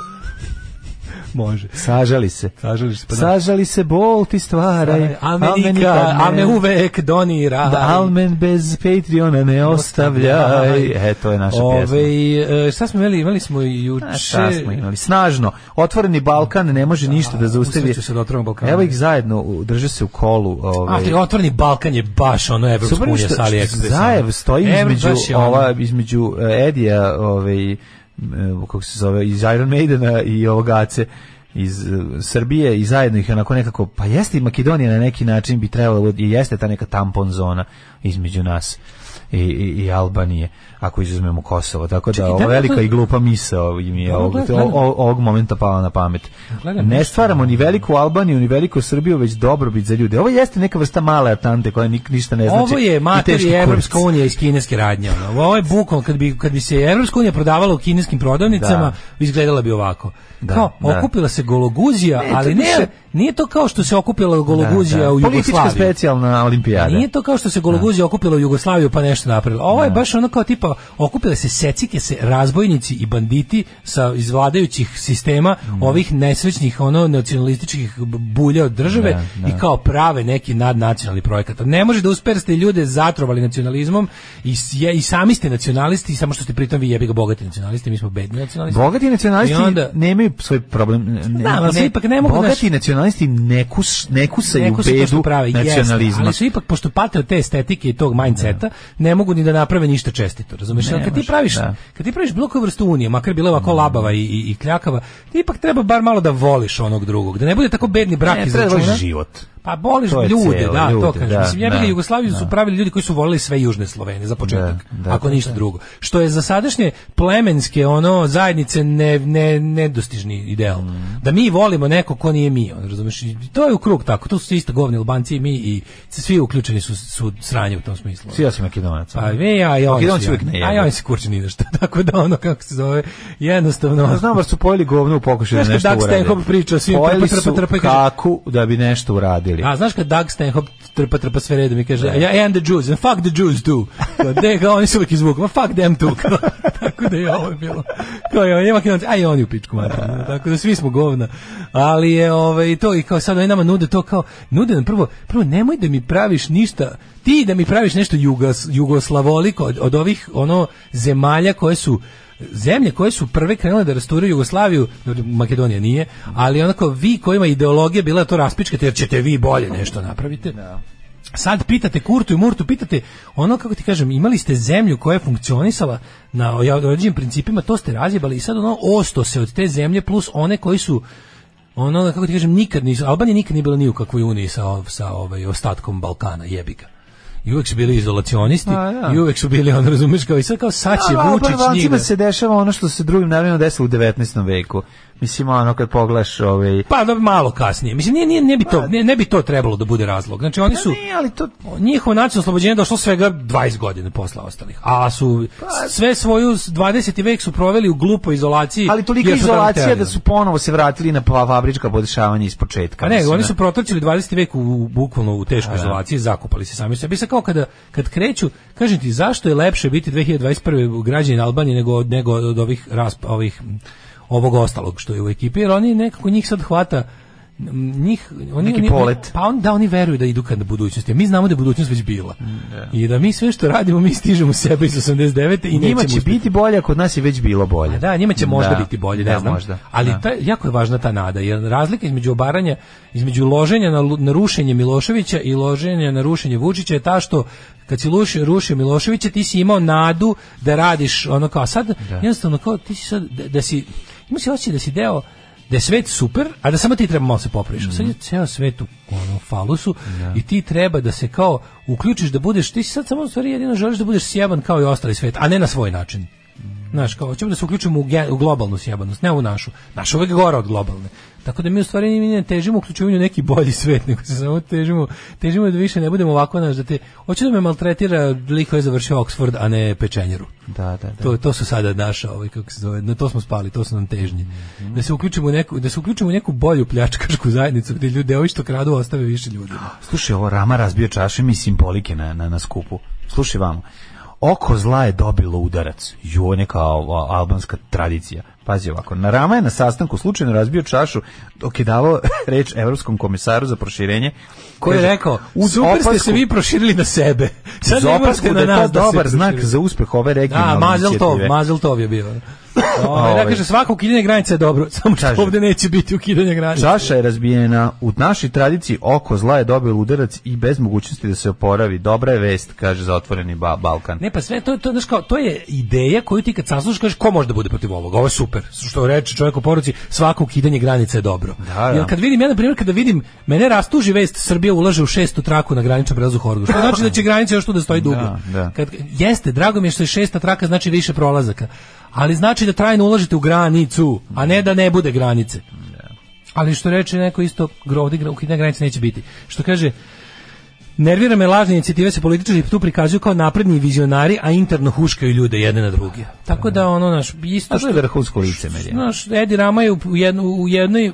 Može.
Sažali se.
Sažališ se pa da.
Sažali se, bol ti stvaraj.
Ame
al me
nikad,
nikad ne-
a me uvek donira.
Da, Almen bez Patreona ne ostavljaj. E, to je naša pjesma.
Ove, e, šta smo imali? Imali smo i juče...
A, Šta smo imali? Snažno. Otvoreni Balkan ne može ništa da zaustavi.
Usreću se da otvorimo Balkan.
Evo ih zajedno, u- drže se u kolu. Ovaj.
Afri, otvorni Balkan je baš ono Evropska
Super je
unija
što,
sa
što
AliExpressa.
Zajev stoji
Evro baš je
između
ono-
ova između eh, Edija, ovaj eh, kako se zove iz Iron Maidena i ovogace iz eh, Srbije i zajedno ih onako nekako pa jeste i Makedonija na neki način bi trebala da bude- i jeste ta neka tampon zona između nas i, i, i Albanije ako izuzmemo Kosovo tako da
Čekaj,
ova
da li
velika
to-
i glupa misao im je
Dobro,
ovog,
gledam, gledam.
o- ovog momenta pala na pamet
Gledam
ne
nešto.
stvaramo ni veliku Albaniju ni veliku Srbiju već dobrobit za ljude ovo jeste neka vrsta male Atlante koja nik, ništa ne znači
Ovo je
i teški
materija Evropska
kurac.
unija iz kineske radnje. ono. Ovo je bukvalno, kad bi, kad bi se Evropska unija prodavala u kineskim prodavnicama,
Da.
izgledala bi ovako.
Da,
kao,
da.
okupila se Gologuzija,
Ne, to
ali
više-
ne, nije to kao što se okupila Gologuzija
Da, da.
u
Politička
Jugoslaviji.
specijalna olimpijada.
Nije to kao što se Gologuzija okupila u Jugoslaviju pa nešto napravila. Ovo je baš ono kao tipa okupile se secike se razbojnici i banditi sa iz vladajućih sistema
Mhm.
ovih nesrećnih ono nacionalističkih b- bulja od države
Da, da.
i kao prave neki nadnacionalni projekat. Ne može da uspe jer ste ljude zatrovali nacionalizmom i, s- je, i sami ste nacionalisti samo što ste pritom vi jebi ga bogati nacionalisti, mi smo bedni nacionalisti.
Bogati nacionalisti
I onda-
nemaju svoj problem. Ne,
Da, ali se ipak ne mogu,
Bogati
znaš-
nacionalisti ne, kus, ne kusaju
neko se to
bedu
što prave,
nacionalizma.
nacionalizma. ali su ipak, pošto pate od te estetike i tog mindseta, ne mogu ni da naprave ništa čestito, razumeš?
Ne
Ali kad, ti
može,
praviš,
da.
kad ti praviš bilo koju vrstu unije, makar bila ovako labava i, i, i kljakava, ti ipak treba bar malo da voliš onog drugog, da ne bude tako bedni brak
Ne,
iz
treba da voliš
računa.
život.
Pa boliš
To je
ljude,
cijelo,
da, to
ljude,
kažem.
da,
Mislim, ja bih
da,
Jugoslaviju su pravili ljudi koji su volili sve južne Slovene za početak,
Da, da,
ako
da,
ništa
da.
drugo. Što je za sadašnje plemenske ono zajednice ne, ne, nedostižni ideal.
Mm.
Da mi volimo neko ko nije mi, on, razumeš? I To je u krug tako, tu su isto govni Albanci i mi i svi uključeni su, su sranje u tom smislu.
Svi osim Makedonaca.
Pa vi, ja, ja,
Makedonci
ja,
uvijek ne
a
jedu.
ja, se kurče ni na šta, [LAUGHS] tako da ono, kako se zove, jednostavno,
Ja Pa znam da su pojeli govno u pokušaju da
Znaš
nešto
kad Doug
urade.
Stanhope priča o svim
Pojeli
trpa, trpa,
su
trpa i kaže-
kaku da bi nešto uradili.
A znaš kad Doug Stanhope trpa trpa sve redom i kaže yeah. and the Jews, and fuck the Jews too. Kao, De, kao oni se uvijek izvuku, ma fuck them too. [LAUGHS] Kao, tako da je ovo bilo. Kao je, je makedonci, a i oni u pičku materinu. Tako da svi smo govna. Ali je ovaj, to i kao sad oni nama nude to kao, nude nam prvo, prvo nemoj da mi praviš ništa, ti da mi praviš nešto jugos, jugoslavoliko od, od ovih ono zemalja koje su zemlje koje su prve krenule da rasturaju Jugoslaviju, dobro, Makedonija nije, ali onako vi kojima je ideologija bila to raspičkate jer ćete vi bolje nešto napravite. Sad pitate Kurtu i Murtu, pitate ono kako ti kažem, imali ste zemlju koja je funkcionisala na određenim principima, to ste razjebali i sad ono osto se od te zemlje plus one koji su ono kako ti kažem nikad nisu Albanija nikad nije bila ni u kakvoj uniji sa sa ovaj ostatkom Balkana jebiga. I uvek su bili izolacionisti
A, da.
i uvek su bili on razumeš kao i sad kao sad će
A,
Vučić
Albancima
njih Pa, da-
se dešava ono što se drugim narodima desilo u 19. veku. Mislim, ono, kad pogledaš ovaj...
Pa da malo kasnije. Mislim nije, nije ne bi to ne, ne bi to trebalo da bude razlog. Znači oni su
Pa. Ne, ali to...
njihovo nacionalno oslobođenje je došlo svega 20 godina posle ostalih. A su
Pa.
sve svoju s- 20. vek su proveli u glupoj izolaciji.
Ali tolika
jer su tamo
izolacija
terani.
da su ponovo se vratili na pa- fabrička podešavanja iz početka.
Pa ne,
mislim,
oni
da.
su protrčili 20. vek u- u, bukvalno u teškoj izolaciji, zakopali se sami u sebi. Sad kao kada, kad kreću, kažem ti, zašto je lepše biti 2021. građanin Albanije nego, nego od ovih, rasp, ovih m, ovog ostalog što je u ekipi, jer oni nekako njih sad hvata m, njih, oni,
Neki
oni-
polet.
pa on, da, oni veruju da idu ka budućnosti. a Mi znamo da je budućnost već bila.
Mm,
I da mi sve što radimo, mi stižemo sebe iz 89. I
I njima
nećemo
će
uspeti.
biti bolje, a kod nas je već bilo bolje.
A Da, njima će možda
Da,
biti bolje, ne
da,
znam.
možda,
Ali
da.
ta, jako je važna ta nada, jer razlika između obaranja, između loženja na, lu- na rušenje Miloševića i loženja na rušenje Vučića je ta što kad si luši, rušio Miloševića, ti si imao nadu da radiš ono kao sad, jednostavno kao ti si sad, da, da si, ima si osjećaj da si deo da je svet super, a da samo ti treba malo se popraviš. A Sad
Mhm.
je ceo svet u ono, falusu i ti treba da se kao uključiš da budeš, ti si sad samo u stvari jedino želiš da budeš sjeban kao i ostali svet, a ne na svoj način. Znaš, kao, hoćemo da se uključimo u, gen- u globalnu sjebanost, ne u našu. Naša je uvek gora od globalne. Tako da mi u stvari mi ne težimo uključivanju u neki bolji svet, [LAUGHS] nego se samo težimo, težimo da više ne budemo ovako, znaš, da te, hoće da me maltretira lik koji je završio Oxford, a ne pečenjeru.
Da, da, da.
To, to su sada naša, ovaj, kako se zove, na to smo spali, to su nam težnje.
Mhm.
Da se uključimo u neku, da se uključimo u neku bolju pljačkašku zajednicu gdje ljudi, ovi što kradu, ostave više ljudi.
Slušaj, ovo Rama razbio čašu mi simbolike na, na, na skupu. Slušaj vamo. Oko zla je dobilo udarac. Ju, on je kao a, albanska tradicija. Pazi ovako, na Rama je na sastanku slučajno razbio čašu dok je davao [LAUGHS] reč Evropskom komesaru za proširenje.
Ko je
Kaže,
rekao,
uz
super ste se
opasku-
vi proširili na sebe. Sad
uz
ne
opasku
morate
da je to
na nas da se
dobar znak
proširite.
za uspeh ove regionalne
A, Mazel Tov,
inicijative.
Mazel Tov je
[LAUGHS]
bio. Ovaj,
Ovaj.
da kaže, svako ukidanje granice je dobro, [LAUGHS] samo što
Kaže.
ovde neće biti ukidanje granice.
Čaša je razbijena, u našoj tradiciji oko zla je dobio udarac i bez mogućnosti da se oporavi. Dobra je vest, kaže za otvoreni ba Balkan.
Ne, pa sve, to, to, znaš kao, to je ideja koju ti kad saslušaš, kažeš, ko može da bude protiv ovoga, ovo je super. Što reče čovjek u poruci, svako ukidanje granice je dobro.
Da, da.
Jer kad vidim, ja na primjer, kada vidim, mene rastuži vest, Srbija ulaže u šestu traku na graničnom prelazu Horgoš. Što znači da će granica još tu da stoji dugo.
da.
Kad, jeste, drago mi je što je šesta traka, znači više prolazaka. Ali znači da trajno ulažete u granicu, a ne da ne bude granice. Ali što reče neko isto, grovdi, gra- ukidanje granice neće biti. Što kaže, Nervira me lažne inicijative se političari tu prikazuju kao napredni vizionari, a interno huškaju ljude jedne na druge. Tako da ono naš isto
A to
što
je vrhunsko licemerje.
Znaš, Edi Rama je u, jedno, u jednoj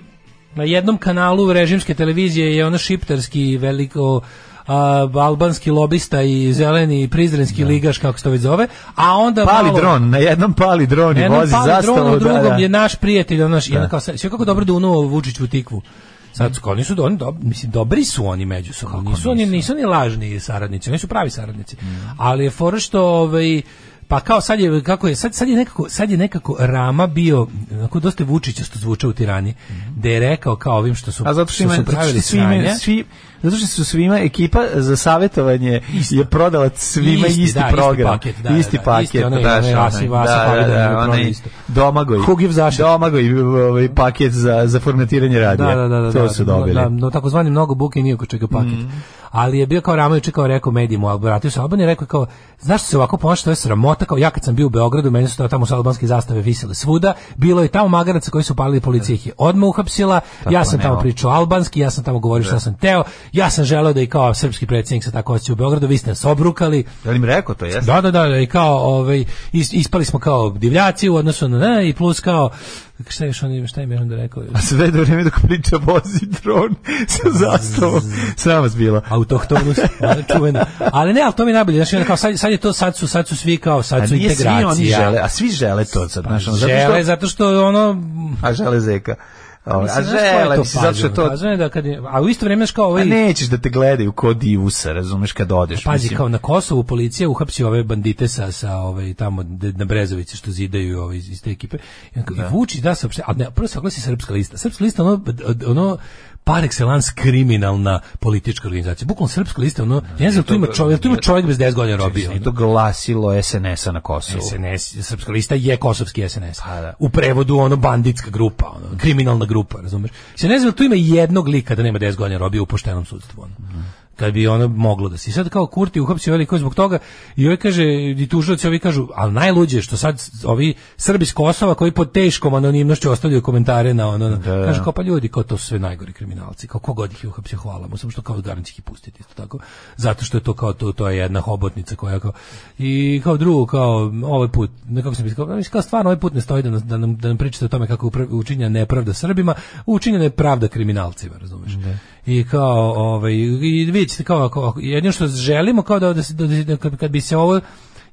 na jednom kanalu režimske televizije je ono šiptarski veliko a, albanski lobista i zeleni prizrenski ligaš kako se to već zove, a onda
pali
malo,
dron, na jednom pali dron i
Jednom
vozi
pali
zastavu.
dronu,
da,
drugom
da.
je naš prijatelj, ono naš, jednako, sve sve kako dobro dunuo Vučić u tikvu. Sad, oni su, do- oni dob- mislim, dobri su oni
Mm.
međusobno, nisu, oni, nisu oni lažni saradnici, oni su pravi saradnici. Ali je fora što, ovaj, Pa kao sad je kako je sad sad je nekako sad je nekako Rama bio onako dosta Vučićasto zvuča u tirani. Da je rekao kao ovim što su
Mm. A zato što,
što
ima,
su pravili
svi, imaju-
sranje.
svi, zato što su svima ekipa za savjetovanje je prodala svima isti,
da, isti
program.
paket, da, da, da, isti onaj,
da,
onaj
da,
Asi Vasa,
da,
pa
da,
vidim,
da,
je prodao
onaj
isto.
domagoj.
Who gives a shit?
Domagoj, ovaj paket za, za formatiranje radija.
Da, da, da, da,
to
da,
su dobili. Mhm.
Da, no takozvani mnogo buke nije oko čega paket. Ali je bio kao Ramović kao rekao medijima, al vratio se Albaniji i rekao je kao zašto se ovako ponašate, to je sramota, kao ja kad sam bio u Beogradu, meni su tamo sa albanske zastave visile svuda, bilo je tamo magaraca koji su palili policija ih je odmah uhapsila. ja sam tamo
nema.
pričao albanski, ja sam tamo govorio šta sam teo. Ja sam želeo da i kao srpski predsjednik se tako osjeća u Beogradu, vi ste nas obrukali.
Da li im rekao to, jeste?
Da, da, da, i kao, ovaj, is- ispali smo kao divljaci u odnosu na, ne, i plus kao, šta je još on, šta je mi on da rekao?
A sve do vreme dok priča vozi dron sa zastavom. Sram vas bilo. [LAUGHS]
autohtonost, ona čuvena. Ali ne, ali to mi je najbolje, znači ono kao sad, sad je to sad su sad su svi kao
A
sad su
Pa nije svi
integracija.
oni žele, a svi žele to sad, znaš, ono, zato što-
Žele zato što ono
a žele zeka. Ovaj, A
mislim, znaš koja je
žele,
to
mislim, zato što
fazona?
to...
Fazona je da kad je, a u isto vrijeme znaš kao
Pa
ovaj
nećeš da te gledaju ko divusa, razumeš, kad odeš.
Pazi,
mislim.
kao na Kosovu policija uhapsi ove bandite sa, sa ovaj, tamo de- na Brezovici što zidaju ovaj, iz, iz te ekipe. I, on kao, i Vučić da se opšte, ali ne, prvo se oglasi Srpska lista. Srpska lista ono, ono par excellence kriminalna politička organizacija. Bukvalno Srpska lista, ono, ja ne znam, tu ima čovjek, tu ima čovjek bez 10 godina robio. ono?
I to glasilo SNS-a na Kosovu.
SNS, Srpska lista je kosovski SNS.
Pa da.
U prevodu ono banditska grupa, ono, kriminalna grupa, razumeš? Se ne znam, tu ima jednog lika da nema 10 godina robio u poštenom sudstvu, ono. Kad bi ono moglo da se. I sad kao Kurti uhapsio veliko zbog toga i ovi kaže, i tužilac ovi kažu, ali najluđe je što sad ovi Srbi iz Kosova koji pod teškom anonimnošću ostavljaju komentare na ono, na-
da.
kaže kao pa ljudi, kao to su sve najgori kriminalci, kao kogod ih je uhapsio, hvala mu, samo što kao garant će ih i pustiti, isto tako. Zato što je to kao to, to je jedna hobotnica koja kao, i kao drugo, kao ovaj put, nekako sam kao, mislim, kao stvarno ovaj put ne stoji da, nas- da, nam, da nam pričate o tome kako je upra- učinjena nepravda Srbima, učinjena je pravda kriminalcima, razumeš? I kao, ovaj, i vidite, kao, ako, ako- jedino što želimo, kao da, da, se- da, da kad, kad bi se ovo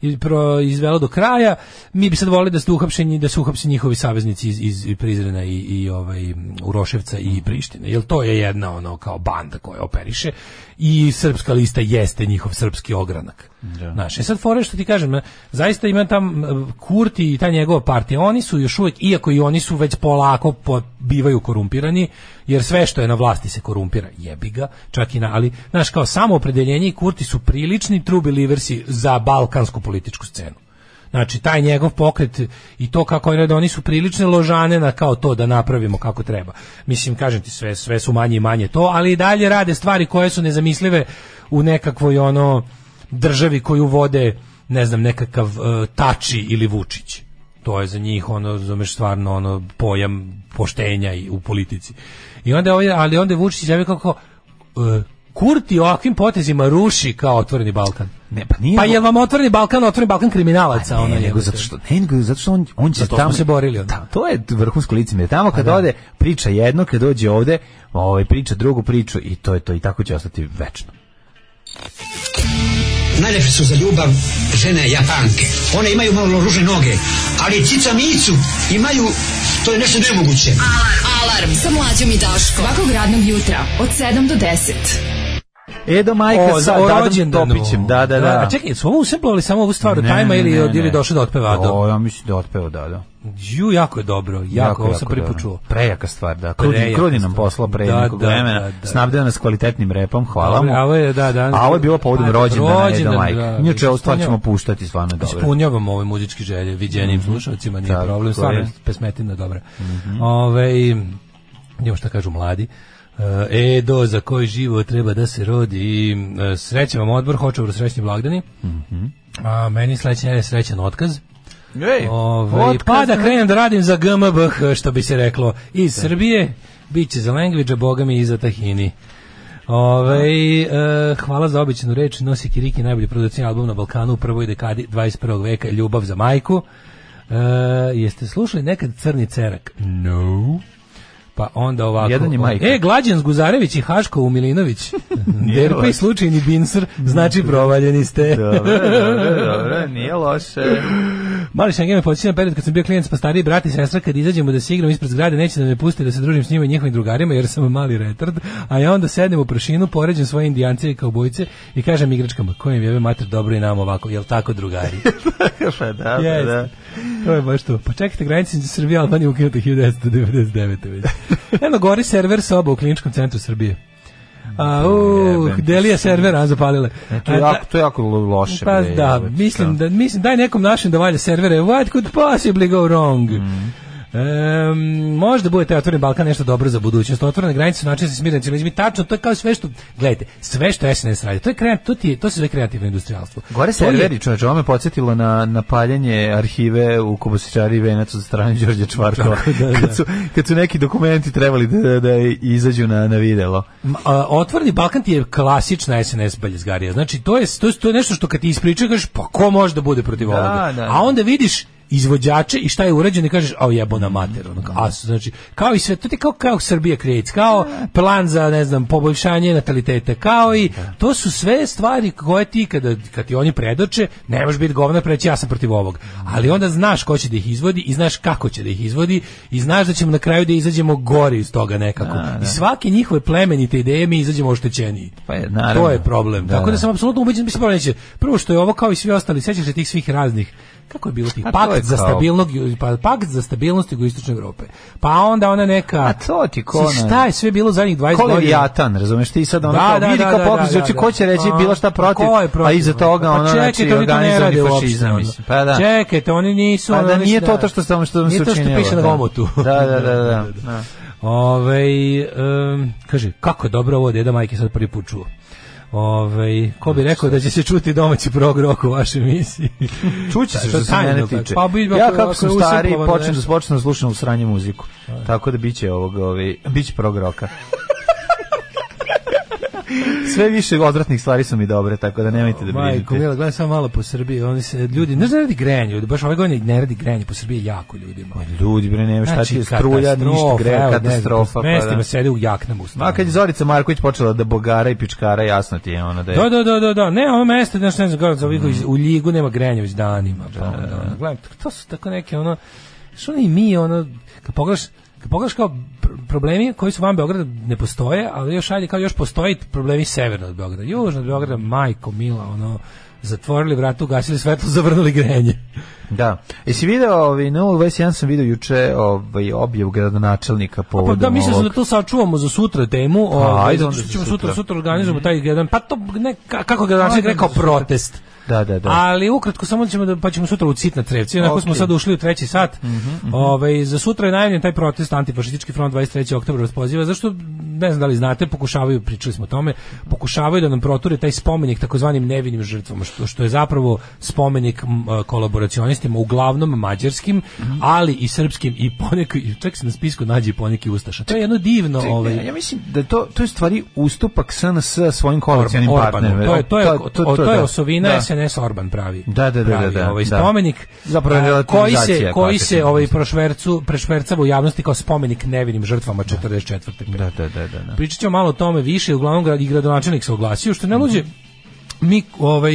i pro, izvelo do kraja. Mi bi sad volili da su uhapšeni da su uhapšeni njihovi saveznici iz, iz Prizrena i, i ovaj m, Uroševca i Prištine. Jer to je jedna ono kao banda koja operiše i srpska lista jeste njihov srpski ogranak. Da. Znaš, e sad fore što ti kažem, e, zaista ima tam e, Kurti i ta njegova partija, oni su još uvijek, iako i oni su već polako po, bivaju korumpirani, jer sve što je na vlasti se korumpira, jebi ga, čak i na, ali, znaš, kao samo opredeljenje i Kurti su prilični true believersi za balkansku političku scenu. Znači, taj njegov pokret i to kako je da oni su prilične ložane na kao to da napravimo kako treba. Mislim, kažem ti, sve, sve su manje i manje to, ali i dalje rade stvari koje su nezamislive u nekakvoj ono državi koju vode, ne znam, nekakav eh, Tači ili Vučić to je za njih ono razumeš stvarno ono pojam poštenja i u politici. I onda ovdje, ali onda je Vučić izjavio kako e, Kurti ovakvim potezima ruši kao otvoreni Balkan.
Ne, pa nije...
Pa je vam otvoreni Balkan, otvoreni Balkan kriminalaca,
Ne,
ono
nego
jebote.
zato što, ne, nego zato što on, on će
Zato smo
tamo...
se borili ono. Pa onda.
Ta- to je vrhunsko licimje. Tamo kad ode, priča jedno, kad dođe ovde, ovaj, priča drugu priču i to je to. I tako će ostati večno.
Najlepše su za ljubav žene Japanke. One imaju malo ružne noge, E, ali cica micu imaju, to je nešto nemoguće.
Alarm sa mlađom i Daškom. Svakog radnog jutra od 7 do 10.
Edo Majka sa
O, za
Dadom
rođendanu.
Topićem. Da, da, da.
A čekaj, su ovo usemplovali samo ovu stvar od tajma ili, od- ili došli da otpeva do...
O, ja mislim da otpeva, da, da.
Ju, jako je dobro, jako, jako ovo sam prvi put
dobro.
čuo.
Prejaka stvar, da. Krudi,
Prejaka
Krudi nam
stvar.
poslao pre
Da,
nekog
da,
vremena.
da, da.
Snabdeo nas kvalitetnim repom, hvala mu.
Dobro, a ovo je, da, danas-
A ovo je bilo povodom
Pa,
rođendana Eda
rođendan,
Majka.
da. Znači,
Inače, ovu stvar
Ispunjava-
ćemo puštati, stvarno je dobro.
Ispunjavamo ove muzičke želje, viđenim slušalcima, nije
Mhm. Tako je. Mhm.
problem, stvarno pesmetina dobra. Ove, njemo šta kažu mladi, E, do, za koji život treba da se rodi. E, Srećan vam odbor, hoću u srećni blagdani.
Mhm.
A meni sledeće nedelje srećan otkaz.
Ej,
Ove,
otkaz
pa da
na-
krenem da radim za GMBH, što bi se reklo. Iz Srbije, bit će za language, a boga mi i za tahini. Ove, e, hvala za običnu reč, nosi Kiriki najbolji producentni album na Balkanu u prvoj dekadi 21. veka, Ljubav za majku. E, jeste slušali nekad Crni cerak? No. Pa onda ovako.
Jedan je majka.
E, Glađan Guzarević i Haško
[LAUGHS]
u Milinović. Derpa
loše.
i slučajni Binser, znači provaljeni ste.
Dobro, dobro, dobro, nije loše.
Mali Schengen me podsjeća na period kad sam bio klijent pa stariji brat i sestra kad izađemo da se igramo ispred zgrade neće da me pusti da se družim s njima i njihovim drugarima jer sam mali retard, a ja onda sednem u prašinu, poređam svoje indijance i kaubojce i kažem igračkama kojim jebe mater dobro i nam ovako, jel tako
[LAUGHS]
drugari?
pa da,
Jeste. To je baš to. Pa čekajte, granice između Srbije i Albanije ukinuta 1999. već. Eno, gori server soba u kliničkom centru Srbije. A, u,
Jebem ti
delije server, a zapalile.
To je
A, da-
jako, to je jako lo- loše.
pa
bre,
da,
jebote,
mislim,
šta.
da, mislim, daj nekom našem da valja servere. What could possibly go wrong?
Mm.
Em, možda bude taj otvoreni Balkan nešto dobro za budućnost. Otvorene granice su način se smirnici. Međutim, tačno, to je kao sve što, gledajte, sve što SNS radi, to, je kreat, to, ti, je- to se zove kreativno industrialstvo.
Gore
To je-
serveri, čovječe, ovo me podsjetilo na, na paljenje arhive u Kobosičari i Venac od strane Đorđe Čvarkova.
da,
[LAUGHS]
da.
Kad, su, kad su neki dokumenti trebali da, da, da izađu na, na videlo.
Ma, a, Otvoreni Balkan ti je klasična SNS baljezgarija. Znači, to je, to, je- to je nešto što kad ti ispričaju, kažeš, pa ko može da bude protiv
Da,
ovoga?
da, da.
A onda vidiš izvođače i šta je urađeno i kažeš, a jebona mater. Ono, kao, a, znači, kao i sve, to ti je kao, kao Srbija Creates, kao plan za, ne znam, poboljšanje nataliteta, kao i to su sve stvari koje ti, kada, kad ti oni predoče, ne možeš biti govna preći, ja sam protiv ovog. Ali onda znaš ko će da ih izvodi i znaš kako će da ih izvodi i znaš da ćemo na kraju da izađemo gori iz toga nekako. I svake njihove plemenite ideje mi izađemo oštećeniji.
Pa je, naravno.
To je problem.
Da,
Tako da
da.
sam apsolutno ubeđen da se problem neće. Prvo što je ovo kao i svi ostali, sećaš se tih svih raznih kako je bilo tih
A Pa to je
pakt za
kao-
stabilnog ju- pa pakt za stabilnost jugoistočne Evrope. Pa onda ona neka
A to ti ko
Si,
ono-
šta je sve bilo zadnjih 20
Ko
godina?
Leviatan, razumeš ti sad ono kao, vidi kao pokret, znači ko će reći
A,
bilo šta protiv,
Pa ko je protiv?
a iza toga
Pa
ono, znači,
čekajte, oni to ne
organizovani
rade uopšte,
fašizam,
ono.
mislim. Pa da.
Čekajte, oni nisu...
Pa
ono,
da
oni
nije
su-
to to što sam što nam se
Nije
učinilo.
to što piše na
da.
gomotu.
Da,
[LAUGHS]
da, da, da. da.
Ove, kaže, kako je dobro ovo deda majke sad prvi put čuo. Ove, ko bi rekao da će se čuti domaći prog rock u
[LAUGHS]
vašoj emisiji?
Čuće se
To
što se
tajno,
mene
kako-
tiče.
Pa, bi,
ja
ako-
kako
ako
sam
je
stari
usimpovano
počnem da
nešto.
počnem da slušam u sranje muziku. Tako da biće ovog, ovaj, biće prog
[LAUGHS]
roka. Sve više odvratnih stvari su mi dobre, tako da nemojte da
Majko,
brinete.
mila, gledam samo malo po Srbiji, oni se, ljudi, ne znam da radi grejanje, ljudi, baš ove godine ne radi grejanje po Srbiji jako ljudima.
Ljudi bre, nema šta ti je strulja, ništa gre,
Znači, katastrofa, evo, ne znam,
katastrofa. pa
po Mestima sede u jaknama u stanu.
Ma kad je Zorica Marković počela da bogara i pičkara, jasno ti je ona da je.
Da, da, da, da, da. Ne, ovo mesto, znaš, ne znam, gore, za ovih
Mm.
iz- u Ligu nema grejanja već danima. Pa, onda, ono, gledam, to su tako neke, ono, što i mi, ono, kad pogledaš, kad pogledaš kao pr- problemi koji su van Beograda ne postoje, ali još ajde kao još postoji problemi severno od Beograda. Južno od Beograda, majko, mila, ono, zatvorili vrat, ugasili svetlo, [LAUGHS] zavrnuli grenje.
Da. Jesi video, ovaj, na Novu 21 sam video juče ovaj, objav gradonačelnika
Pa
povodom
da, mislim sam da
ovog.
to sačuvamo za sutra temu, ovaj,
Pa, ajde
zato
onda
što
za
ćemo
sutra.
sutra, sutra organizujemo taj jedan, pa to, ne, ka- kako ga znači
Ajde
rekao,
onda za
protest.
Da, da, da.
Ali ukratko samo ćemo da pa ćemo sutra u Cit na Trevci. Onako smo
Ok. Mhm,
sad ušli u treći sat. Ovaj za sutra je najavljen taj protest antifašistički front 23. oktobar vas poziva. Zašto ne znam da li znate, pokušavaju pričali smo o tome, pokušavaju da nam proture taj spomenik takozvanim nevinim žrtvama što što je zapravo spomenik m, e, kolaboracionistima uglavnom mađarskim,
Mhm.
ali i srpskim i poneki čak se na spisku nađe i poneki ustaša. To je jedno divno
Čekaj,
ovaj
ja mislim da je to to je u stvari ustupak SNS svojim koalicionim
Orbanu.
partnerima. E,
To je to je to, je
da.
osovina
Da.
SNS Orban pravi.
Da, da, da, da,
pravi
da,
ovaj
da.
spomenik
Zapravo
a, koji
relativizacija
se koji se
kvalitetnog
ovaj
društva.
prošvercu prešvercava u javnosti kao spomenik nevinim žrtvama 44.
Da, da, da, da. da.
Pričat ćemo malo o tome više, uglavnom grad i gradonačelnik se oglasio, što ne luđe mi ovaj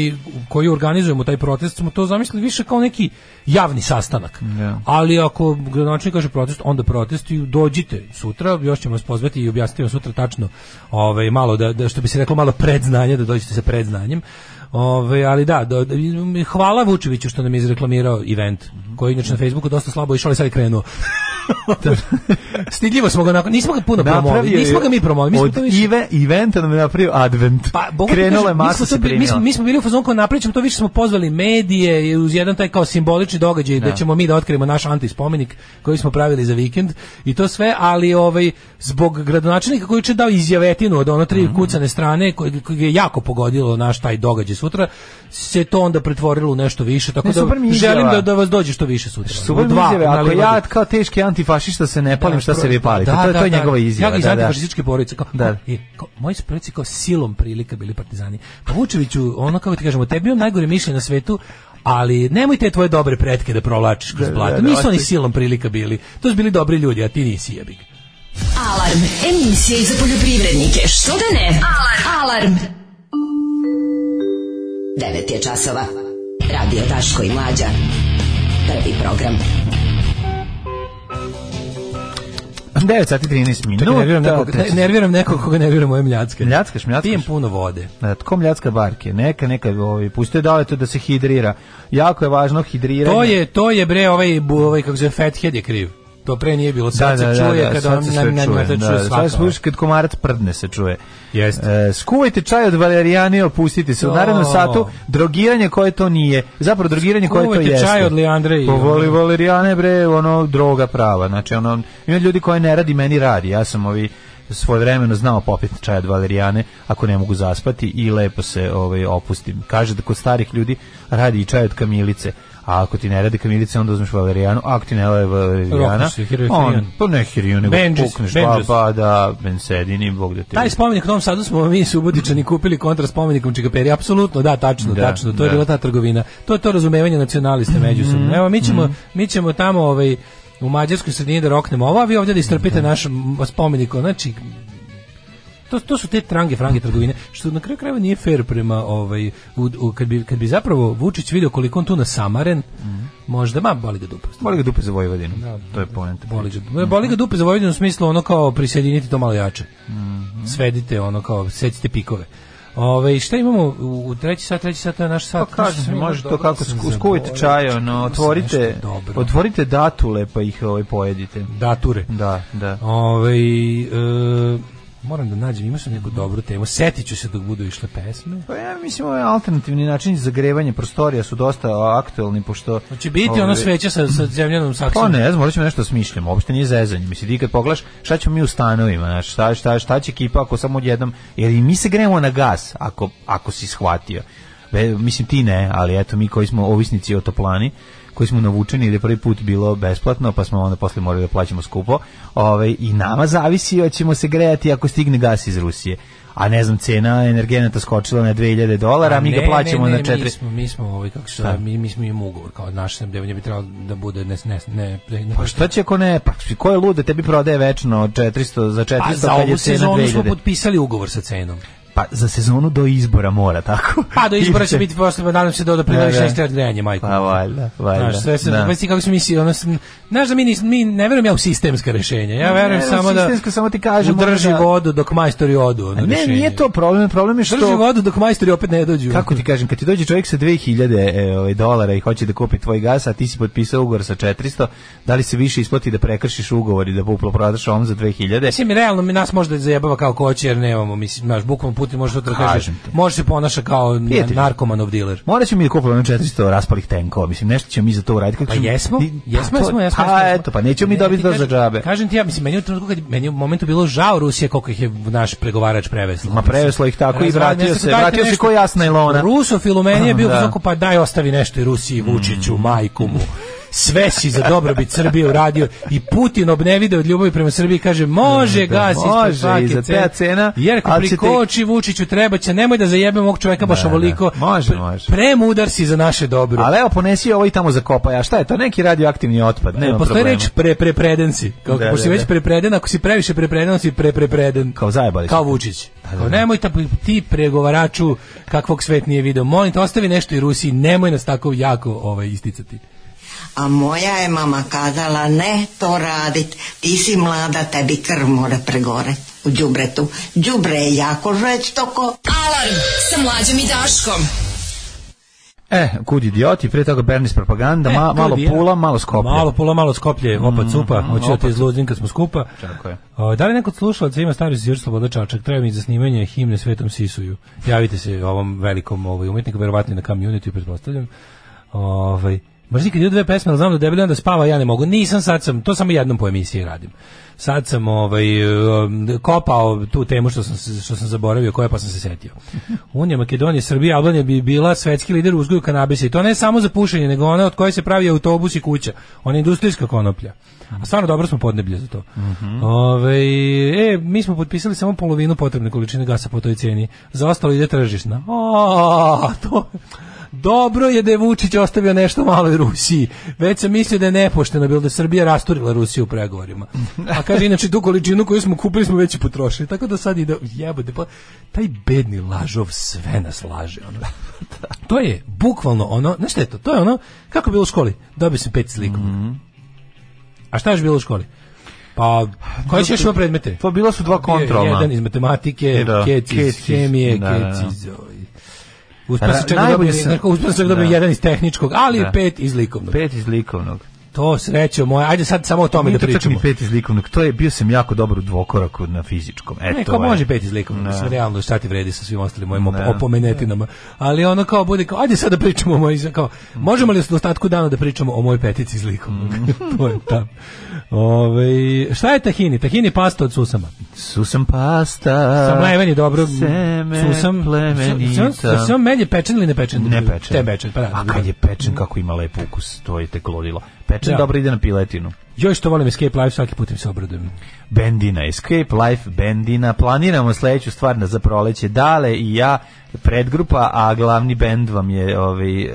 koji organizujemo taj protest smo to zamislili više kao neki javni sastanak.
Da.
Ali ako gradonačelnik kaže protest, onda protest i dođite sutra, još ćemo vas pozvati i objasniti vam sutra tačno, ovaj malo da, da što bi se reklo malo predznanje da dođete sa predznanjem. Ovaj ali da, do- da, hvala Vučeviću što nam je izreklamirao event koji je inače na Facebooku dosta slabo išao, ali sad je krenuo. Stidljivo smo ga onako, nismo ga puno promovili,
Napravio je
nismo ga mi promovili, mi smo
Od
to više-
Ive, eventa nam je napravio advent.
pa Bogu ti
Krenula je
kažem,
masa
mi smo,
se
to bi- mi, smo,
primila.
mi smo bili u fazonu kao napričamo, to više smo pozvali medije i uz jedan taj kao simbolični događaj da ćemo mi da otkrijemo naš antispomenik koji smo pravili za vikend i to sve, ali ovaj zbog gradonačelnika koji će dao izjavetinu od ono tri
Mhm.
kucane strane koji, koji je jako pogodilo naš taj događaj sutra, se to onda pretvorilo u nešto više, tako
Ne,
da
super mi je
želim
izjava.
da, da vas dođe što više sutra.
Super
U
mi izjave,
na
ako
livadi.
ja kao teški antifašista se ne palim, šta se vi palite? to, je- to je njegova izjava.
Ja ga pa iz
da, da.
antifašističke porodice. Kao,
Da.
kao, e, kao, moji su preci kao silom prilika bili partizani. Pa Vučeviću, ono kako ti kažemo, tebi imam najgore mišljenje na svetu, ali nemoj te tvoje dobre pretke da provlačiš kroz blato.
da, da,
Nisu oni
ostavi.
silom prilika bili. To su bili dobri ljudi, a ti nisi jebik.
Alarm, emisija i za poljoprivrednike. Što da ne? Alarm.
9 je časova. Radio Daško i Mlađa. Prvi program.
[LAUGHS] 9 sati 13 minuta.
Čekaj, nerviram nekog, ne, nerviram nekog koga nerviram moje mljacke.
Mljackaš, mljackaš.
Pijem puno vode.
Da, tko mljacka barke? Neka, neka, ovaj, pustite da to da se hidrira. Jako je važno hidriranje.
To je, to je bre, ovaj, bu- ovaj kako se zove, Fathead je kriv. To pre nije bilo, sad se čuje kada
sad
on
se
na
sve
na
čuje,
na to
da,
čuje
Sad se
svako.
čuje kad komarac prdne se čuje.
Jeste.
E, skuvajte čaj od valerijane i opustite se. U
To.
narednom satu drogiranje koje to nije. Zapravo drogiranje koje to jeste.
Skuvajte čaj od Leandre i-
Povoli valerijane Pa bre, ono droga prava. Znači ono ima ljudi koji ne radi, meni radi. Ja sam ovi svoje vremeno znao popiti čaj od valerijane ako ne mogu zaspati i lepo se ovaj opustim. Kaže da kod starih ljudi radi i čaj od kamilice. A ako ti ne radi kamilice, onda uzmeš valerijanu. A ako ti ne radi valerijana,
Rokneš se, hirion,
on,
hirion.
pa ne hiriju, nego
Benjus,
pukneš pa, dva
Benjus.
pada, bensedini, bog da te...
Taj spomenik u Novom Sadu smo mi subotičani kupili kontra spomenikom Čikaperi. Apsolutno, da, tačno,
Da,
tačno. To je
da. Mhm,
bila ta trgovina. To je to razumevanje nacionalista međusobno. Evo, mi ćemo, mi ćemo tamo ovaj, u mađarskoj sredini da roknemo ovo, a vi ovdje da istrpite naš m, spomenik. Znači, to, to su te trange frange trgovine što na kraju krajeva nije fair prema ovaj u, u- kad bi kad bi zapravo Vučić video koliko on tu nasamaren
Mhm.
možda ma boli ga dupa
Boli ga dupe za Vojvodinu. To je ponete.
boli ga, boli ga dupe za Vojvodinu u smislu ono kao prisjediniti to malo jače
Mhm.
svedite ono kao secite pikove Ove, šta imamo u, u treći sat, treći sat to je naš sat.
Pa kažem, mi, može to kako sku- skuvajte čaj, ono, otvorite, otvorite datule pa ih ovaj, pojedite.
Dature.
Da, da.
Ove, e, moram da nađem, imao sam neku dobru temu. Setit ću se dok budu išle pesme.
Pa ja mislim, ovaj alternativni način zagrevanja prostorija su dosta aktuelni, pošto...
Će biti ono
ovaj,
sveće sa, sa zemljanom saksom.
Pa ne znam, morat ćemo nešto smišljamo, uopšte nije zezanje. Mislim, ti kad pogledaš šta ćemo mi u stanovima, znaš, šta, šta, šta će ekipa ako samo odjednom, jer i mi se gremo na gas, ako, ako si shvatio. Be, mislim, ti ne, ali eto, mi koji smo ovisnici o toplani, koji smo navučeni ili prvi put bilo besplatno, pa smo onda posle morali da plaćamo skupo, ovaj, i nama zavisi hoćemo se grejati ako stigne gas iz Rusije. A ne znam, cena energenata skočila na 2000 dolara, a mi ga
Ne,
plaćamo
ne, ne,
na 4...
Mi smo, mi smo ovaj, kako se,
Šta?
zove, mi, mi smo imamo ugovor, kao naš sam, bi trebalo da bude ne, ne, ne, ne
Pa šta će ako ne? Pa ko je lud da tebi prodaje večno 400 za 400
Pa za
kad
ovu
je cena
sezonu smo
2000?
potpisali ugovor sa
[LAUGHS]
cenom.
Pa za sezonu do izbora mora, tako?
Pa do izbora
[LAUGHS]
će biti posle, nadam se da do primjeri
Da, da.
6 grejanje, majko.
Pa valjda, valjda.
Znaš, sve se,
da.
da. kako se misli, ono, sam- znaš da mi, nis, mi ne verujem ja u sistemska rešenja, ja verujem
Ne,
samo da
sistemsko samo ti kažem,
udrži
ono da-
vodu dok majstori odu. Ono
A Ne,
rešenje.
nije to problem, problem je što...
Drži vodu dok majstori opet ne dođu.
Kako ti kažem, kad ti dođe čovjek sa 2000 e, ovaj, dolara i hoće da kupi tvoj gas, a ti si potpisao ugovor sa 400, da li se više isplati da prekršiš ugovor i da uplo prodaš ovom za 2000?
Mislim, realno mi nas možda zajebava kao koće, jer nemamo, mislim, znaš, bukvalno Putin može sutra kaže,
Kažem ti.
može se ponaša kao na-
Prijatelju.
narkomanov diler.
Morat ćemo mi da kupimo ono 400 raspalih tenkova, mislim, nešto ćemo mi za to uraditi. Kako
Pa
ćemo-
jesmo,
Ti-
jesmo,
pa to-
jesmo, jesmo.
Pa
jesmo.
eto, pa nećemo mi
Ne,
dobiti
ti
to za
kažem-
džabe.
Kažem ti, ja mislim, meni je u trenutku kad meni je u momentu bilo žao Rusije koliko ih je naš pregovarač prevesla.
Ma preveslo ih tako i
Razvali-
vratio
nešto,
se,
dajte
vratio se
nešto.
ko jasna ilona.
Rusofil
[CLEARS THROAT]
u meni je bio
Da.
tako, pa daj ostavi nešto i Rusiji, Vučiću, majku mu. Sve si za dobrobit Srbije uradio i Putin obnevide od ljubavi prema Srbiji kaže može
Da,
gas
može,
ispred svake
i za te cena,
Jer ako
ali će te-
prikoči Vučiću treba će, nemoj da zajebem ovog čoveka baš
Da, da.
ovoliko.
Može,
Pre-
može.
Premudar si za naše dobro.
Ali evo, ponesi ovo i tamo zakopaj, a šta je to, neki radioaktivni otpad, nema
E, Postoji
problema.
reč pre pre predenci. Kao
Da,
ako
da,
si
da.
već prepreden, ako si previše prepreden, onda si pre pre preden.
Kao zajebali
Kao
su te.
Vučić. Kao nemoj ta, ti pregovaraču kakvog svet nije video. Molim te, ostavi nešto i Rusiji, nemoj nas tako jako ovaj, isticati.
A moja je mama kazala, ne to radit, ti si mlada, tebi krv mora pregore u džubretu. Džubre je jako žveć toko.
Alarm sa mlađom i Daškom.
E, kud idioti, prije toga Bernis propaganda,
E,
ma-
kud
malo
je?
pula, malo skoplja.
Malo pola, malo skoplje, opa cupa, hoću da
opa
te izluzim kad smo skupa.
Tako je.
O, da li neko od slušalaca ima stari zir Sloboda Čačak? Treba mi za snimanje himne Svetom Sisuju. Javite se ovom velikom ovaj, umetniku, verovatno i na community, pretpostavljam. Ovaj, baš nikad idu dve pesme, ali znam da debeli onda spava, ja ne mogu. Nisam, sad sam, to samo jednom po emisiji radim. Sad sam ovaj, um, kopao tu temu što sam, se- što sam zaboravio, koja pa sam se setio. Unija Makedonija, Srbija, Albanija bi bila svetski lider u uzgoju kanabisa i to ne samo za pušenje, nego ona od koje se pravi autobus i kuća. Ona je industrijska konoplja. A stvarno dobro smo podneblje za to. Ovaj, e, mi smo potpisali samo polovinu potrebne količine gasa po toj cijeni. Za ostalo ide tržišna. A, to... Dobro je da je Vučić ostavio nešto malo i Rusiji. Već sam mislio da je nepošteno bilo da je Srbija rasturila Rusiju u pregovorima. A Kaže, inače, tu količinu koju smo kupili smo već i potrošili. Tako da sad ide, jebote, pa, taj bedni lažov sve nas laže. Ono. To je bukvalno ono, znaš šta je to? To je ono, kako je bilo u školi? Dobio sam pet slikom.
Mhm.
A šta je još bilo u školi? Pa, koji ćeš ima predmete?
Pa bila su dva
Bio je
kontrolna.
Jedan iz matematike,
E, da.
kec iz
Kec iz-
hemije,
da, da,
kec
da.
iz... ovaj, Uspeo sam
Ra-
čak da
najbolje
dobijem,
sam-
nekako uspeo sam čak da dobijem
Da.
jedan iz tehničkog, ali
Da.
pet iz likovnog.
Pet iz likovnog.
To srećo moje. Ajde sad samo o tome
Nije
da
to čak
pričamo.
ni pet iz likovnog, to je, bio sam jako dobar u dvokoraku na fizičkom. E,
Ne,
to
kao
je.
može pet iz likovnog,
Da.
mislim, realno šta ti vredi sa svim ostalim mojim op-
Ne.
opomenetinama. Ali ono kao bude kao, ajde sad da pričamo o mojoj, kao, možemo li u ostatku dana da pričamo o mojoj petici iz likovnog?
Mm.
[LAUGHS] to je tam. Ove, šta je tahini? Tahini je pasta od susama.
Susam pasta.
Sam meni dobro.
Seme,
susam.
plemenita.
Sam, sam meni je pečen ili ne pečen?
Ne pečen.
Te pečen, pa da.
A kad je pečen, kako ima lep ukus, to je tek ludilo. Pečen
Da.
dobro ide na piletinu.
Joj što volim Escape Life, svaki put im se obradujem.
Bendina, Escape Life Bendina. Planiramo sledeću stvar na za proleće. Dale i ja, predgrupa, a glavni bend vam je ovaj, eh,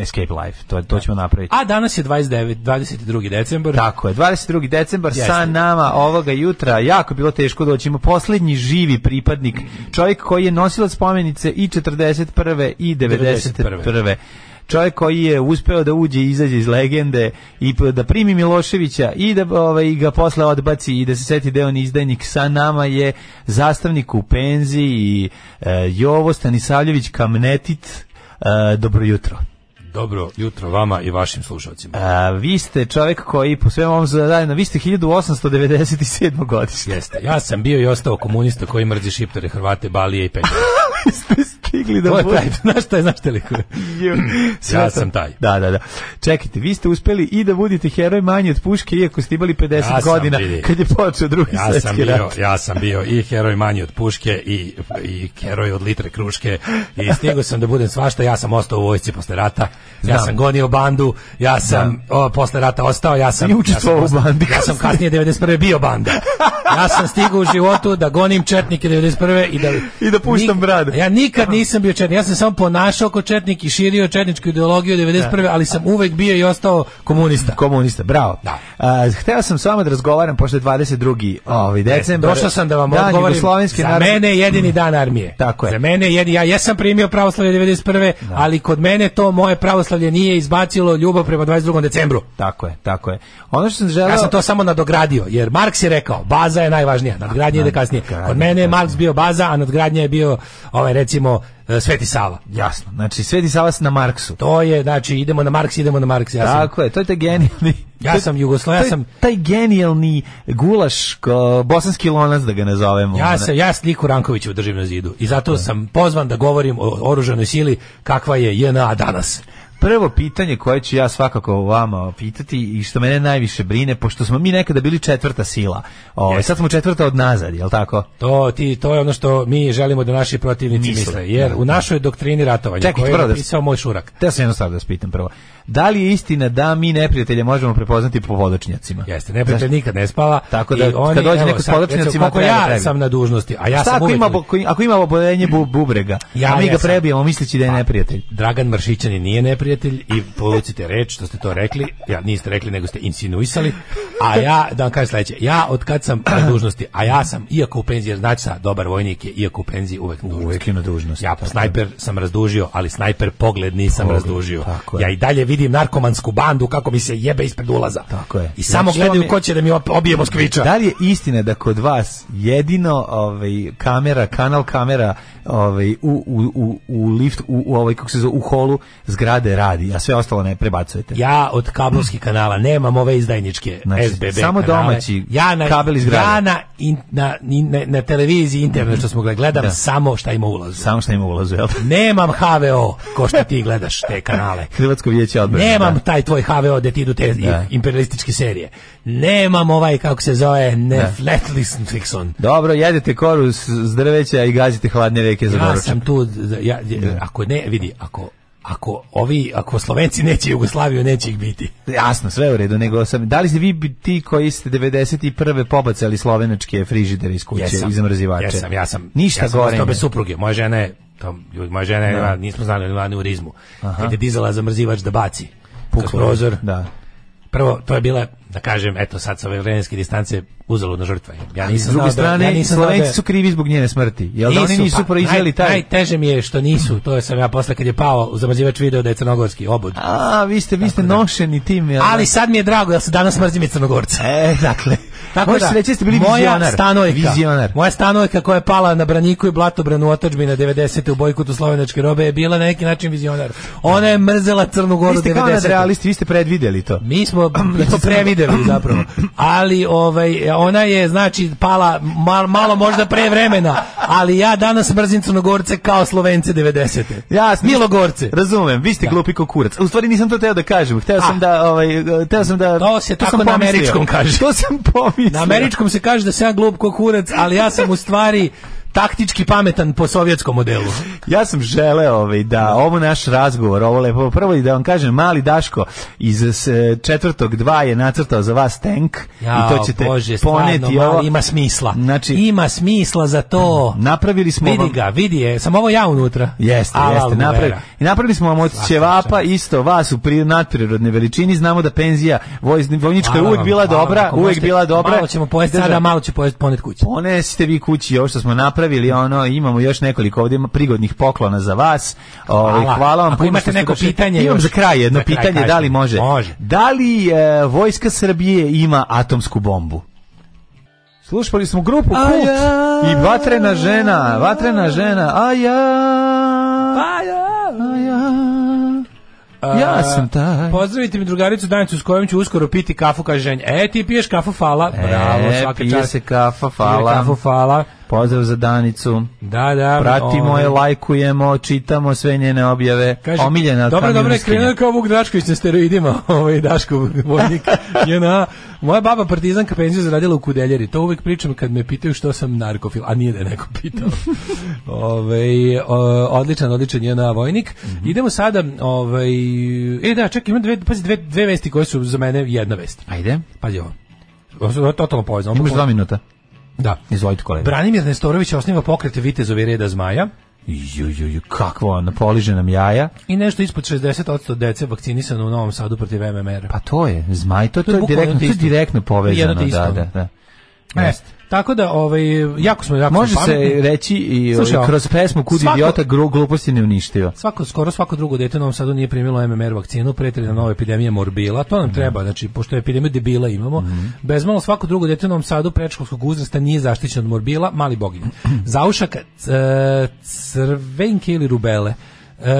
Escape Life. To, to ćemo napraviti.
A danas je 29, 22. decembar.
Tako je, 22. decembar sa
Jeste.
nama ovoga jutra, jako je bilo teško doći, ima poslednji živi pripadnik, čovjek koji je nosilac spomenice i 41. i 91. Čovjek koji je uspeo da uđe i izađe iz legende i p- da primi Miloševića i da ovaj, ga posle odbaci i da se seti da je on izdajnik. Sa nama je zastavnik u penziji i e, Jovo Stanisavljević Kamnetit. E, dobro jutro.
Dobro jutro vama i vašim slušalcima.
A, vi ste čovjek koji po svemu ovom zadanju, vi ste 1897. godište.
Jeste. Ja sam bio i ostao komunista koji mrzi šiptare, Hrvate, Balije i Pekinje.
[LAUGHS] Stigli da
To je
bude-
taj, [LAUGHS] znaš šta je, znaš te likove?
Sve
Ja
to-
sam taj.
Da, da, da. Čekajte, vi ste uspeli i da budete heroj manje od puške, iako ste imali 50
Ja sam,
godina
vidi.
kad je počeo [LAUGHS] drugi
Ja sam,
svjetski
bio,
rat.
ja sam bio i heroj manji od puške i, i heroj od litre kruške i stigao sam da budem svašta, ja sam ostao u vojsci posle rata, ja
Znam.
sam gonio bandu, ja sam o, posle rata ostao, ja sam,
I
ja sam,
učestvovao u bandi
ja sam kasnije 91. bio banda. Ja sam stigao u životu da gonim četnike 91. i da,
I da puštam bradu.
Ja nikad nisam bio četnik, ja sam samo ponašao kao četnik i širio četničku ideologiju 91. ali sam uvek bio i ostao komunista.
Komunista, bravo.
Da.
A, hteo sam s vama da razgovaram, pošto je 22. Ovaj, decembar.
Došao sam da vam
Dan
odgovorim.
jugoslovenski
Za
narod-
mene je jedini dan armije.
Tako je.
Za mene je jedini, ja jesam primio pravoslavlje 91. ali kod mene to moje pravoslavlje nije izbacilo ljubav prema 22. decembru.
Tako je, tako je. Ono što sam želeo...
Ja sam to samo nadogradio, jer Marks je rekao, baza je najvažnija, nadgradnja ide kasnije. Kod mene je Marks bio baza, a nadgradnja je bio, ovaj, recimo, eh, Sveti Sava.
Jasno, znači Sveti Savas na Marksu.
To je, znači, idemo na Marks, idemo na Marks. Ja sam,
Tako je, to je taj genijalni...
ja sam Jugoslo, ja
to je
sam...
taj genijalni gulaš, ko, bosanski lonac da ga nazovemo.
Ja
Ono.
sam ja sliku Rankovića držim na zidu i zato sam pozvan da govorim o oružanoj sili kakva je JNA danas.
Prvo pitanje koje ću ja svakako vama pitati i što mene najviše brine, pošto smo mi nekada bili četvrta sila, ovaj, sad smo četvrta od nazad, jel tako?
To, ti, to je ono što mi želimo da naši protivnici
Misle,
misle. Jer
da,
u
da.
našoj doktrini ratovanja,
Čekaj,
koju
prvo
je
da-
napisao moj šurak,
Te sam jednu stvar da vas pitam prvo. Da li je istina da mi neprijatelje možemo prepoznati po vodočnjacima?
jeste, neprijatelj nikad ne spava.
Tako da,
i oni,
kad dođe
evo,
neko s
sad,
podočnjacima,
recimo, koliko
treba
ja
prebi.
sam na dužnosti, a ja
Šta
sam
ako
uvek...
ima, bo- koji- ako ima oboljenje bu, bubrega,
Ja
a mi ga
jesam. Pa-
prebijemo misleći da je neprijatelj?
Dragan Maršićanin nije neprijatelj i polucite reč što ste to rekli, ja niste rekli nego ste insinuisali, a ja, da vam kažem sledeće, ja od kad sam na dužnosti, a ja sam, iako u penziji, jer znači sa, dobar vojnik je, iako u penziji uvek na dužnosti.
Uvijek je na dužnost.
Ja snajper sam razdužio, ali snajper pogled nisam
Pogled,
razdužio.
tako je.
Ja i dalje vidim narkomansku bandu kako mi se jebe ispred ulaza.
Tako je.
I samo
Znači,
gledaju
to mi-
ko će da mi op- obije Moskvića.
Da li je istina da kod vas jedino ovaj kamera, kanal kamera ovaj u u u u lift u, u ovaj kako se zove u holu zgrade radi, a sve ostalo ne prebacujete.
Ja od kabelskih kanala nemam ove izdajničke
Znači,
SBB
samo
kanale.
domaći
ja na,
kabel iz grada. Mhm.
Ja na, in- na, in- na, na televiziji internet što smo gledali, gledam
Da.
samo šta ima ulaz.
Samo što ima ulazu, jel? [LAUGHS]
Nemam HVO, ko što ti gledaš te kanale.
Hrvatsko vijeće odbrane.
Nemam
da.
taj tvoj HVO gde ti idu te
Da.
imperialističke serije. Nemam ovaj, kako se zove, ne, Flatlist Fixon.
Dobro, jedete koru s s drveća i gazite hladne reke za
Ja
doručak.
sam tu, da- ja, ako ne, vidi, ako, ako ovi, ako Slovenci neće Jugoslaviju, neće ih biti.
Jasno, sve u redu, nego sam... Da li ste vi bi- ti koji ste 91. pobacali slovenačke frižidere iz kuće,
Jesam.
iz mrzivače?
Jesam, ja sam.
Ništa
ja sam
gore.
ostao
ne.
bez supruge. Moja žena je, to, ljudi, moja žena je,
Da.
ona- nismo znali, ona je u rizmu. Kad je dizala zamrzivač da baci. Puklo.
Puklo.
prozor.
Da.
prvo, to je bila, da kažem, eto sad sa ove vremenske distance uzaludna žrtva. Ja
Ali s
nisam
druge
znao da-
strane,
ja nisam znao da je-
Slovenci su krivi zbog njene smrti. Jel da oni nisu
pa,
proizveli
naj-
taj...
Najteže mi je što nisu, to sam ja posle kad je pao zamazivač video da je crnogorski obod.
A, vi ste, vi ste nošeni tim. Jel?
Ali sad mi je drago da se danas mrzim i crnogorca.
E, dakle.
[LAUGHS] Tako
Možete
da,
reći da ste bili
moja
vizionar.
Stanojka,
Vizionar.
Moja stanojka koja je pala na braniku i blatobranu otadžbina 90. u bojkotu slovenačke robe je bila na neki način vizionar. Ona je mrzela Crnu Goru
Vi
90.
ste kao nadrealisti, vi ste predvideli to. [CLEARS THROAT]
Mi smo to prevideli zapravo. Ali ovaj ona je znači pala mal- malo možda pre vremena, ali ja danas mrzim Crnogorce kao Slovence 90.
Jasno.
Milogorce.
Razumem, vi ste glupi ko kurac. U stvari nisam to teo da kažem. Hteo sam da ovaj teo sam da
To se tako
sam
na
pomislio.
američkom kaže.
To sam pomislio.
Na američkom se kaže da sam ja glup ko kurac, ali ja sam u stvari taktički pametan po sovjetskom modelu.
Ja sam želeo ovaj, da ovo naš razgovor, ovo lepo prvo i da vam kažem, mali Daško iz s, četvrtog dva je nacrtao za vas tank i to ćete
Bože,
poneti
stvarno,
ovo.
mali, ima smisla.
Znači-
ima smisla za to.
Napravili smo
Vidi
vam-
ga, vidi je. Sam ovo ja unutra.
Jeste,
Ala
jeste,
Almuvera.
napravili. I napravili smo vam od ćevapa isto vas u pri nadprirodnoj veličini, znamo da penzija vojz- vojnička je
Hvala
uvek
vam,
bila
hvala vam.
dobra,
Ako
uvek
možete,
bila dobra.
Malo ćemo pojesti
Drža-
sada, a malo će pojesti ponet kući.
Ponesite vi kući ovo što smo napravili, ono imamo još nekoliko ovdje ima prigodnih poklona za vas. Ovaj
Hvala.
hvala vam
Ako
puno
imate
što ste
neko
došli.
pitanje
Imam
još.
za kraj jedno
Za kraj
pitanje,
kaži.
da li može?
Može.
Da li e, vojska Srbije ima atomsku bombu? Slušali smo grupu
A
Kult
ja.
i Vatrena žena, Vatrena žena. A
Pa,
ja. Ja sam taj.
Pozdravite mi drugaricu Danicu s kojom ću uskoro piti kafu, kaže ženja. E, ti piješ kafu, fala. Bravo,
E,
svaka
pije
čast.
se kafa,
Pije kafu,
hvala.
fala.
Pozdrav za Danicu.
Da, da.
Pratimo
ovaj.
je, lajkujemo, čitamo sve njene objave.
Kaže,
Omiljena od
dobro, dobro, je
kamionistkinje.
krenuo kao Vuk Drašković na steroidima, [LAUGHS] ovaj Daško vojnik. JNA. Moja baba partizanka penziju zaradila u Kudeljeri. To uvek pričam kad me pitaju što sam narkofil, a nije da je neko
[LAUGHS]
pitao. Ovaj, o, odličan, odličan JNA vojnik.
Mhm.
Idemo sada, ovaj, e da, čak imam dve, pazi, dve, dve vesti koje su za mene jedna vest.
Ajde.
Pazi ovo. Ovo su totalno povezano.
Imaš dva minuta.
Da.
Izvolite kolega.
Branimir Nestorović osniva pokret Vitezovi reda zmaja.
Ju, ju, ju, kakvo, ono, poliže nam jaja.
I nešto ispod 60% dece vakcinisano u Novom Sadu protiv MMR.
Pa to je, zmaj, to, to,
To je
je,
bukvalno
direktno, to je
isto.
direktno povezano.
Jedno te isto.
Da, da, da.
E,
Jeste.
tako da, ovaj, jako smo, jako
Može
smo
se
pametni.
reći i
Slušaj,
ovaj,
ovo,
kroz pesmu Kud
svako-
idiota gru, gluposti ne uništio.
Svako, skoro svako drugo dete u Novom Sadu nije primilo MMR vakcinu, pretjeri na nove epidemije morbila, to nam treba, znači, pošto epidemiju debila imamo,
Mhm.
bezmalo svako drugo dete u Novom Sadu predškolskog uzrasta nije zaštićeno od morbila, mali
[CLEARS THROAT]
boginje. Zaušaka, c- e, crvenke ili rubele, E,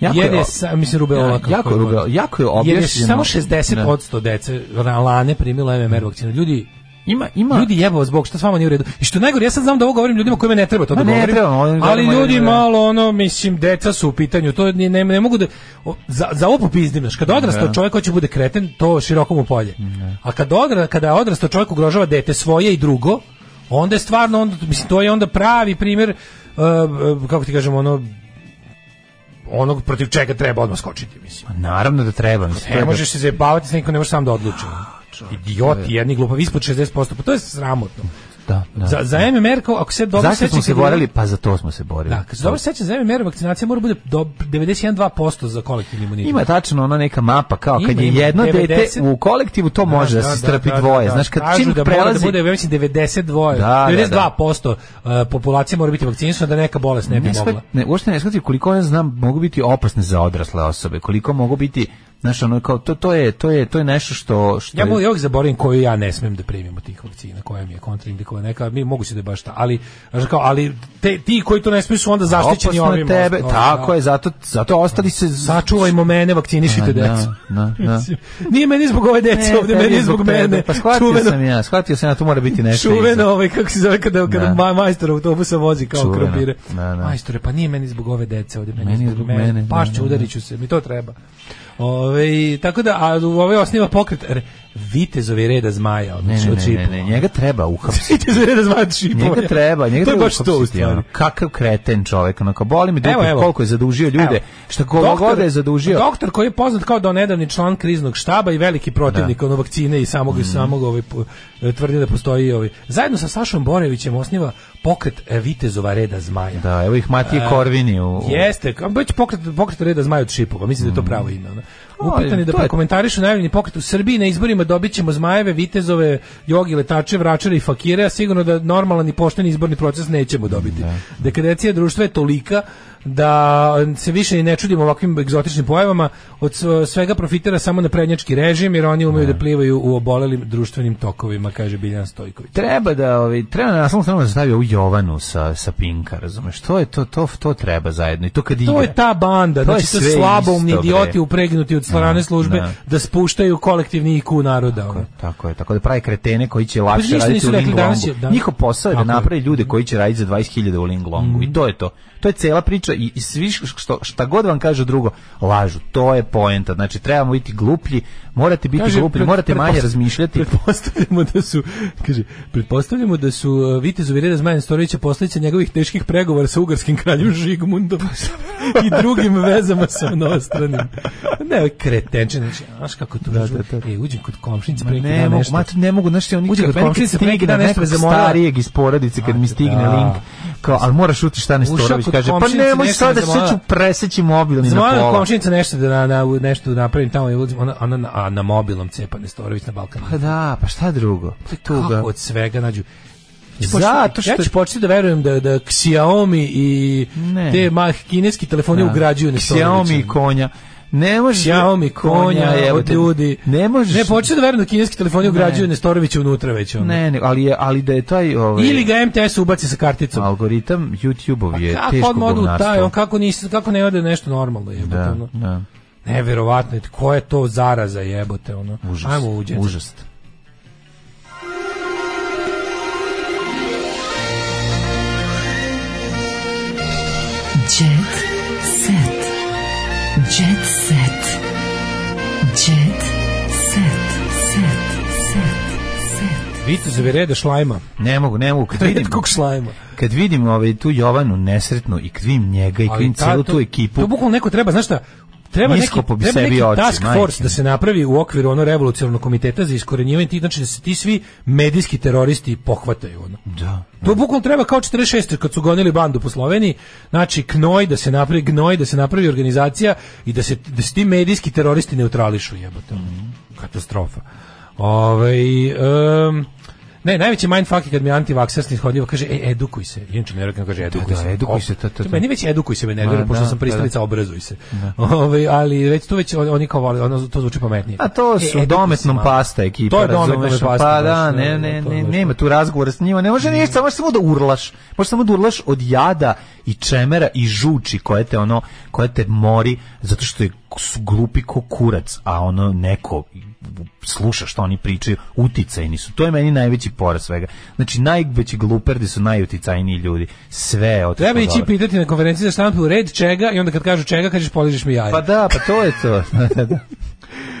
Jako je
jer
o-
je, sa- mislim, rubeola. kako
Jako je
god.
rubeo- jako je
Jer je
objašnjeno.
samo 60% dece lane primilo MMR vakcinu. Ljudi,
Ima, ima...
Ljudi jebo vas Bog, šta s vama nije u redu? I što je najgore, ja sad znam da ovo govorim ljudima kojima ne treba to
Ma
da
ne
govorim.
treba, ovim
ali
govorimo
ljudi
ljudima, da.
malo ono, mislim, deca su u pitanju, to ne, ne, ne mogu da o, za za ovo popizdim, znaš, kad odrastao čovjek hoće bude kreten, to širokom u polje. A kad odra, kada odrastao čovjek ugrožava dete svoje i drugo, onda je stvarno onda mislim to je onda pravi primjer eh, eh, kako ti kažemo ono onog protiv čega treba odmah skočiti, mislim.
Naravno da treba. mislim, to
Ne
je
E, možeš se zajebavati s nikom, ne možeš sam da odluči. Idioti, jedni glupavi, ispod 60%, pa to je sramotno.
Da, da.
Za, za MMR, kao, ako se dobro
Zašto
sećam,
smo se
kad je-
borili? Pa za to smo se borili.
Da, kad se dobro sećam, za MMR vakcinacija mora bude do 91-2% za kolektivni imunitet.
Ima tačno ona neka mapa kao kad
Ima,
je
ima.
jedno
90
dete u kolektivu to može da, se strpi dvoje. Znaš kad
Kažu
čim
da mora
prelazi
da bude, ja mislim 92,
Da, da,
92% e, populacije mora biti vakcinisana da neka bolest ne bi
ne, shvat,
mogla.
ne, uopšte ne shvatim koliko ja znam mogu biti opasne za odrasle osobe, koliko mogu biti znaš ono kao to to je to je to je nešto što što
Ja
je-
mogu ja uvijek zaboravim koju ja ne smem da primim od tih vakcina, koja mi je kontraindikovana, neka mi moguće da je baš ta, ali znaš kao, ali te, ti koji to ne smiju su onda zaštićeni
opasno je
ovim.
tebe.
ovim,
tako
da.
je, zato zato ostali se
Sačuvajmo mene,
Da,
vakcinišite decu.
da, da.
Mislim, Nije meni zbog ove [LAUGHS] dece
Ne,
ovdje,
tebi
meni
je
je zbog
tebe.
mene.
Pa shvatio
Čuveno-
sam ja, shvatio sam ja, tu mora biti nešto. iza.
Čuveno ovaj, kako se zove, kada, kada
Da.
ma, majstor autobusa vozi kao
Čuveno.
krompire.
Da, da.
Majstore, pa nije meni zbog ove dece ovdje, meni,
Meni
je
je
zbog
zbog
mene.
mene, da,
Pašću,
da, da.
udarit ću se, mi to treba. Ove, tako da, a u ovaj osniva pokret re- Vitezovi reda zmaja, od,
Ne, ne,
od
ne, ne,
šipova.
ne, njega treba
[LAUGHS]
uhapsiti.
Vitezovi reda zmaja od šipova.
Njega treba, njega
to je
treba
baš to u
uhapsiti,
stvari.
ono. Kakav kreten čovjek, onako, boli me dupe
Evo, evo.
koliko je zadužio ljude,
Evo.
šta koliko god da je zadužio.
Doktor koji je poznat kao donedavni član kriznog štaba i veliki protivnik ono vakcine i samog
Mhm.
i samog ovaj po- e, tvrdi da postoji ovaj. Zajedno sa Sašom Borevićem osniva pokret e, vitezova reda zmaja.
Da,
E,
evo ih Matije Korvini u... u-
Jeste, kao- već pokret, pokret reda zmaja od šipova, mislim da je to pravo ime. ono. Upitani da
to je-
prokomentarišu najavljeni pokret u Srbiji na izborima dobit ćemo zmajeve, vitezove, jogi, letače, vračare i fakire, a sigurno da normalan i pošten izborni proces nećemo dobiti. Dekadencija društva je tolika da e, se više i ne čudimo ovakvim egzotičnim pojavama, od s- svega profitira samo naprednjački režim, jer oni umeju da plivaju u obolelim društvenim tokovima, kaže Biljan Stojković.
Treba da, ovaj, treba na naslovnu stranu da stavi ovu Jovanu sa, sa Pinka, razumeš? To je to, to, to treba zajedno i to kad igra.
To je ta banda,
To je
znači to
sve
slaboumni
isto, bre.
idioti upregnuti od strane službe
da.
da spuštaju kolektivni IQ naroda. ono.
Pa Tako je, tako da pravi kretene koji će
Pa
lakše
ništa
raditi
nisu
u
rekli,
Ling
danas
Longu.
je- da.
Njihov posao je da
Tako je. Mhm.
napravi ljude koji će raditi za 20.000 u Ling Longu. I to je to. To je cela priča i, i svi š- što, šta god vam kažu drugo, lažu. To je poenta. Znači, trebamo biti gluplji, morate biti gluplji,
pred-
morate manje
pretpostav-
razmišljati.
Pretpostavljamo da su, kaže, pretpostavljamo da su uh, vitezovi reda Zmajan Storovića posljedica njegovih teških pregovora sa ugarskim
[LAUGHS]
kraljem Žigmundom i drugim vezama sa mnostranim. Ne, ovo je kretenčin, znači, znaš kako to da, E, uđem kod komšnice, pre neki
Ne
dan
mogu,
nešto.
ma to ne mogu, znaš, ti, oni
Uđe
kad
kod
meni
komšinice,
stigne
neki dan nešto
nekog
zamolila.
starijeg iz porodice, kad mi stigne
da.
link, kao, ali moraš uti šta
Ušao
Nestorović
kod
kaže, pa
komšinice,
nemoj
nešto
sada,
me
sve ću
zamolila.
preseći mobilni na
Zvala
pola.
komšinica nešto da na, na, nešto napravim tamo i uzim, ona, ona na, a na mobilnom cepa Nestorović na Balkanu.
Pa da, pa šta drugo? Tuga.
Kako od svega nađu.
Zato što-
ja ću početi da verujem da, da Xiaomi i
Ne.
te mah, kineski telefoni
Da.
ugrađuju Nestorovića.
Xiaomi i konja. Ne možeš...
Xiaomi, konja,
evo
od
te,
ljudi.
Ne možeš...
Ne, početi da verujem da kineski telefoni ugrađuju
Ne.
Nestorovića unutra već. Ono.
Ne, ne, ali, je, ali da je taj ovaj,
Ili ga MTS ubaci sa karticom.
algoritam YouTube-ov je
Kako
teško
odmah odu u taj, on
govnarstvo.
kako, nisi, kako ne ode nešto normalno jebote.
Da,
ono.
da.
Neverovatno je, ko je to zaraza jebote. Ono.
Užas.
Ajmo uđe.
Užas.
Jet set. Jet set. Jet set. Set. Set. Set.
Vitezovi reda šlajma.
Ne mogu, ne mogu. Kad
[LAUGHS]
vidim,
Redkog šlajma.
kad vidim ovaj, tu Jovanu nesretnu i kad vidim njega i kad vidim
ta-
celu
to-
tu ekipu,
To bukvalno neko treba, znaš šta, treba neki,
Iskopo bi
treba
sebi
neki
oči,
task
majke
force
mi.
da se napravi u okviru ono revolucionarnog komiteta za iskorenjivanje tih, znači da se ti svi medijski teroristi pohvataju. Ono.
da.
To bukvalno treba kao 46. kad su gonili bandu po Sloveniji, znači knoj da se napravi, gnoj da se napravi organizacija i da se, da se ti medijski teroristi neutrališu jebote.
Mhm.
Katastrofa. Ove, ne, najveći mindfuck je kad mi antivakser snishodljivo kaže, e, edukuj se. Inče nerokno kaže, edukuj
da,
se.
edukuj
O,
se, to, to, to.
Meni već edukuj se, me nervira,
Ma,
pošto
da,
sam
pa da.
pristalica, obrazuj se. Ove, ali već tu već on- oni kao vole, ono, to zvuči pametnije.
A to
E,
su
edukuj se
dometnom
malo.
pasta ekipa,
To je dometnom
razumeš?
pasta.
Pa
baš,
da, ne, ne,
to je
ne,
baš
nema tu razgovora s njima, ne može ništa, možeš samo da urlaš. Možeš samo da urlaš od jada i čemera i žuči koje te ono, koje te mori zato što je su glupi ko kurac, a ono neko sluša što oni pričaju, uticajni su. To je meni najveći poraz svega. Znači, najveći gluperdi su najuticajniji ljudi. Sve je otišlo
Treba ići
Pa dobro.
pitati na konferenciji za štampu red čega i onda kad kažu čega kažeš poližeš mi jaja.
Pa da, pa to je
[LAUGHS]
to. Da, da. A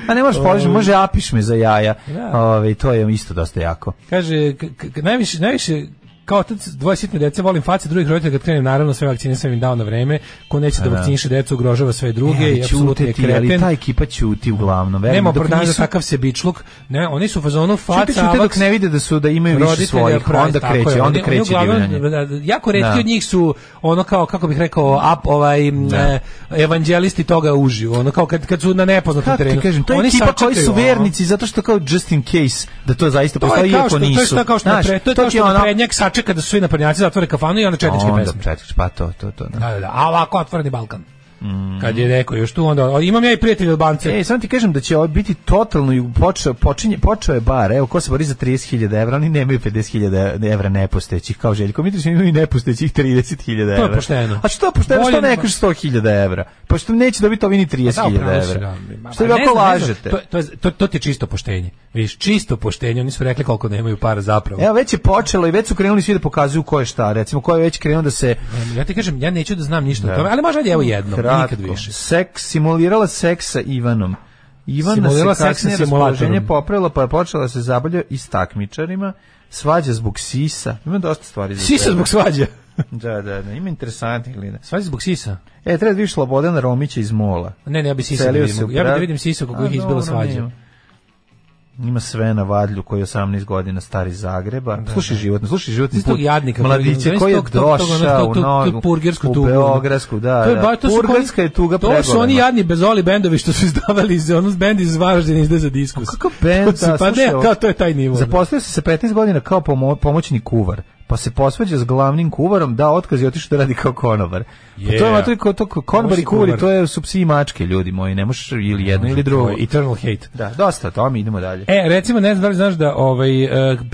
Pa ne možeš položiti, može apiš me za jaja.
Da.
Ove, to je isto dosta jako.
Kaže k- k- k- najviše najviše kao otac dvoje sitne dece volim face drugih roditelja kad krenem naravno sve vakcine sam im dao na vreme. Ko neće da
Da.
vakciniše decu ugrožava sve druge
ali
i apsolutno je
ćute ti, ali
kreten.
ta ekipa ćuti uglavnom. Verujem,
Nema
dok
prodanja za
nisu-
takav sebičluk. Ne, oni su u fazonu
Ćute,
faca.
ćute dok
avaks,
ne vide da su da imaju više
roditelja,
svojih,
pravi,
onda
tako
kreće,
je.
onda
Oni-
kreće
oni uglavnom,
divljanje.
da, Jako redki
Da.
od njih su ono kao kako bih rekao ap, ovaj m, e, evanđelisti toga uživo, ono kao kad kad su na nepoznatom
Kako ti
terenu.
kažem, to je
Oni
ekipa koji
sačekaju,
su
ono.
vernici, zato što kao just in case, da to zaista
To je
postoji,
kao
iako
što, to
Pa nisu.
je šta kao što
Znaš,
napre, to je kao
ti
što
ono-
naprednjak sačeka da su svi naprednjaci zatvore kafanu i onda četničke
Onda
pesme.
četničke, pa to, to, to. da.
Da, da, da. A ovako otvoreni Balkan.
Mm.
Kad je neko još tu, onda imam ja i prijatelja Albance.
E, samo ti kažem da će ovo biti totalno i počeo, počinje, počeo je bar, evo ko se bori za 30.000 evra, oni nemaju 50.000 evra nepostojećih, kao Željko Mitrović, oni imaju nepostojećih 30.000 evra.
je pošteno.
A što je pošteno, što
Bolje
ne
nego-
kažeš 100.000 evra? Pa što neće dobiti ovi ni 30.000 evra. Što je
Pa ne
ovako
znam, ne znam,
lažete?
To, to, je- to, to ti je čisto poštenje. Viš, čisto poštenje. Oni su rekli koliko nemaju para zapravo.
Evo već je počelo i već su krenuli svi da pokazuju ko je šta, recimo ko je već krenuo da se
Ja ti kažem, ja neću da znam ništa o tome, ali možda je evo jedno, nikad
Mm, kratko,
više.
seks, simulirala seks sa Ivanom. Ivana
Simulirala
se
seks sa
kasnije
simulatorom.
raspoloženje popravila pa je počela da se zabavlja i s takmičarima, svađa zbog sisa. Ima dosta stvari za
Sisa
tebe.
zbog svađa.
[LAUGHS] Da, da, da, ima interesantnih glina.
Svađa zbog sisa.
E, treba da vidiš Slobodana Romića iz Mola.
Ne, ne, ja bi sisa da
Selio
vidim.
se u
Ja bi da
grad.
vidim sisa kako
A,
ih izbila
dobro,
svađa.
nema. Ima sve na vadlju koji je 18 godina stari Zagreba. slušaj životno, slušaj životni
Iz tog
put.
jadnika,
mladiće
iz
koji je
tog- tog- tog-
došao
tog-
u
tog-
nogu,
tog purgirsku
u
tugu. ono.
Beogradsku, da.
To je,
da.
ba- to su
Purgirska
koji-
je tuga
To su oni
pregorena.
jadni bezoli bendovi što su izdavali iz onog bend iz Varaždina izde za diskus.
Kako bend, da,
[LAUGHS] Pa ne,
slušaj, ovo-
kao to je taj nivo. ono.
Zaposlio se sa 15 godina kao pomo- pomoćni kuvar, pa se posvađa s glavnim kuvarom, da otkaz i otišao da radi kao konobar. Pa to je
Yeah.
matri ko to ko- konobar
Pomoćni
i kuvari,
kuvar.
to je su psi i mačke, ljudi moji, ne možeš ili jedno ili drugo.
To je eternal hate.
Da, dosta o tome, idemo dalje.
E, recimo, ne znam da li znaš da ovaj, e,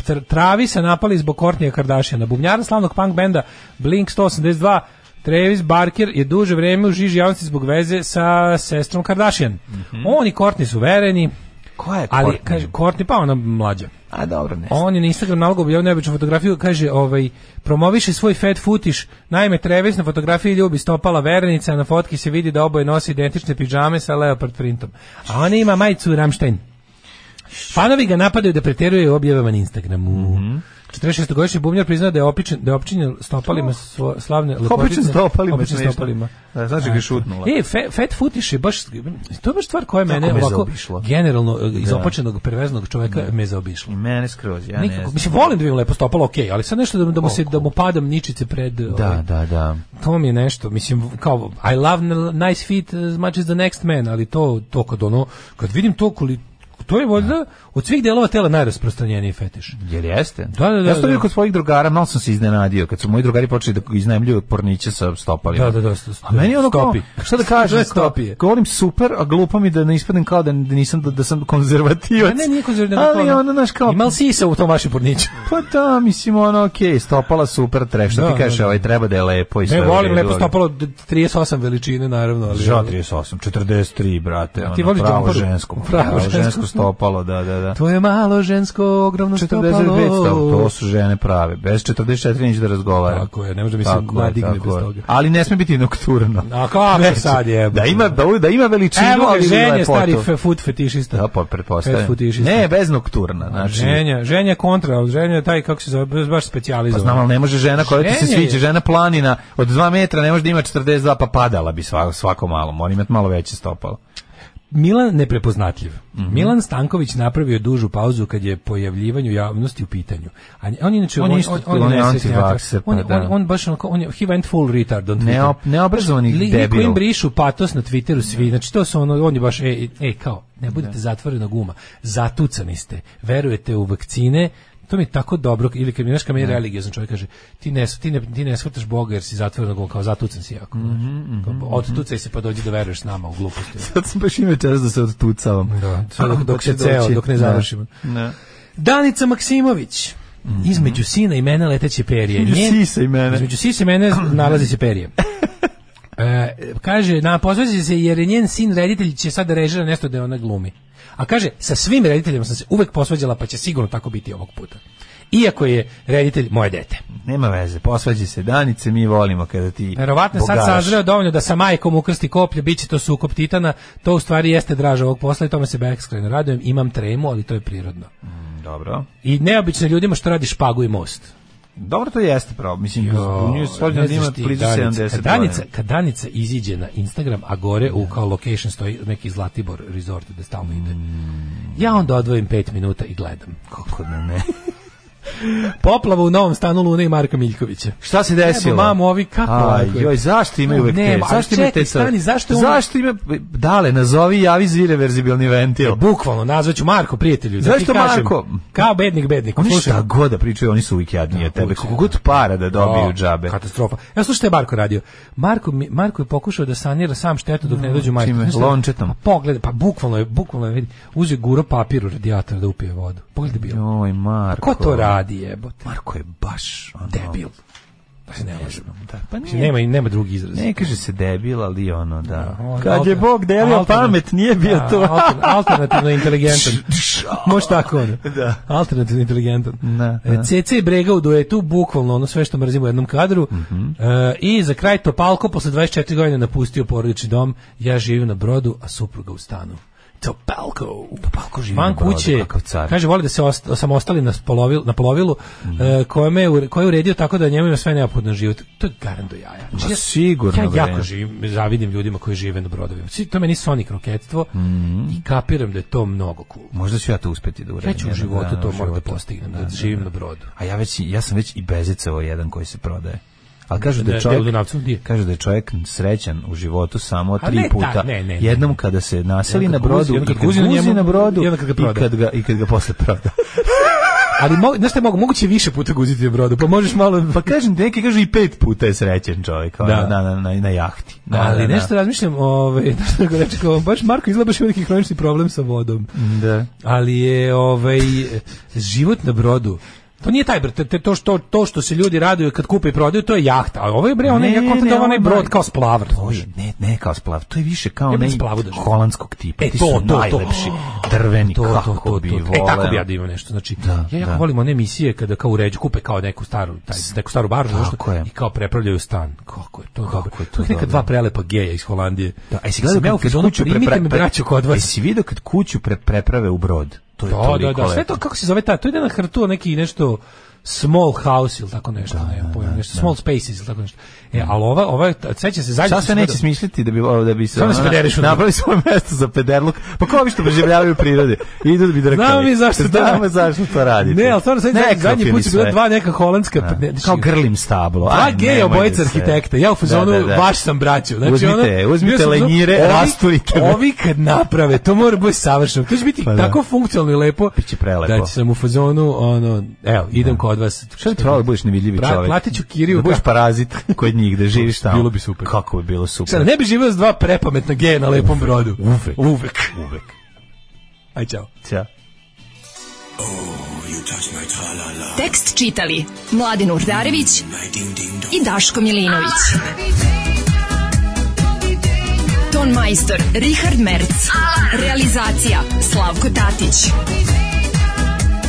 tr- travi se napali zbog Kortnija Kardashiana. Bubnjara slavnog punk benda Blink 182 Travis Barker je duže vreme u žiži javnosti zbog veze sa sestrom Kardashian. On i Kortni su vereni.
Koja Mhm. je
Ali,
Kourtney?
kaže, Kortni pa ona mlađa.
A dobro, ne.
On je na Instagram nalogu objavio neobičnu fotografiju, kaže, ovaj, promoviše svoj fat futiš, naime Travis na fotografiji ljubi stopala verenica, a na fotki se vidi da oboje nosi identične pidžame sa leopard printom. A ona ima majicu Ramstein. Fanovi ga napadaju da preteruje u objavama na Instagramu.
Mhm.
46-godišnji bubnjar priznao da je opičen, da je opčinjen stopalima svo- slavne lepotice.
Obično stopalima,
Opičen
smešno.
stopalima.
Da, znači ga je šutnula.
E, fe- fat futiš je baš, to je baš stvar koja mene
Tako me
ovako,
zaobišla.
generalno, e, iz
Da.
opačenog perveznog čoveka me zaobišla.
Mene skroz, ja ne
Nikako,
znam.
mislim, volim da vidim lepo stopalo, okej, ali sad nešto da, mu- da, mu, se, da mu padam ničice pred... ovaj,
Da, da, da.
To mi je nešto, mislim, kao, I love n- nice feet as much as the next man, ali to, to kad ono, kad vidim to koli, to je valjda od svih delova tela najrasprostranjeniji fetiš.
Jer jeste?
Da, da, da,
Ja sam to
da.
vidio kod svojih drugara, malo sam se iznenadio, kad su moji drugari počeli da iznajemljuju porniće sa stopalima.
Da, da, da, sto-
A meni je ono kao,
stopi.
šta da kažem, ono
Sve
kao,
stopije.
govorim super, a glupo mi da ne ispadnem kao da, da nisam, da, da sam konzervativac.
Ne, ne, nije konzervativno.
Ali ono, znaš, kao,
Ima li sisa u tom vašem porniću?
pa da, mislim, ono, okej, stopala super, treš, što
Da,
ti kažeš,
da, da.
ovaj, treba da je lepo i sve.
Ne,
u
volim
redu,
lepo
ali-
stopalo d- 38 veličine, naravno, ali...
Žao 38, 43, brate,
ti
ono,
voliš
pravo
džamparu?
žensko,
Pravo
pravo žensko
žensko.
stopalo, da, da, da.
Tvoje malo žensko, ogromno
45
stopalo.
stava, to su žene prave. Bez 44 neće da razgovara.
Tako je, ne može da mi se
Tako je,
nadigne
tako
bez
je.
toga.
Ali ne sme biti nokturno.
A kako
Neće.
sad je?
Da ima, da, da ima veličinu,
Evo
ali
ga,
i
ženje,
lepotu.
stari fe- food fetišista.
Da, pa
Fast
pretpostavljam.
food išista.
Ne, bez nokturna. Znači,
Ženja, ženja je kontra, ali ženja je taj, kako se zove, baš- baš
Pa
specijalizovan.
znam, ali ne može žena koja ti se
Ženja je-
sviđa, žena planina od 2 metra ne može da ima 42, pa padala bi svako, svako malo, mora imati malo veće stopalo.
[LAUGHS] Milan neprepoznatljiv.
Mhm.
Milan Stanković napravio dužu pauzu kad je pojavljivanju javnosti u pitanju. A nje- on inače
On
on, on,
isto-
on, on,
on
on,
je
je
antivakser, pa
on, on,
da.
on baš onako, on je, he went full retard on
Neop,
Twitter.
neobrazovani
Li-
debil.
Niko im brišu patos na Twitteru svi. Znači to su ono, on je baš, ej, ej kao, ne budete zatvorenog uma. Zatucani ste. Verujete u vakcine, to mi je tako dobro ili kad mi znaš kad mi je religiozan čovjek kaže ti ne ti ne ti ne shvataš boga jer si zatvorenog uma, kao zatucan si jako mm
Mhm,
otucaj se pa dođi da veruješ s nama u gluposti
Sad sam baš imao čas da se odtucavam.
Da, sve dok- dok se
pa će
ceo,
doći.
dok ne
Da.
završimo.
Da.
Danica Maksimović.
Mhm.
Između sina i mene leteće perje.
Između
Njen-
sisa i mene.
Između sisa i mene nalazi se
[LAUGHS]
perje. E, kaže, na, pozvaće se jer je njen sin reditelj će sad da režira nešto da je ona glumi. A kaže, sa svim rediteljima sam se uvek posvađala pa će sigurno tako biti ovog puta. Iako je reditelj moje dete.
Nema veze, posvađi se Danice, mi volimo kada ti
Verovatno je sad
bogaraš.
sazreo dovoljno da sa majkom ukrsti koplje, bit će to sukob titana, to u stvari jeste draža ovog posla i tome se beskrajno radujem, imam tremu, ali to je prirodno.
Dobro.
I neobično je ljudima što radi špagu i most.
Dobro to jeste pravo. Mislim, u nju je s obzirom
Ne
da ima
znaš ti,
blizu
Danica,
70
kad Danica,
godina.
kad Danica iziđe na Instagram, a gore u kao location stoji neki Zlatibor resort da stalno ide. Ja onda odvojim pet minuta i gledam.
Mm. Kako da ne?
[LAUGHS] Poplava u novom stanu Lune i Marka Miljkovića.
Šta se desilo?
Jebo, mamu, ovi kako
Aj,
ovako je?
joj, zašto ima
No,
uvek te?
nema, ali
Zašto ima
čekaj,
te? sad?
stani, zašto je on-
Zašto ima... Dale, nazovi, javi za irreverzibilni ventil.
Bukvalno, nazvaću Marko, prijatelju. Da ti
Zašto
kažem,
Marko?
Kao bednik bedniku.
Oni
slušaj.
šta god da pričaju, oni su uvijek jadniji od tebe. Kako god para da dobiju
O,
Pa džabe.
Katastrofa. Ja slušaj šta je Marko radio. Marko, mi- Marko je pokušao da sanira sam štetu dok ne dođu majke.
čime?
Znaš šta?
Lončetom?
Pa Pogledaj, pa bukvalno je, bukvalno je, vidi, uzeo je guro papir u radijator da upije vodu. Pogledaj bio.
Joj, Marko.
Ko to radi, jebote?
Marko je baš... ono,
Debil. Da se ne lažemo.
Da, pa
Mislim,
nije.
nema, nema drugi izraz.
Ne kaže se debil, ali ono, da.
On
Kad je
altern-
Bog delio
altern-
pamet, nije bio
Da,
to.
altern- Alternativno inteligentan. Može tako ono. Da. Alternativno inteligentan.
Da,
E, CC i Brega u duetu, bukvalno ono sve što mrzimo u jednom kadru.
Mhm.
E, I za kraj Topalko, posle 24 godine napustio porodični dom, ja živim na brodu, a supruga u stanu. Topalko.
Topalko pa živi
Van
na brodu,
kuće,
kakav car. Mhm.
kaže, voli da se ost, sam ostali na, polovil, na polovilu, e, kojome je, ure- koje je uredio tako da njemu ima sve neophodno život. To je garan do jaja. Znači,
Ma sigurno,
Ja
bre.
jako živim, zavidim ljudima koji žive na brodovima. Svi- To je meni Sonic roketstvo
Mhm.
i kapiram da je to mnogo cool.
Možda ću ja to uspeti da uradim.
Ja ću u
jednog
životu
dana,
to
u
moram da
životu.
postignem, da živim na brodu.
A ja već ja sam već i bezicao jedan koji se prodaje. Ali kažu da
Ne,
je čovjek
Donavcu,
kažu da je čovjek srećan u životu samo
A
tri
ne,
puta.
da, ne, ne, ne.
jednom kada se naseli
Jednom
na
kad guzi,
brodu, i
jednom
kad
kad guzi na
guzi
njemu,
na brodu
jednom kad ga
i
proda.
kad ga i kad ga posle proda.
Ali mo, znaš šta je mogu, moguće više puta guziti na brodu, pa možeš
[LAUGHS]
malo...
[LAUGHS] Pa kažem, neki kažu i pet puta je srećan čovjek ono,
Da.
na, na, na, na jahti. Da,
Pa, ali
da, da.
nešto razmišljam, ovaj, [LAUGHS] nešto ga reče, kao, baš Marko izgleda baš ima neki hronični problem sa vodom.
Da.
Ali je ovaj, život na brodu, To nije taj brod, to- to, to što to što se ljudi raduju kad kupe i prodaju, to je jahta. A ovo je bre, onaj
Ne,
ja kontam
ne, ovaj
da je
ovo
onaj
je
brod
mali.
kao splav.
To je, ne, ne kao splav, to je više kao
Ja bih
ne
splavu da živim.
holandskog tipa.
E,
Ti
to,
su
to, to.
najlepši, drveni,
To, to,
kako
to, to,
bi
to. E,
voleo.
tako bi ja da imam nešto. Znači, ja jako
da.
volim one emisije kada kao uređu, kupe kao neku staru, taj, neku staru baru, nešto,
Tako je.
i kao prepravljaju stan. Kako je to? Kako je
to
Neka
dobro.
dva prelepa geja iz Holandije.
Da, a jesi
Sam ja
gledao
u
kad, ono kad
fazonu,
kuću pre,
ono primite
pre,
me,
pre-
braćo, kod vas.
Jesi video kad kuću pre, preprave u brod? To je
Da, da,
toliko
da, sve to
lepo.
kako se zove ta, to ide na hrtu neki nešto small house ili tako nešto, ne, pojma, nešto small spaces ili tako nešto. E, ali ova, ova, seća se zaista...
Šta sve neće smisliti da bi ovo da bi se
Samo da se
ono,
pederišu.
napravili svoje mesto za pederluk. Pa kao vi što preživljavaju u prirodi. Idu da bi drkali.
Znamo mi zašto to
Znamo
radite.
zašto to radite.
Ne, ali stvarno sad zadnji- zadnji
Nekrofili
put su bila
sve.
dva neka holandska...
Da.
pa ne,
Kao grlim stablo.
Dva
Aj,
geja
nemojte
obojica
se.
arhitekta. Ja u fazonu
Da, da, da.
vaš sam braćo. Znači,
Uzmite,
ono,
uzmite
bio sam u fazonu,
lenjire,
ovi-
rasturite me.
Ovi kad naprave, to mora biti savršeno. To će biti
Pa da.
tako funkcionalno i lepo.
Biće prelepo.
Da će sam u fazonu, ono, evo, idem kod vas.
Šta bi trebalo da budeš nevidljivi
Pra-
čovjek?
platit ću kiriju,
Da budeš
da.
parazit kod njih, da živiš tamo.
Bilo bi super.
Kako bi bilo super.
Sad, ne bi živio s dva prepametna geja na lepom brodu.
Uvek.
Uvek.
Uvek.
Aj, čao.
Ćao.
Tekst čitali Mladin Urdarević i Daško Milinović. Ton majstor Richard Merc. Realizacija Slavko Tatić.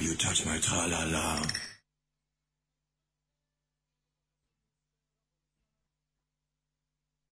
You touch my tra-la-la.